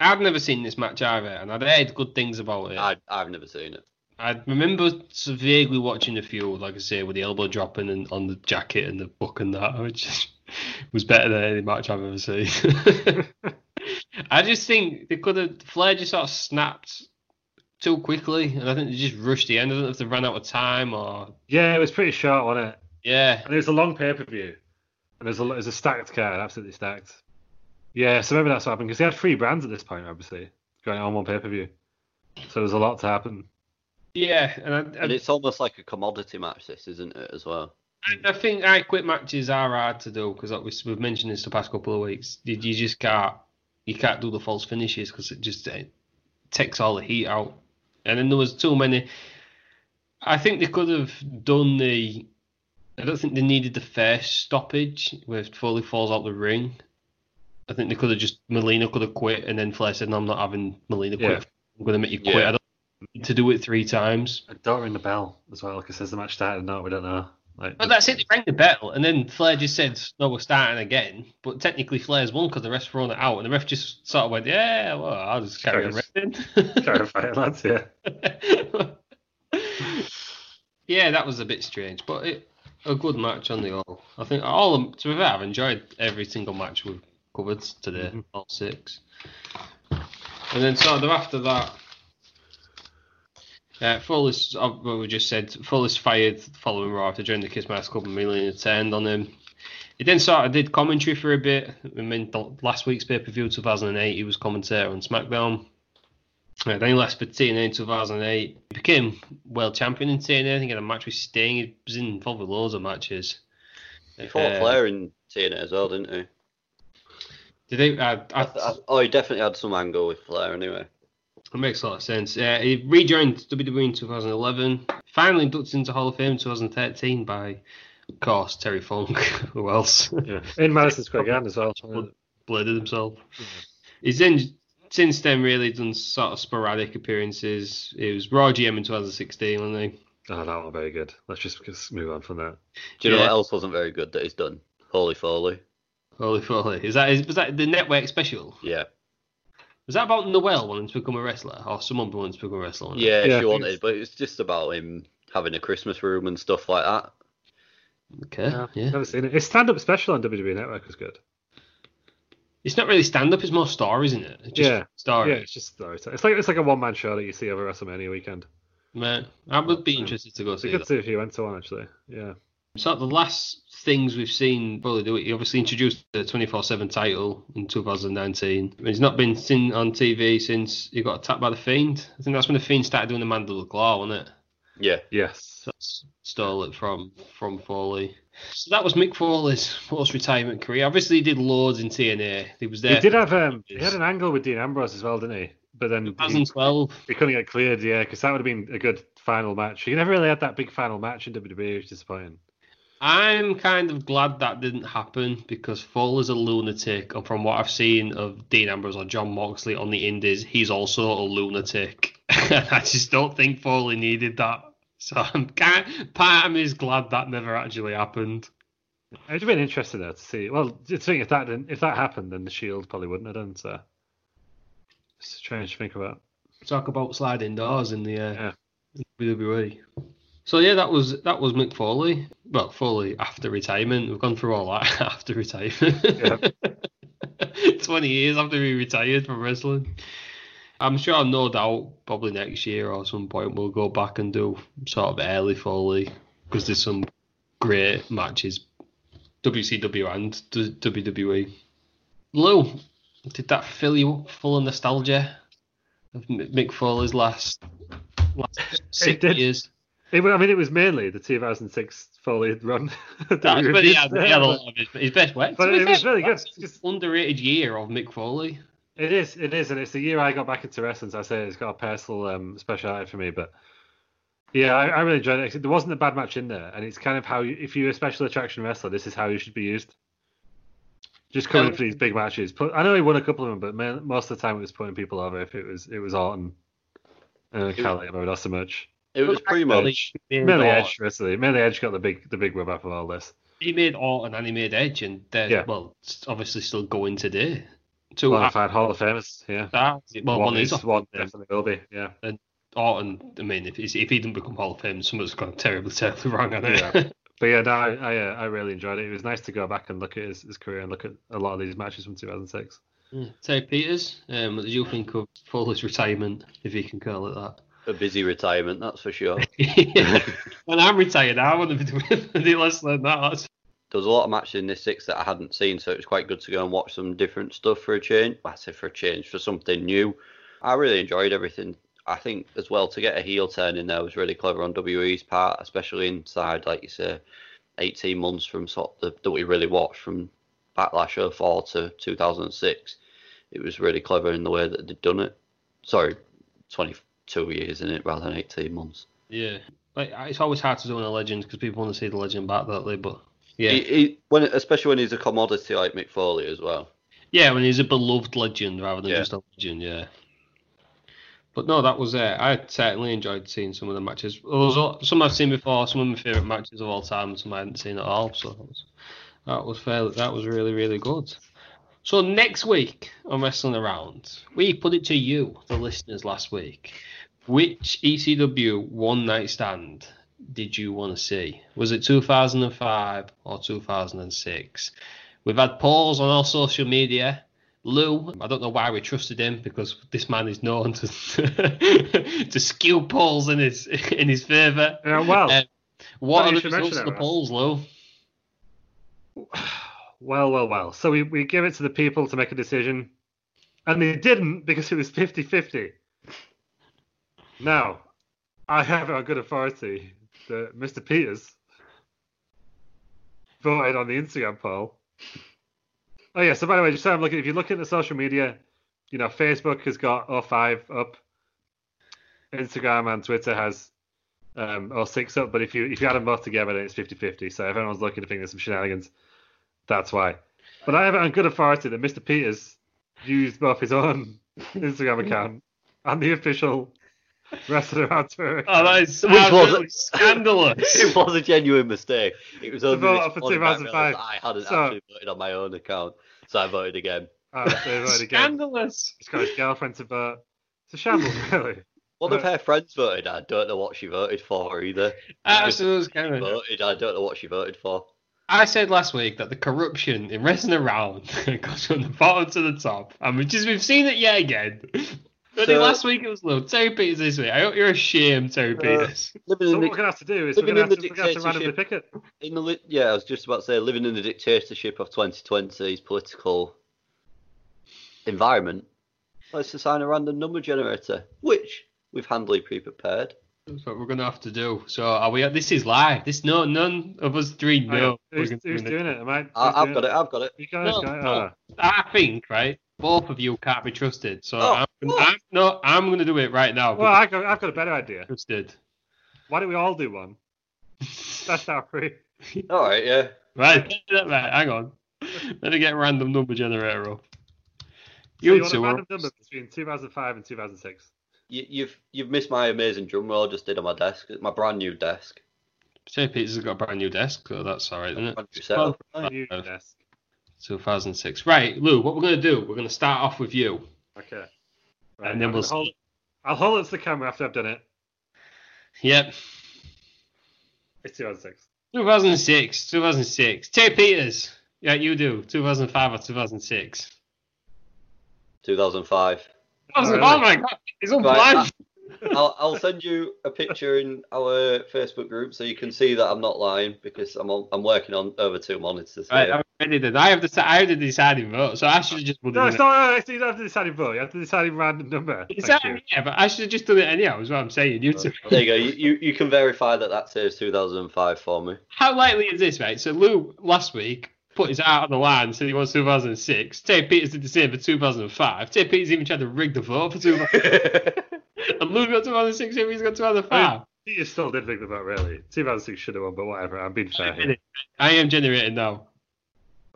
I'd never seen this match either, and I'd heard good things about it. I,
I, I've never seen it.
I remember vaguely watching the field, like I say, with the elbow dropping and on the jacket and the book and that, which is- was better than any match I've ever seen. I just think they could have Flair just sort of snapped too quickly, and I think they just rushed the end. I don't know if they ran out of time or
Yeah, it was pretty short, wasn't it?
yeah,
And it was a long pay per view, and there's a there's a stacked card, absolutely stacked. Yeah, so maybe that's what happened because they had three brands at this point, obviously going on one pay per view, so there's a lot to happen.
yeah. And I,
And
I,
it's almost like a commodity match, this, isn't it, as well?
I think I quit matches are hard to do because like we- we've mentioned this the past couple of weeks. You, you just can't you can't do the false finishes because it just it takes all the heat out. And then there was too many. I think they could have done the. I don't think they needed the first stoppage where Foley falls out the ring. I think they could have just Molina could have quit and then Flair said, "No, I'm not having Molina quit.
Yeah.
I'm going to make you quit."
Yeah.
I don't need to do it three times.
And don't ring the bell as well because says the match started. No, we don't know. Like,
But that's it. They rang the bell, and then Flair just said, "No, we're starting again." But technically, Flair's won because the ref's thrown it out, and the ref just sort of went, "Yeah, well, I'll just carry on
Sure.
wrestling."
Terrifying, lads. Yeah.
yeah, that was a bit strange, but it, a good match on the whole. I think all of- to be fair, I've enjoyed every single match we've covered today, all six. And then sort of after that, uh, Fuller's, uh, what we just said, Fuller's fired following Raw after joining the Kiss Mask Club and Millionaire turned on him. He then sort of did commentary for a bit. I mean, the- last week's pay per view 2008, he was commentator on SmackDown. Uh, then he left for TNA in 2008. He became world champion in TNA. I think he had a match with Sting. He was involved with loads of matches.
He fought
Uh,
Flair in TNA as well, didn't he?
Did he, I, I,
I- oh, he definitely had some angle with Flair anyway.
That makes a lot of sense. Uh, he rejoined WWE in 2011. Finally inducted into Hall of Fame in 2013 by, of course, Terry Funk. Who else?
yeah. In Madison Square Garden as well.
Bladed himself. He's then since then really done sort of sporadic appearances. It was Raw GM in 2016, wasn't he?
Oh, that was very good. Let's just, just move on from that.
Do you know
Yeah.
what else wasn't very good that he's done? Holy Foley.
Holy foley! Is that is, was that the network special?
Yeah.
Was that about Noel wanting to become a wrestler, or someone wanting to become a wrestler? wasn't it?
Yeah,
Yeah, I
she
think
wanted,
it's-
but it's just about him having a Christmas room and stuff like that.
Okay. yeah.
Never seen it. His stand up special on WWE Network was good.
It's not really stand up. It's more stories, isn't it? It's just
yeah.
Stories.
Yeah, it's just storytelling. It's like it's like a one man show that you see over WrestleMania weekend.
Man, I would be interested to go
So
see
you
that.
could see if you went to one actually. Yeah.
So the last things we've seen Broly do, he obviously introduced the 24/7 title in 2019. He's not been seen on TV since he got attacked by the Fiend. I think that's when the Fiend started doing the Mandible Claw, wasn't it?
Yeah.
Yes.
That's stole it from from Foley. So that was Mick Foley's post-retirement career. Obviously, he did loads in TNA. He was there.
He did
for
have um he had an angle with Dean Ambrose as well, didn't he? But then he,
2012.
he couldn't get cleared, yeah, because that would have been a good final match. He never really had that big final match in WWE, which is disappointing.
I'm kind of glad that didn't happen because Fowler's a lunatic, and from what I've seen of Dean Ambrose or John Moxley on the Indies, he's also a lunatic. I just don't think Foley needed that. So I'm kind part of me is glad that never actually happened.
It'd have been interesting though to see. Well, the thing if that didn't, if that happened, then the Shield probably wouldn't have done so. It's strange to think about.
Talk about sliding doors in the E. uh,
Yeah.
WWE. So yeah, that was that was Mick Foley. Well, Foley after retirement. We've gone through all that after retirement. Twenty years after he retired from wrestling. I'm sure, no doubt, probably next year or some point we'll go back and do sort of early Foley because there's some great matches, WCW and d- WWE. Lou, did that fill you up full of nostalgia of M- Mick Foley's last last six
did.
years?
It, wa- I mean, it was mainly the 2006 Foley run. that
That's
we
but he
reviewed
had, he
there,
had a
but-
lot of his, his best work.
But
to be
it was
fair.
really good.
That's
It's-
an underrated year of Mick Foley.
It is, it is, and it's the year I got back into wrestling. So I say it's got a personal um, speciality for me, but yeah, I, I really enjoyed it. There wasn't a bad match in there, and it's kind of how you, if you're a special attraction wrestler, this is how you should be used. Just coming
Um,
in for these big matches. Put, I know he won a couple of them, but man, most of the time it was putting people over. If it was, it was Orton, uh, Kelly, I mean, not so much.
It was pretty
Actually,
much.
he made
Mainly
Orton.
Edge, basically. Mainly Edge got the big, the big rub up of all this.
He made Orton and he made Edge, and they're
Yeah.
well, s- obviously still going today. Two
Bona fide Hall of Famers, yeah.
stars. Well, one, is
is-
off
one definitely will be, yeah.
and Orton, I mean, if, he's- if he didn't become Hall of Fame, something's gone terribly, terribly wrong on it.
Yeah. But yeah, no, I I, uh, I really enjoyed it. It was nice to go back and look at his, his career and look at a lot of these matches from 2006.
Terry Peters, um, what did you think of Fuller's retirement, if you can call it that?
A busy retirement, that's for sure.
when I'm retired, I want to be doing any less than that.
there was a lot of matches in this six that I hadn't seen, so it was quite good to go and watch some different stuff for a change. Well, I said for a change, for something new. I really enjoyed everything. I think as well to get a heel turn in there was really clever on WWE's part, especially inside, like you say, 18 months from sort of the, that we really watched from Backlash 04 to 2006. It was really clever in the way that they'd done it. Sorry, 22 years in it rather than 18 months.
Yeah. Like, I- it's always hard to do on a legend because people want to see the legend back, don't they? But yeah.
He- he- when, especially when he's a commodity like Mick Foley as well.
Yeah, when he's a beloved legend rather than
Yeah.
just a legend, yeah. But no, that was it. I certainly enjoyed seeing some of the matches. There was a- some I've seen before, some of my favourite matches of all time, and some I hadn't seen at all. So that was that was fair. That was really really good. So next week on Wrestling Around, we put it to you, the listeners, last week. Which ECW one night stand did you want to see? Was it 2005 or 2006? We've had polls on our social media. Lou, I don't know why we trusted him because this man is known to to skew polls in his in his favour.
Yeah, Uh, well,
Um, what
funny
are
you
the
should mention
results of
that,
the
Russ.
polls, Lou?
Well, well, well. So we, we give it to the people to make a decision, and they didn't because it was 50 50. Now, I have a good authority that Mr. Peters voted on the Instagram poll. Oh, yeah. So, by the way, just so I'm looking, if you look at the social media, you know, Facebook has got 05 up, Instagram and Twitter has um, 06 up, but if you if you add them both together, then it's 50 50. So, if anyone's looking to think there's some shenanigans, that's why. But I have it on good authority that Mr. Peters used both his own Instagram account and the official Wrestling Around Twitter.
Oh, that is
Which was-
absolutely scandalous.
it was a genuine mistake. It was only
vote
this
for
morning that I
2005.
realised I hadn't
So-
actually voted on my own account, so I voted again.
Oh, so he voted again.
scandalous.
He's got his girlfriend to vote. It's a shambles, really.
One of her friends voted. I don't know what she voted for either.
Absolutely
She
scandalous.
voted. I don't know what she voted for.
I said last week that the corruption in wrestling around goes from the bottom to the top, and we just we've seen it yet again. But
So- Uh,
last week it was low. Terry Peters this week. I hope you're ashamed, Terry Peters.
Living
So
in,
what we're
the,
going to have to do is we're
Living
going to have
in
to
the
we're gonna have to randomly pick it.
in the li- yeah, I was just about to say living in the dictatorship of 2020's political environment. Let's assign a random number generator, which we've handily pre-prepared.
That's what we're gonna have to do. So are we? This is live. This no, none of us three know.
Who's,
we're gonna
who's
do
doing it? Am I? who's
I, I've
doing
got it. I've got it.
You guys
No,
got it?
no.
Ah.
I think right. Both of you can't be trusted. So
Oh,
I'm,
what?
I'm no. I'm gonna do it right now.
Well,
because
I got, I've got a better idea.
I'm trusted.
Why don't we all do one? That's our free.
All right. Yeah.
Right, right. Hang on. Let me get random number generator up.
So
You
want a
two are
random number between 2005 and 2006.
You, you've you've missed my amazing drum roll I just did on my desk, my brand new desk.
Terry Peters has got a brand new desk, so that's all right, isn't it? uh,
Brand new setup.
Oh, you
Five.
desk.
2006. Right, Lou, what we're going to do, we're going to start off with you.
Okay.
And then
I'm
we'll
gonna Hold, I'll hold it to the camera after I've done it.
Yep.
It's 2006.
2006, 2006. Terry Peters. Yeah, you do. 2005 or 2006.
2005.
Oh,
really?
my God, he's
Oh,
all
Right,
blind.
I'll, I'll send you a picture in our Facebook group so you can see that I'm not lying because I'm on, I'm working on over two monitors.
Right,
here.
I'm ready then. I have the I have the deciding vote, so I should have just done
No,
it.
it's not. It's, you don't have to decide in vote. You have to decide in random number.
It's
Thank
not-
you.
yeah, but I should have just done it anyhow. Is what I'm saying. You two.
There you go. You, you, you can verify that that saves 2005 for me.
How likely is this, right? So Lou last week put his out on the line and said he wants 2006. Terry Peters did the same for 2005. Terry Peters even tried to rig the vote for 2005. and Lou got 2006. Terry Peters got 2005.
He still did pick the vote, really. 2006 should have won, but whatever. I'm being fair here.
I am generating now.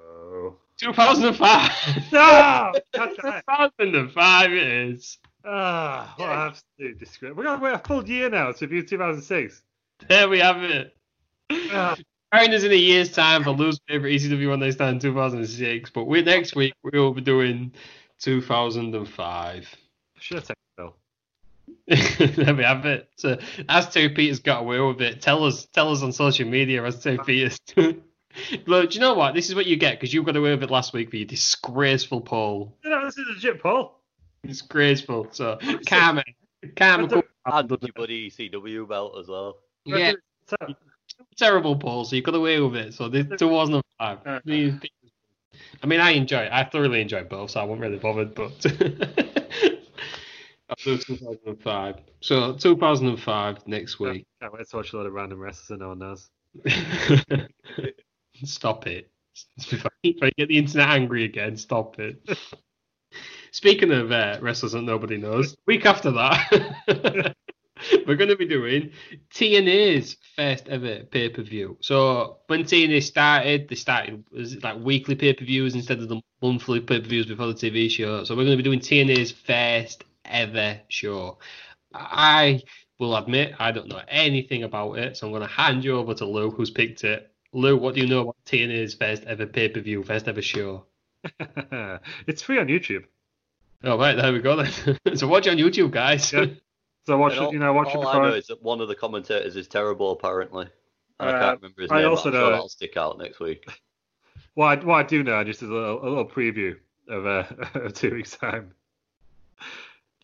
Oh.
2005.
No! God damn it.
2005 it is.
Ah, what an absolute disgrace. We're going to wait a full year now to view 2006.
There we have it.
Ah,
Aaron is in a year's time for Lou's favorite ECW one night stand 2006, but we next week we will be doing 2005.
should have taken Phil.
there we have it. So as two Peters got away with it, tell us tell us on social media as two Peters. Look, do you know what? This is what you get because you got away with it last week for your disgraceful poll.
No, no, this is a legit poll.
Disgraceful. So Carmen, Carmen,
That's
And your bloody CW belt as well.
yeah,
So,
terrible poll. So you got away with it. So this, there was no five.
Uh,
These Peters- I mean, I enjoy. it. I thoroughly enjoy both, so I wasn't really bothered. But I'll do 2005. So 2005 next week.
can't wait to watch a lot of random wrestlers that no one knows.
stop it. If I, if I get the internet angry again, stop it. Speaking of uh, wrestlers that nobody knows, week after that, we're going to be doing TNA's first ever pay per view. So when TNA started, they started was it like weekly pay per views instead of the monthly pay per views before the TV show. So we're going to be doing TNA's first ever show. I will admit I don't know anything about it, so I'm going to hand you over to Lou, who's picked it. Lou, what do you know about TNA's first ever pay per view, first ever show?
it's free on YouTube.
All Oh, right, there we go then. so watch on YouTube, guys.
Yeah. So watch
And
it,
all-
you know, watch it
all
before.
I know is that one of the commentators is terrible, apparently. And I
Uh,
can't remember his
I
name.
also
I'm sure
know-
that'll stick out next week.
Well, I, what I do know, just as a, a little preview of, uh, of two weeks' time,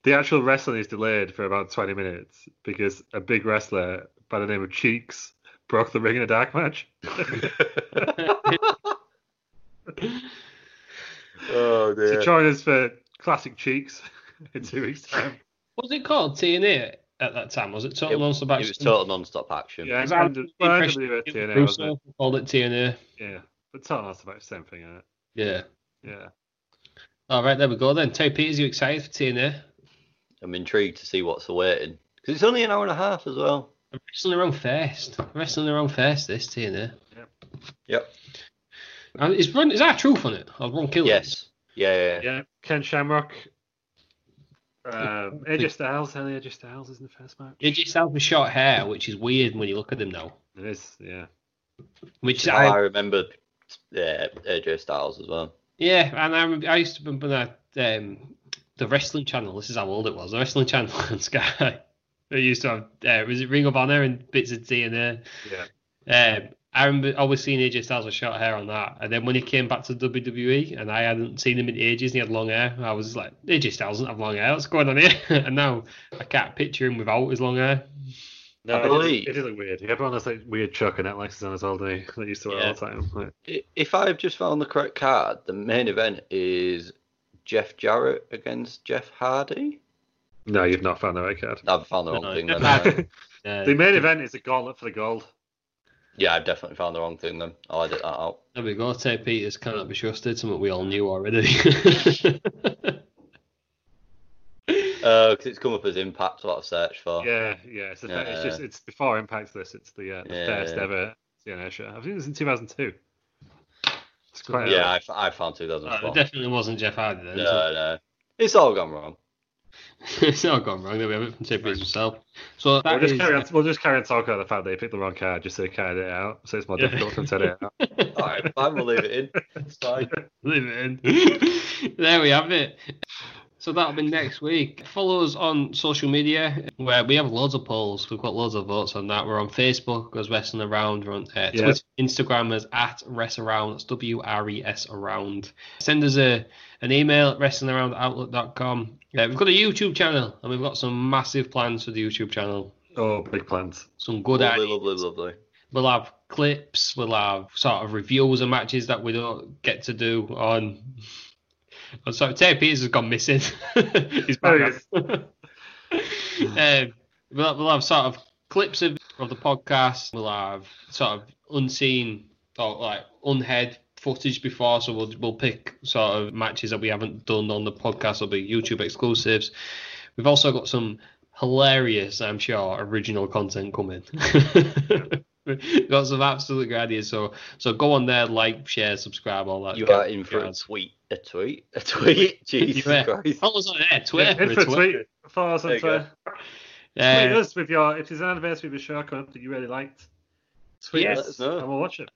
the actual wrestling is delayed for about 20 minutes because a big wrestler by the name of Cheeks broke the ring in a dark match.
Oh
So join us for classic Cheeks in two weeks' time.
What was it called TNA at that time? Was it Total
It-
Non-Stop
It was
Action?
total non-stop action.
Yeah,
I
and,
was
well, I
impressed
believe it,
with
TNA,
Russo,
wasn't
who called it TNA.
it? Yeah, but tell us about the same thing, isn't it?
Yeah.
Yeah.
All right, there we go then. Tay Peters, you excited for TNA?
I'm intrigued to see what's awaiting because it's only an hour and a half as well.
Wrestling around first. Wrestling around first, this TNA.
Yep.
And is, Ron, is that truth on it? Or Ron Killen?
Yes. Yeah. yeah, yeah.
Yeah, Ken Shamrock. Um, AJ Styles, only AJ Styles is in the first match.
He just has with short hair, which is weird when you look at him now.
It is, yeah.
Which
I,
I,
remember. Yeah, AJ Styles as well.
yeah, and I, rem- I used to remember that um, the wrestling channel. This is how old it was. The wrestling channel on Sky. They used to have uh, was it Ring of Honor and bits of TNA.
Yeah.
Um, I remember always seeing AJ Styles with short hair on that, and then when he came back to WWE, and I hadn't seen him in ages, and he had long hair, I was like, AJ Styles doesn't have long hair. What's going on here? and now I can't picture him without his long hair.
No, I
it is-
believe
it is look weird. Everyone has like weird chuck and necklaces on as well, don't they? They used to wear all the time. Like,
i- if I've just found the correct card, the main event is Jeff Jarrett against Jeff Hardy.
no, you've not found the right card.
I've found the wrong
No,
thing
Jeff
then.
Hardy.
haven't I?
Uh,
The main event is a gauntlet for the gold.
yeah, I've definitely found the wrong thing then. I'll edit that out.
There we go. Ted Peters cannot be trusted. Something we all knew already.
because Uh, it's come up as Impact, so I've searched for.
Yeah, yeah. It's, the fir- it's
Yeah.
just it's before Impact this. It's the, uh, the
Yeah.
first ever CNA show. I think it was in 2002. It's quite
Yeah,
early.
I, f- I found
Oh,
2004.
it definitely wasn't Jeff Hardy then.
no,
so-
no. It's all gone wrong.
it's all gone wrong. There we have it from Ted Peters himself. So
We'll
that
just,
is-
carry on, we'll just carry on talking about the fact that they picked the wrong card just so they carried it out. So it's more
Yeah.
difficult to set it out.
All right, fine, we'll leave it in. It's fine.
Leave it in. there we have it. So that'll be next week. Follow us on social media where we have loads of polls. We've got loads of votes on that. We're on Facebook as Wrestling Around. We're on uh,
Yeah.
Twitter, Instagram as at Rest Around. That's W R E S Around. Send us a an email at wrestlingaroundoutlook.com. Yeah, Uh, we've got a YouTube channel and we've got some massive plans for the YouTube channel.
Oh, big plans.
Some good
Lovely,
ideas.
lovely, lovely.
We'll have clips. We'll have sort of reviews of matches that we don't get to do on. I'm sorry, Terry Peters has gone missing. He's
There
back. um, we'll, we'll have sort of clips of, of the podcast. We'll have sort of unseen or like unheard footage before. So we'll we'll pick sort of matches that we haven't done on the podcast. Will be YouTube exclusives. We've also got some hilarious, I'm sure, original content coming. got some absolute good ideas. So so go on there, like, share, subscribe, all that.
You
good
are in for a
jazz.
tweet. A tweet? A tweet? Jesus
Yeah.
Christ.
Follow us on there, Twitter.
In
we're
for a
Twitter.
tweet. Follow us on
There you go.
Twitter.
Uh,
tweet us with your if there's an anniversary of a show coming up that you really liked. Tweet
Yes.
us and we'll watch it.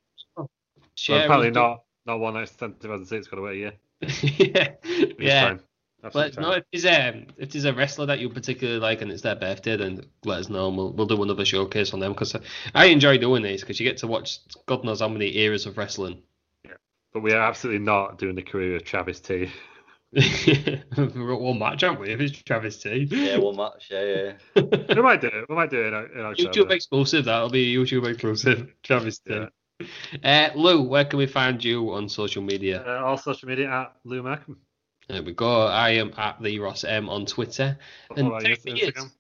share
Well, apparently
with-
not not one night since 2006 got away. Yeah,
yeah.
It's
yeah.
fine. Absolutely
Let, no,
fine.
it is um, it is a wrestler that you particularly like, and it's their birthday. Then let us know, and we'll, we'll do another showcase on them because I, I enjoy doing these because you get to watch God knows how many eras of wrestling.
But we are absolutely not doing the career of Travis T.
We're at one match, aren't we? If it's Travis T.
Yeah, one match. Yeah, yeah.
we might do it. We might do it in, in
YouTube
October.
exclusive. That'll be a YouTube exclusive. Travis T.
Yeah.
Uh, Lou, where can we find you on social media?
Uh, all social media at Lou Markham.
There we go. I am at the Ross M on Twitter.
What
And
about
there
you,
he is.
Instagram?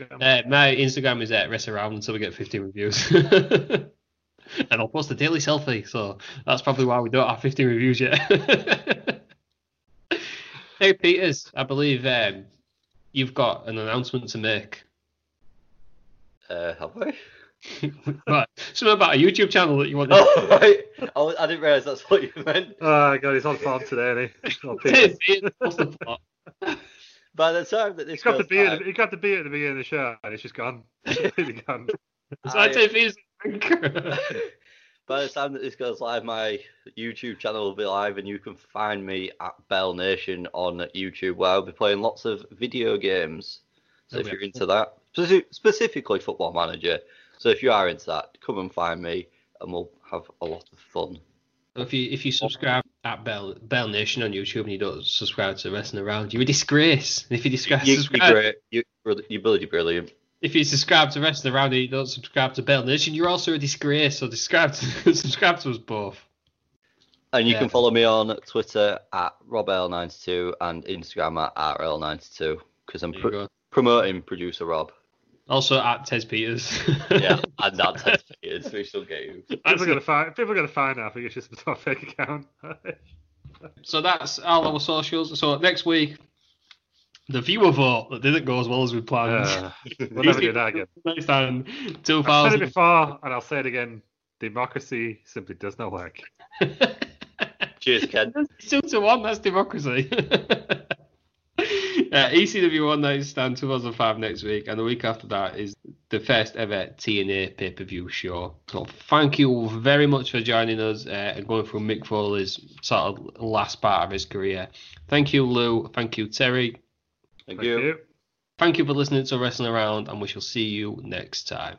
Instagram?
Uh, my Instagram is at rest around until we get 15 reviews. and I'll post a daily selfie, so that's probably why we don't have 15 reviews yet. hey, Peters, I believe um, you've got an announcement to make.
Uh, have I?
but something about a YouTube channel that you want to
Oh, right. I, was- I didn't realise that's what you meant.
Oh god, he's on form today, isn't he? Oh, Peter.
What's the plot?
By the time that this
He's got the
goes
beard.
live-
He got the beard at the beginning of the show, and it's just gone. Completely gone.
So I
I-
take Peters as anchor.
By the time that this goes live, my YouTube channel will be live, and you can find me at Bell Nation on YouTube, where I'll be playing lots of video games. So if
yeah.
you're into that, speci- specifically Football Manager, so if you are into that, come and find me, and we'll have a lot of fun.
If you if you subscribe at Bell Bell Nation on YouTube and you don't subscribe to Wrestling Around, you're a disgrace. And if you disgrace,
You, you're
subscribe,
great. You, you're bloody brilliant.
if you subscribe to Wrestling Around and you don't subscribe to Bell Nation, you're also a disgrace. So subscribe to, subscribe to us both.
And you
Yeah.
can follow me on Twitter at RobL92 and Instagram at RL92 because I'm
There you
pr-
go.
promoting producer Rob.
Also at Tes Peters.
Yeah, and that's it. It's- We still get you.
People are gonna find. People are gonna find out if he gets just a fake account.
so that's all our socials. So next week, the viewer vote that didn't go as well as we planned.
Uh, we'll never do that again.
Next time,
I've said it
2000.
before, and I'll say it again. Democracy simply does not work.
Cheers, Ken.
It's two to one. That's democracy. Uh, ECW One Night Stand 2005 next week, and the week after that is the first ever TNA pay per view show. So, thank you very much for joining us uh, and going through Mick Foley's sort of last part of his career. Thank you, Lou. Thank you, Terry.
Thank
Thank
you.
you.
Thank you for listening to Wrestling Around, and we shall see you next time.